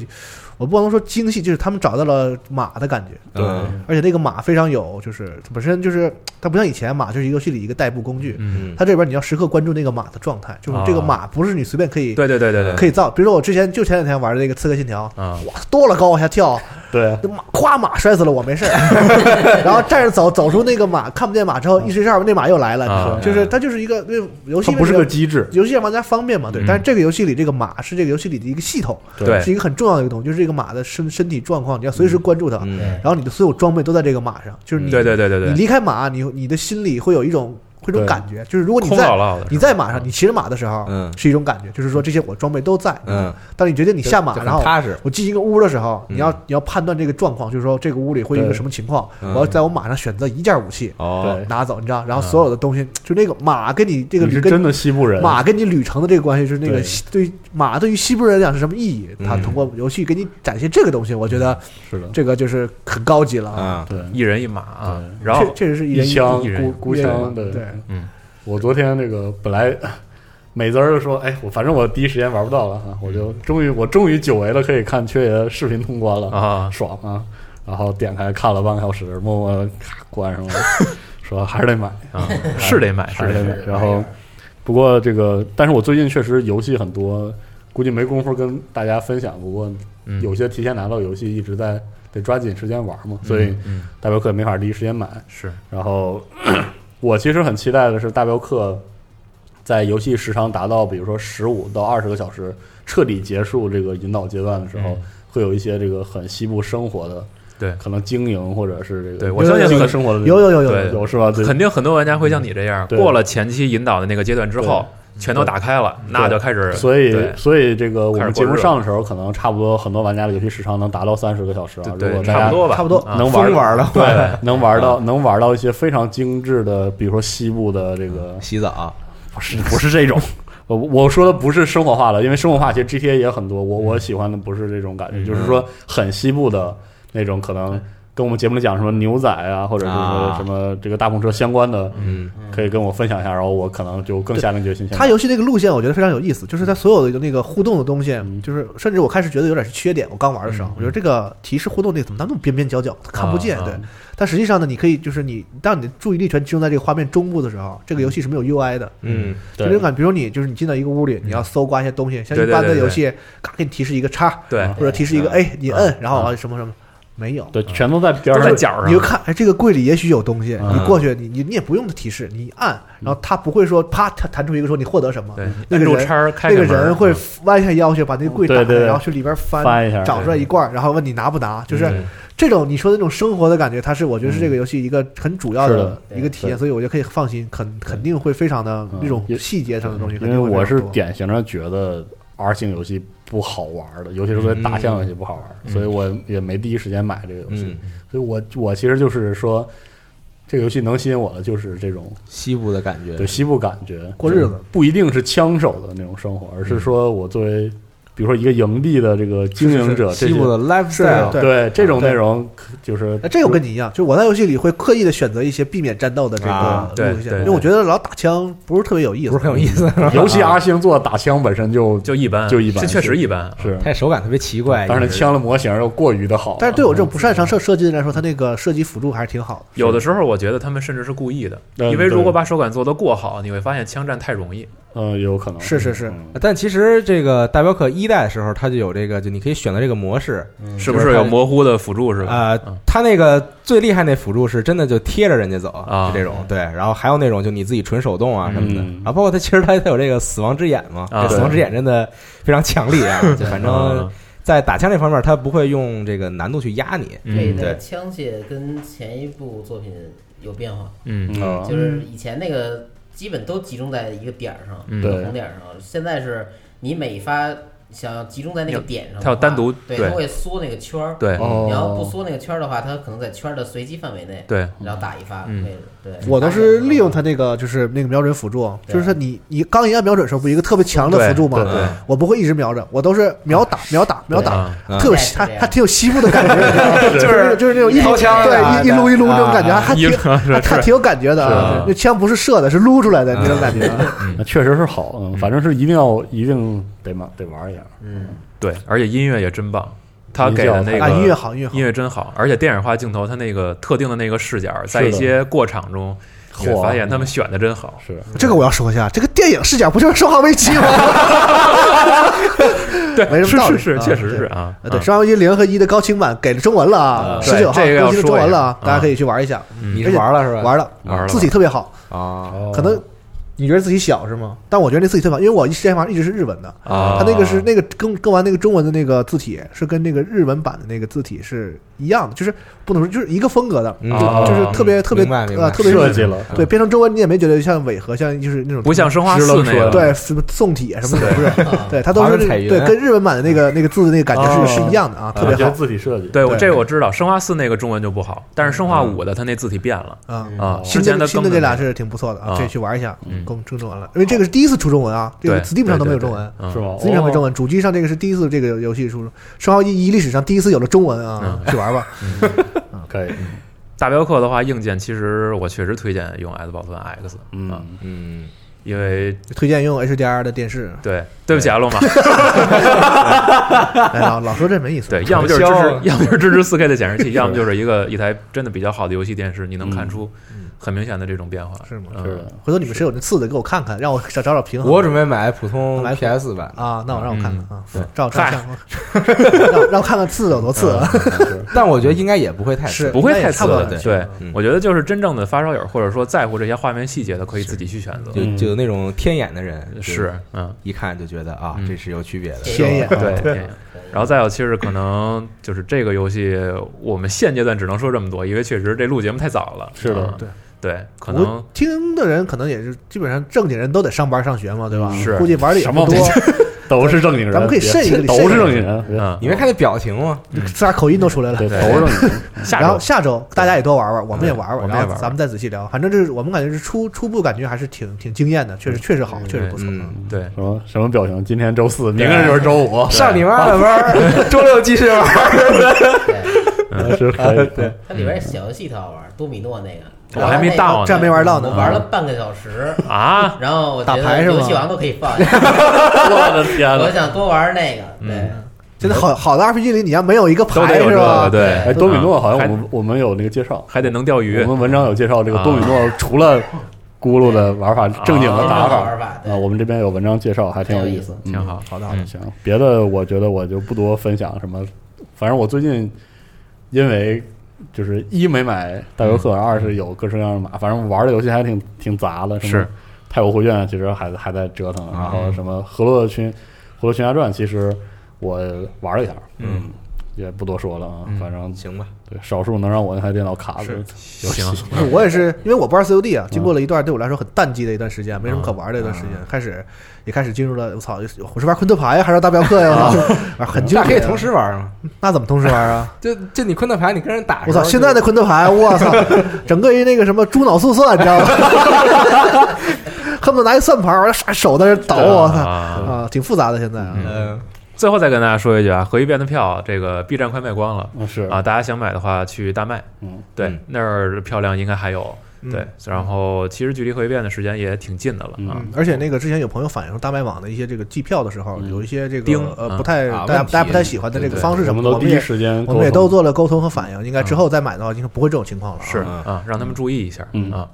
Speaker 6: 我不能说精细，就是他们找到了马的感觉，
Speaker 5: 嗯
Speaker 6: 而且那个马非常有，就是本身就是它不像以前马就是一个游戏里一个代步工具，
Speaker 4: 嗯，啊
Speaker 5: 嗯
Speaker 6: 它这边你要时刻关注那个马的状态，哎就是这个马不是你随便可以、
Speaker 4: 对对对哦对对，
Speaker 6: 可以 造。比如说我之前就前两天玩的那个《刺客信条》。
Speaker 4: 啊，
Speaker 6: 哇，多了高往下跳，
Speaker 8: 对，
Speaker 6: 那马咵马摔死了我没事儿，然后站着走走出那个马看不见马之后，一追上那马又来了，
Speaker 4: 啊
Speaker 6: 就是它就是一个那游戏
Speaker 8: 它
Speaker 6: 里
Speaker 8: 不是
Speaker 6: 面
Speaker 8: 个机制，
Speaker 6: 游戏让玩家方便嘛，对
Speaker 4: 嗯。
Speaker 6: 但是这个游戏里这个马是这个游戏里的一个系统，
Speaker 4: 对
Speaker 6: 是一个很重要的一个东西，就是这个马的身身体状况，你要随时关注它。
Speaker 5: 嗯
Speaker 7: 对
Speaker 6: 然后你的所有装备都在这个马上，就是你
Speaker 4: 嗯对对对对
Speaker 6: 你
Speaker 4: 对，
Speaker 6: 离开马，你你的心里会有一种会有一种
Speaker 8: 对
Speaker 6: 感觉，就是如果你
Speaker 4: 空落
Speaker 6: 在
Speaker 4: 落的，
Speaker 6: 你在马上，你骑着马的时候，
Speaker 5: 嗯
Speaker 6: 是一种感觉，就是说这些我装备都在，
Speaker 5: 嗯，
Speaker 6: 当你决定你下马，
Speaker 5: 就很
Speaker 6: 然后
Speaker 5: 踏实，
Speaker 6: 我进一个屋的时候，
Speaker 5: 嗯
Speaker 6: 你要你要判断这个状况，就是说这个屋里会有一个
Speaker 8: 对
Speaker 6: 什么情况，
Speaker 5: 嗯
Speaker 6: 我要在我马上选择一件武器
Speaker 5: 哦，
Speaker 8: 对
Speaker 6: 拿走，你知道，
Speaker 4: 啊
Speaker 6: 然后所有的东西，就那个马跟你这个
Speaker 8: 你
Speaker 6: 旅
Speaker 8: 是
Speaker 6: 跟
Speaker 8: 真的西部人，
Speaker 6: 马跟你旅程的这个关系，就是那个
Speaker 8: 对
Speaker 6: 西对于马对于西部人来讲是什么意义？他
Speaker 5: 嗯
Speaker 6: 通过游戏给你展现这个东西，我觉
Speaker 7: 嗯
Speaker 6: 得
Speaker 8: 是的，
Speaker 6: 这个就是很高级了啊。
Speaker 5: 啊，
Speaker 8: 对，
Speaker 4: 一人一马啊，
Speaker 8: 对
Speaker 4: 然后
Speaker 6: 确确实是一
Speaker 8: 一
Speaker 6: 人
Speaker 8: 枪
Speaker 4: 一人
Speaker 8: 孤孤枪
Speaker 6: 对
Speaker 8: 对
Speaker 6: 对，
Speaker 4: 嗯，
Speaker 8: 我昨天那个本来 美滋儿就说，哎，我反正我第一时间玩不到了啊哈，我就终于我终于久违了可以看缺爷视频通关了，
Speaker 4: 啊，
Speaker 8: 爽啊！然后点开看了半个小时，默默地咔关上了，说还是 得买，
Speaker 4: 啊，是得买，
Speaker 8: 还
Speaker 4: 是
Speaker 8: 是
Speaker 4: 得
Speaker 8: 得
Speaker 4: 买，
Speaker 8: 买。然后不过这个，但是我最近确实游戏很多，估计没工夫跟大家分享。不过
Speaker 4: 嗯，
Speaker 8: 有些提前拿到游戏，一直在得抓紧时间玩嘛，所以
Speaker 4: 嗯嗯
Speaker 8: 大镖客也没 法第一时间买。
Speaker 4: 是
Speaker 8: 然后我其实很期待的是大镖客在游戏时长达到比如说十五到二十个小时，彻底结束这个引导阶段的时候，
Speaker 4: 嗯
Speaker 8: 会有一些这个很西部生活的，
Speaker 4: 对
Speaker 8: 可能经营或者是这个，
Speaker 4: 对我相信
Speaker 8: 经营生活的
Speaker 6: 有有有有
Speaker 4: 对
Speaker 6: 有，
Speaker 8: 有是吧？对，
Speaker 4: 肯定很多玩家会像你这样，
Speaker 8: 对
Speaker 4: 过了前期引导的那个阶段之后，全都打开了，那就开始。
Speaker 8: 所以
Speaker 4: 对
Speaker 8: 所以这个我
Speaker 4: 开
Speaker 8: 们
Speaker 4: 始过
Speaker 8: 节
Speaker 4: 日
Speaker 8: 目
Speaker 4: 子
Speaker 8: 上的时候，可能差不多很多玩家的游戏时长能达到三十个小时啊
Speaker 4: 对，
Speaker 8: 如
Speaker 4: 对
Speaker 8: 果大家
Speaker 4: 差不多吧，
Speaker 6: 差不多
Speaker 4: 啊
Speaker 8: 能
Speaker 5: 疯
Speaker 8: 玩
Speaker 5: 玩的话，
Speaker 8: 对，能玩到能玩到一些非常精致的，比如说西部的这个
Speaker 5: 洗澡，
Speaker 8: 不是不是这种，我我说的不是生活化的，因为生活化其实 GTA 也很多，我
Speaker 5: 嗯
Speaker 8: 我喜欢的不是这种感觉，就是说很西部的那种，可能跟我们节目里讲什么牛仔啊，或者是说
Speaker 5: 啊
Speaker 8: 什么这个大篷车相关的，
Speaker 5: 嗯，
Speaker 8: 可以跟我分享一下，然后我可能就更下定决心想。
Speaker 6: 它游戏那个路线我觉得非常有意思，就是它所有的那个互动的东西，
Speaker 4: 嗯
Speaker 6: 就是甚至我开始觉得有点是缺点。我刚玩的时候，我觉得这个提示互动那个怎么那么边边角角，看不见
Speaker 4: 啊。
Speaker 6: 对，但实际上呢，你可以就是你当你的注意力全集中在这个画面中部的时候，
Speaker 4: 嗯
Speaker 6: 这个游戏是没有 UI 的。
Speaker 5: 嗯，
Speaker 6: 就这
Speaker 8: 对
Speaker 6: 种感觉，比如你就是你进到一个屋里，你要搜刮一些东西，像一
Speaker 4: 对对
Speaker 6: 般的
Speaker 4: 对
Speaker 6: 游戏，嘎给你提示一个叉，
Speaker 4: 嗯对
Speaker 6: 或者提示
Speaker 7: 嗯
Speaker 6: 一个
Speaker 5: 对
Speaker 6: A，你摁，然后啊什么什么，没有。
Speaker 8: 对，全都在边
Speaker 4: 都
Speaker 8: 儿
Speaker 4: 在
Speaker 8: 上。
Speaker 4: 角
Speaker 6: 你就
Speaker 4: 上。
Speaker 6: 看，哎，这个柜里也许有东西，
Speaker 8: 嗯
Speaker 6: 你过去，你你你也不用提示，你按，然后它不会说啪，它弹出一个说你获得什么，
Speaker 4: 对，
Speaker 6: 那个
Speaker 4: 按住
Speaker 6: 人
Speaker 4: 叉儿开
Speaker 6: 那个
Speaker 4: 门嗯
Speaker 6: 人会弯下腰去把那个柜打开，
Speaker 8: 对对对
Speaker 6: 然后去里边翻，
Speaker 8: 翻一下
Speaker 6: 找出来一罐儿，然后问你拿不拿，就是
Speaker 4: 嗯
Speaker 6: 这种你说的那种生活的感觉，它是我觉得是这个游戏一个很主要
Speaker 8: 是
Speaker 6: 的
Speaker 8: 的
Speaker 6: 一个体验，
Speaker 8: 对
Speaker 6: 所以我就可以放心，肯肯定会非常的
Speaker 8: 嗯
Speaker 6: 那种
Speaker 8: 因
Speaker 6: 细节上的东西，肯
Speaker 8: 因为
Speaker 6: 定会
Speaker 8: 我
Speaker 6: 非常
Speaker 8: 是
Speaker 6: 多
Speaker 8: 典型的觉得 R 型游戏不好玩的，尤其是对大象游戏不好玩，
Speaker 4: 嗯
Speaker 8: 所以我也没第一时间买这个游戏。
Speaker 5: 嗯
Speaker 8: 所以我我其实就是说，这个游戏能吸引我的就是这种
Speaker 5: 西部的感觉
Speaker 8: 对，西部感觉，
Speaker 6: 过日子，
Speaker 8: 不一定是枪手的那种生活，而是说我作为比如说一个营地的这个经营者，这
Speaker 5: 西部
Speaker 8: 些
Speaker 5: 的 lifestyle，
Speaker 6: 对
Speaker 8: 对这种
Speaker 6: 对
Speaker 8: 内容可就是
Speaker 6: 那这个跟你一样，就是我在游戏里会刻意的选择一些避免战斗的这
Speaker 5: 啊
Speaker 6: 个
Speaker 4: 对
Speaker 6: 路线，
Speaker 4: 对
Speaker 6: 因为我觉得老打枪不是特别有意思，
Speaker 5: 不是很有意思，
Speaker 8: 尤其阿星做的打枪本身 就
Speaker 4: 就一般，
Speaker 8: 就一般
Speaker 4: 这确实一般。
Speaker 8: 是，
Speaker 5: 它手感特别奇怪，
Speaker 8: 但是那
Speaker 5: 就是
Speaker 8: 枪的模型又过于的好，
Speaker 6: 但是对我这种不擅长射射击的人来说，他那个射击辅助还是挺好的。
Speaker 4: 有的时候我觉得他们甚至是故意的，
Speaker 8: 嗯
Speaker 4: 因为如
Speaker 8: 对
Speaker 4: 果把手感做得过好，你会发现枪战太容易。
Speaker 8: 嗯有可能
Speaker 6: 是是是
Speaker 8: 嗯
Speaker 5: 但其实这个大镖客一代的时候，它就有这个，就你可以选择这个模式
Speaker 6: 嗯
Speaker 7: 嗯
Speaker 4: 是不是有模糊的辅助是吧？
Speaker 5: 啊、
Speaker 4: 嗯
Speaker 5: 它那个最厉害那辅助是真的就贴着人家走
Speaker 4: 啊
Speaker 5: 就这种对，然后还有那种就你自己纯手动啊什么的，
Speaker 8: 嗯
Speaker 5: 然后包括它其实它它有这个死亡之眼嘛，
Speaker 4: 啊
Speaker 5: 这死亡之眼真的非常强力啊，就反正
Speaker 6: 呃
Speaker 4: 嗯
Speaker 5: 在打枪这方面，它不会用这个难度去压你，
Speaker 7: 这
Speaker 4: 嗯
Speaker 5: 对
Speaker 7: 的枪械跟前一部作品有变化，
Speaker 4: 嗯
Speaker 8: 嗯
Speaker 7: 就是以前那个基本都集中在一个点儿上，
Speaker 4: 嗯
Speaker 7: 一个
Speaker 8: 对
Speaker 7: 红点儿上，现在是你每发想要集中在那个点上的话，
Speaker 4: 它要单独
Speaker 7: 对，
Speaker 4: 对
Speaker 7: 它会缩那个圈儿，
Speaker 4: 对
Speaker 8: 哦
Speaker 7: 你要不缩那个圈儿的话，它可能在圈儿的随机范围内，
Speaker 4: 对，
Speaker 7: 然后打一发
Speaker 4: 嗯
Speaker 7: 位置，对，
Speaker 6: 我都是利用他那个，就是那个瞄准辅助，就是说你你刚一按瞄准的时候，不是一个特别强的辅助
Speaker 8: 对对
Speaker 6: 吗？我不会一直瞄着，我都是瞄打瞄打瞄打，
Speaker 5: 嗯
Speaker 6: 特有
Speaker 7: 嗯
Speaker 6: 西它
Speaker 7: 对
Speaker 6: 它挺有西部的感觉， 就是就是那种一
Speaker 5: 掏枪啊
Speaker 6: 对一一撸一撸
Speaker 5: 啊
Speaker 6: 这种感觉，还还
Speaker 4: 一
Speaker 6: 挺
Speaker 4: 路
Speaker 6: 还还挺有感觉的
Speaker 4: 嗯是
Speaker 6: 啊
Speaker 4: 啊。
Speaker 6: 那枪不是射的，是撸出来的那种感觉。
Speaker 8: 那确实是好，嗯，反正是一定要一定得嘛得玩一下，
Speaker 7: 嗯
Speaker 4: 对，而且音乐也真棒，他
Speaker 8: 音
Speaker 4: 给
Speaker 8: 效
Speaker 4: 的那
Speaker 8: 太
Speaker 4: 个
Speaker 6: 啊，音乐好，音乐好
Speaker 4: 音。乐真好，而且电影化镜头，它那个特定的那个视角，在一
Speaker 8: 是的
Speaker 4: 些过场中，你会
Speaker 8: 嚯
Speaker 4: 发现他们选的真好。
Speaker 8: 是
Speaker 6: 这个我要说一下，这个电影视角不就是《生化危机》吗？没
Speaker 4: 对，
Speaker 6: 什
Speaker 4: 是
Speaker 6: 么道理
Speaker 4: 是是，
Speaker 6: 啊
Speaker 4: 确实是
Speaker 6: 对
Speaker 4: 啊。
Speaker 6: 啊，对，
Speaker 4: 啊
Speaker 6: 《生化危机》零和一的高清版给了中文了啊，十九号
Speaker 4: 对这个要
Speaker 6: 更新了中文了啊
Speaker 4: 说一，下
Speaker 6: 大家可以去玩一下，
Speaker 5: 你是玩了是吧？
Speaker 6: 玩了，
Speaker 4: 玩了
Speaker 6: 字体特别好，
Speaker 5: 啊，
Speaker 6: 可能啊你觉得自己小是吗？但我觉得那字体特别好，因为我之前玩一直是日文的，
Speaker 4: 啊，
Speaker 6: 它那个是那个跟跟完那个中文的那个字体是跟那个日文版的那个字体是一样的，就是不能说就是一个风格的，
Speaker 5: 嗯
Speaker 4: 啊
Speaker 6: 就是特别特别
Speaker 5: 明白明白
Speaker 6: 呃特别
Speaker 8: 设计了，
Speaker 6: 对，变成中文你也没觉得像违和，像就是那种
Speaker 4: 嗯不像生化四那个，
Speaker 6: 对什么宋体啊什么的，不是，对，它都
Speaker 5: 华
Speaker 6: 是
Speaker 5: 文
Speaker 6: 那
Speaker 5: 彩
Speaker 6: 个
Speaker 5: 云
Speaker 6: 对跟日文版的那个那个字的那个感觉是
Speaker 8: 哦
Speaker 6: 是一样的啊，特别
Speaker 8: 我觉
Speaker 6: 好
Speaker 8: 得字体设计，
Speaker 4: 对，我
Speaker 6: 对
Speaker 4: 这个我知道，生化四那个中文就不好，但是生化五的它那字体变了
Speaker 6: 啊。
Speaker 7: 嗯
Speaker 4: 啊。之
Speaker 6: 新
Speaker 4: 前
Speaker 6: 的
Speaker 4: 它
Speaker 6: 新
Speaker 4: 更
Speaker 6: 的
Speaker 4: 的
Speaker 6: 这俩是挺不错的
Speaker 4: 啊
Speaker 6: 啊，可以去玩一下
Speaker 4: 嗯，
Speaker 6: 更正中文了，因为这个是第一次出中文啊，这
Speaker 4: 对
Speaker 6: 个 Steam 上都没有中文，
Speaker 8: 是？哦吗？
Speaker 6: Steam 上没中
Speaker 8: 文，
Speaker 6: 文，主机上这个是第一次这个游戏出，《生化危机一》历史上第一次有了中文啊，去玩吧。
Speaker 8: 可以，
Speaker 4: 大镖客的话，硬件其实我确实推荐用 S 保存 X 啊，
Speaker 8: 嗯，
Speaker 5: 嗯，
Speaker 4: 因为
Speaker 6: 推荐用 HDR 的电视，
Speaker 4: 对，对不起啊，龙马，
Speaker 6: 哎老老说这没意思。
Speaker 4: 对，要么就是支
Speaker 5: 传
Speaker 8: 啊
Speaker 4: 持
Speaker 5: 销，
Speaker 4: 要么就是支持 4K 的显示器，要么就是一个一台真的比较好的游戏电视，你能看出很明显的这种变化。
Speaker 6: 嗯是吗
Speaker 4: 嗯
Speaker 8: 嗯是的，
Speaker 6: 回头你们谁有那次的给我看看，让我找找找平衡。
Speaker 5: 我准备买普通
Speaker 6: 买
Speaker 5: PS 版的，
Speaker 6: 啊，那我让我看看啊
Speaker 5: 嗯，
Speaker 6: 照照相，让让我看看刺有多刺啊，
Speaker 5: 但我觉得应该也不会太
Speaker 6: 是
Speaker 4: 不会太
Speaker 6: 差
Speaker 4: 次
Speaker 6: 不
Speaker 4: 了
Speaker 6: 多。
Speaker 4: 对，
Speaker 6: 对
Speaker 5: 嗯
Speaker 4: 我觉得就是真正的发烧友，或者说在乎这些画面细节的，可以自己去选择。，
Speaker 5: 就
Speaker 8: 嗯
Speaker 5: 就那种天眼的人就是
Speaker 4: 嗯，
Speaker 5: 一看就觉得啊，
Speaker 4: 嗯
Speaker 5: 这是有区别的。
Speaker 6: 天眼
Speaker 4: 对。电影然后再有，其实可能就是这个游戏，我们现阶段只能说这么多，因为确实这录节目太早了。
Speaker 8: 是的
Speaker 4: 嗯
Speaker 6: 对
Speaker 4: 对，可能
Speaker 6: 我听的人可能也是基本上正经人都得上班上学嘛，对吧？
Speaker 4: 是
Speaker 6: 估计玩的也
Speaker 8: 什
Speaker 6: 不
Speaker 8: 么
Speaker 6: 多，
Speaker 8: 都是正经人，
Speaker 6: 咱们可以
Speaker 8: 别
Speaker 6: 慎一个礼
Speaker 8: 都
Speaker 6: 慎一
Speaker 8: 是
Speaker 6: 个
Speaker 8: 正经人，别
Speaker 4: 嗯
Speaker 5: 你没看那表情吗？
Speaker 6: 仨口音都出来了
Speaker 8: 啊对，。都是正经人。
Speaker 4: 下
Speaker 6: 然后
Speaker 4: 周
Speaker 6: 嗯下周大家也多玩玩，我们也玩
Speaker 4: 我
Speaker 6: 玩，
Speaker 4: 们也
Speaker 6: 然
Speaker 4: 玩
Speaker 6: 后
Speaker 4: 玩
Speaker 6: 咱们再仔细聊。反正就是我们感觉是初初步感觉还是挺挺惊艳的，确实确实好，确实不错。
Speaker 5: 嗯，
Speaker 4: 对
Speaker 8: 什么什么表情？今天周四，明天就是周五，
Speaker 5: 上你妈的班 儿，周六继续玩儿。
Speaker 8: 嗯是可以。对，
Speaker 7: 它里边小游戏特好玩，多米诺那个，
Speaker 4: 嗯我还没到呢
Speaker 6: 这还没玩到呢
Speaker 7: 我玩了半个小时，
Speaker 4: 啊，
Speaker 7: 然后我觉得
Speaker 6: 打牌是吗
Speaker 7: 游戏王都可以 放一下，
Speaker 8: 我的天
Speaker 7: 我
Speaker 8: 呐！
Speaker 7: 想多玩那个，对，
Speaker 4: 嗯
Speaker 6: 真的好好的 RPG 里，你要没有一个
Speaker 4: 都得
Speaker 6: 牌
Speaker 4: 有
Speaker 6: 是
Speaker 4: 这
Speaker 6: 吧
Speaker 4: 个，？对，嗯
Speaker 8: 哎，多米诺好像
Speaker 4: 还
Speaker 8: 我们我们有那个介绍，
Speaker 4: 还得能钓鱼
Speaker 8: 我。们文章有介绍这个多米诺除了咕噜的玩法，正经的打
Speaker 7: 好
Speaker 8: 法
Speaker 7: 玩法，对
Speaker 8: 啊，我们这边有文章介绍，还挺有意思，
Speaker 4: 挺好，
Speaker 6: 好的好的
Speaker 4: 嗯，
Speaker 8: 行，别的我觉得我就不多分享什么，反正我最近因为就是一没买大游
Speaker 4: 嗯
Speaker 8: 客，二是有各式各样的码，反正玩的游戏还挺挺杂的，什么
Speaker 4: 是嗯
Speaker 8: 太古护卷其实还还在折腾，然后什么河洛群河洛群侠传，其实我玩了一下，
Speaker 4: 嗯，
Speaker 8: 也不多说了啊，反正
Speaker 5: 行吧，
Speaker 8: 对少数能让我那台电脑卡的 游戏
Speaker 4: 行，
Speaker 6: 不是我也是，因为我不玩 COD 啊，经过了一段对我来说很淡季的一段时间，没什么可玩的一段时间，开始也开始进入了我操，我是玩昆特牌呀，还是玩大镖客呀？啊很纠
Speaker 5: 那
Speaker 6: 结。
Speaker 5: 可以同，时玩儿吗？
Speaker 6: 那怎么同时玩啊？
Speaker 5: 就就你昆特牌，你跟人打时
Speaker 6: 我
Speaker 5: 候
Speaker 6: 操，
Speaker 5: 就，
Speaker 6: 现在的昆特牌，我操，整个一那个什么猪脑速算，你知道吗？ 恨不得拿一算盘，完了唰手在那抖，我操
Speaker 4: 啊
Speaker 6: 啊，挺复杂的现在啊。
Speaker 5: 嗯，
Speaker 4: 最后再跟大家说一句啊，合一变的票这个 B 站快卖光了。
Speaker 8: 嗯是
Speaker 4: 啊，，大家想买的话去大麦，
Speaker 8: 嗯，
Speaker 4: 对
Speaker 5: 嗯，
Speaker 4: 那儿漂亮应该还有，
Speaker 6: 嗯
Speaker 4: 对，然后其实距离核聚变的时间也挺近的了啊
Speaker 8: 嗯，
Speaker 6: 而且那个之前有朋友反映说，大麦网的一些这个计票的时候，
Speaker 8: 嗯
Speaker 6: 有一些这个
Speaker 4: 钉
Speaker 6: 呃
Speaker 4: 啊
Speaker 6: 不太
Speaker 5: 啊
Speaker 6: 大家
Speaker 5: 问题
Speaker 6: 大家不太喜欢的这个
Speaker 4: 对对
Speaker 6: 方式
Speaker 8: 什
Speaker 6: 什么
Speaker 8: 么
Speaker 6: 的，
Speaker 8: 都
Speaker 6: 我
Speaker 8: 第
Speaker 6: 们
Speaker 8: 一
Speaker 6: 也
Speaker 8: 时间
Speaker 6: 我
Speaker 8: 沟通，
Speaker 6: 们也都做了沟通和反应，应该之后再买的话，应该不会这种情况了啊。嗯
Speaker 4: 是
Speaker 5: 嗯
Speaker 4: 啊，让他们注意一下啊。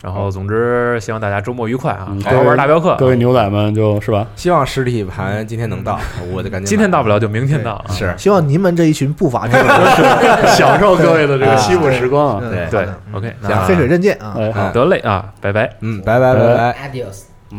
Speaker 4: 然后，总之，希望大家周末愉快啊
Speaker 8: 嗯！
Speaker 4: 好好玩大镖客
Speaker 8: 各，位牛仔们就是 吧，
Speaker 5: 希望实体盘今天能到，我就赶紧买。
Speaker 4: 今天到不了就明天到啊！
Speaker 5: 是
Speaker 6: 希望您们这一群不法之徒，
Speaker 8: 享受各位的这个西部时光啊！
Speaker 6: 嗯
Speaker 5: 对
Speaker 6: 好
Speaker 4: 对
Speaker 6: 的
Speaker 4: ，OK，
Speaker 6: 行
Speaker 4: 那
Speaker 6: 黑水刃剑啊。
Speaker 8: 哎，好。
Speaker 4: 得嘞啊，拜拜。
Speaker 5: 嗯嗯，拜拜拜拜。
Speaker 7: ，Adios。
Speaker 8: 嗯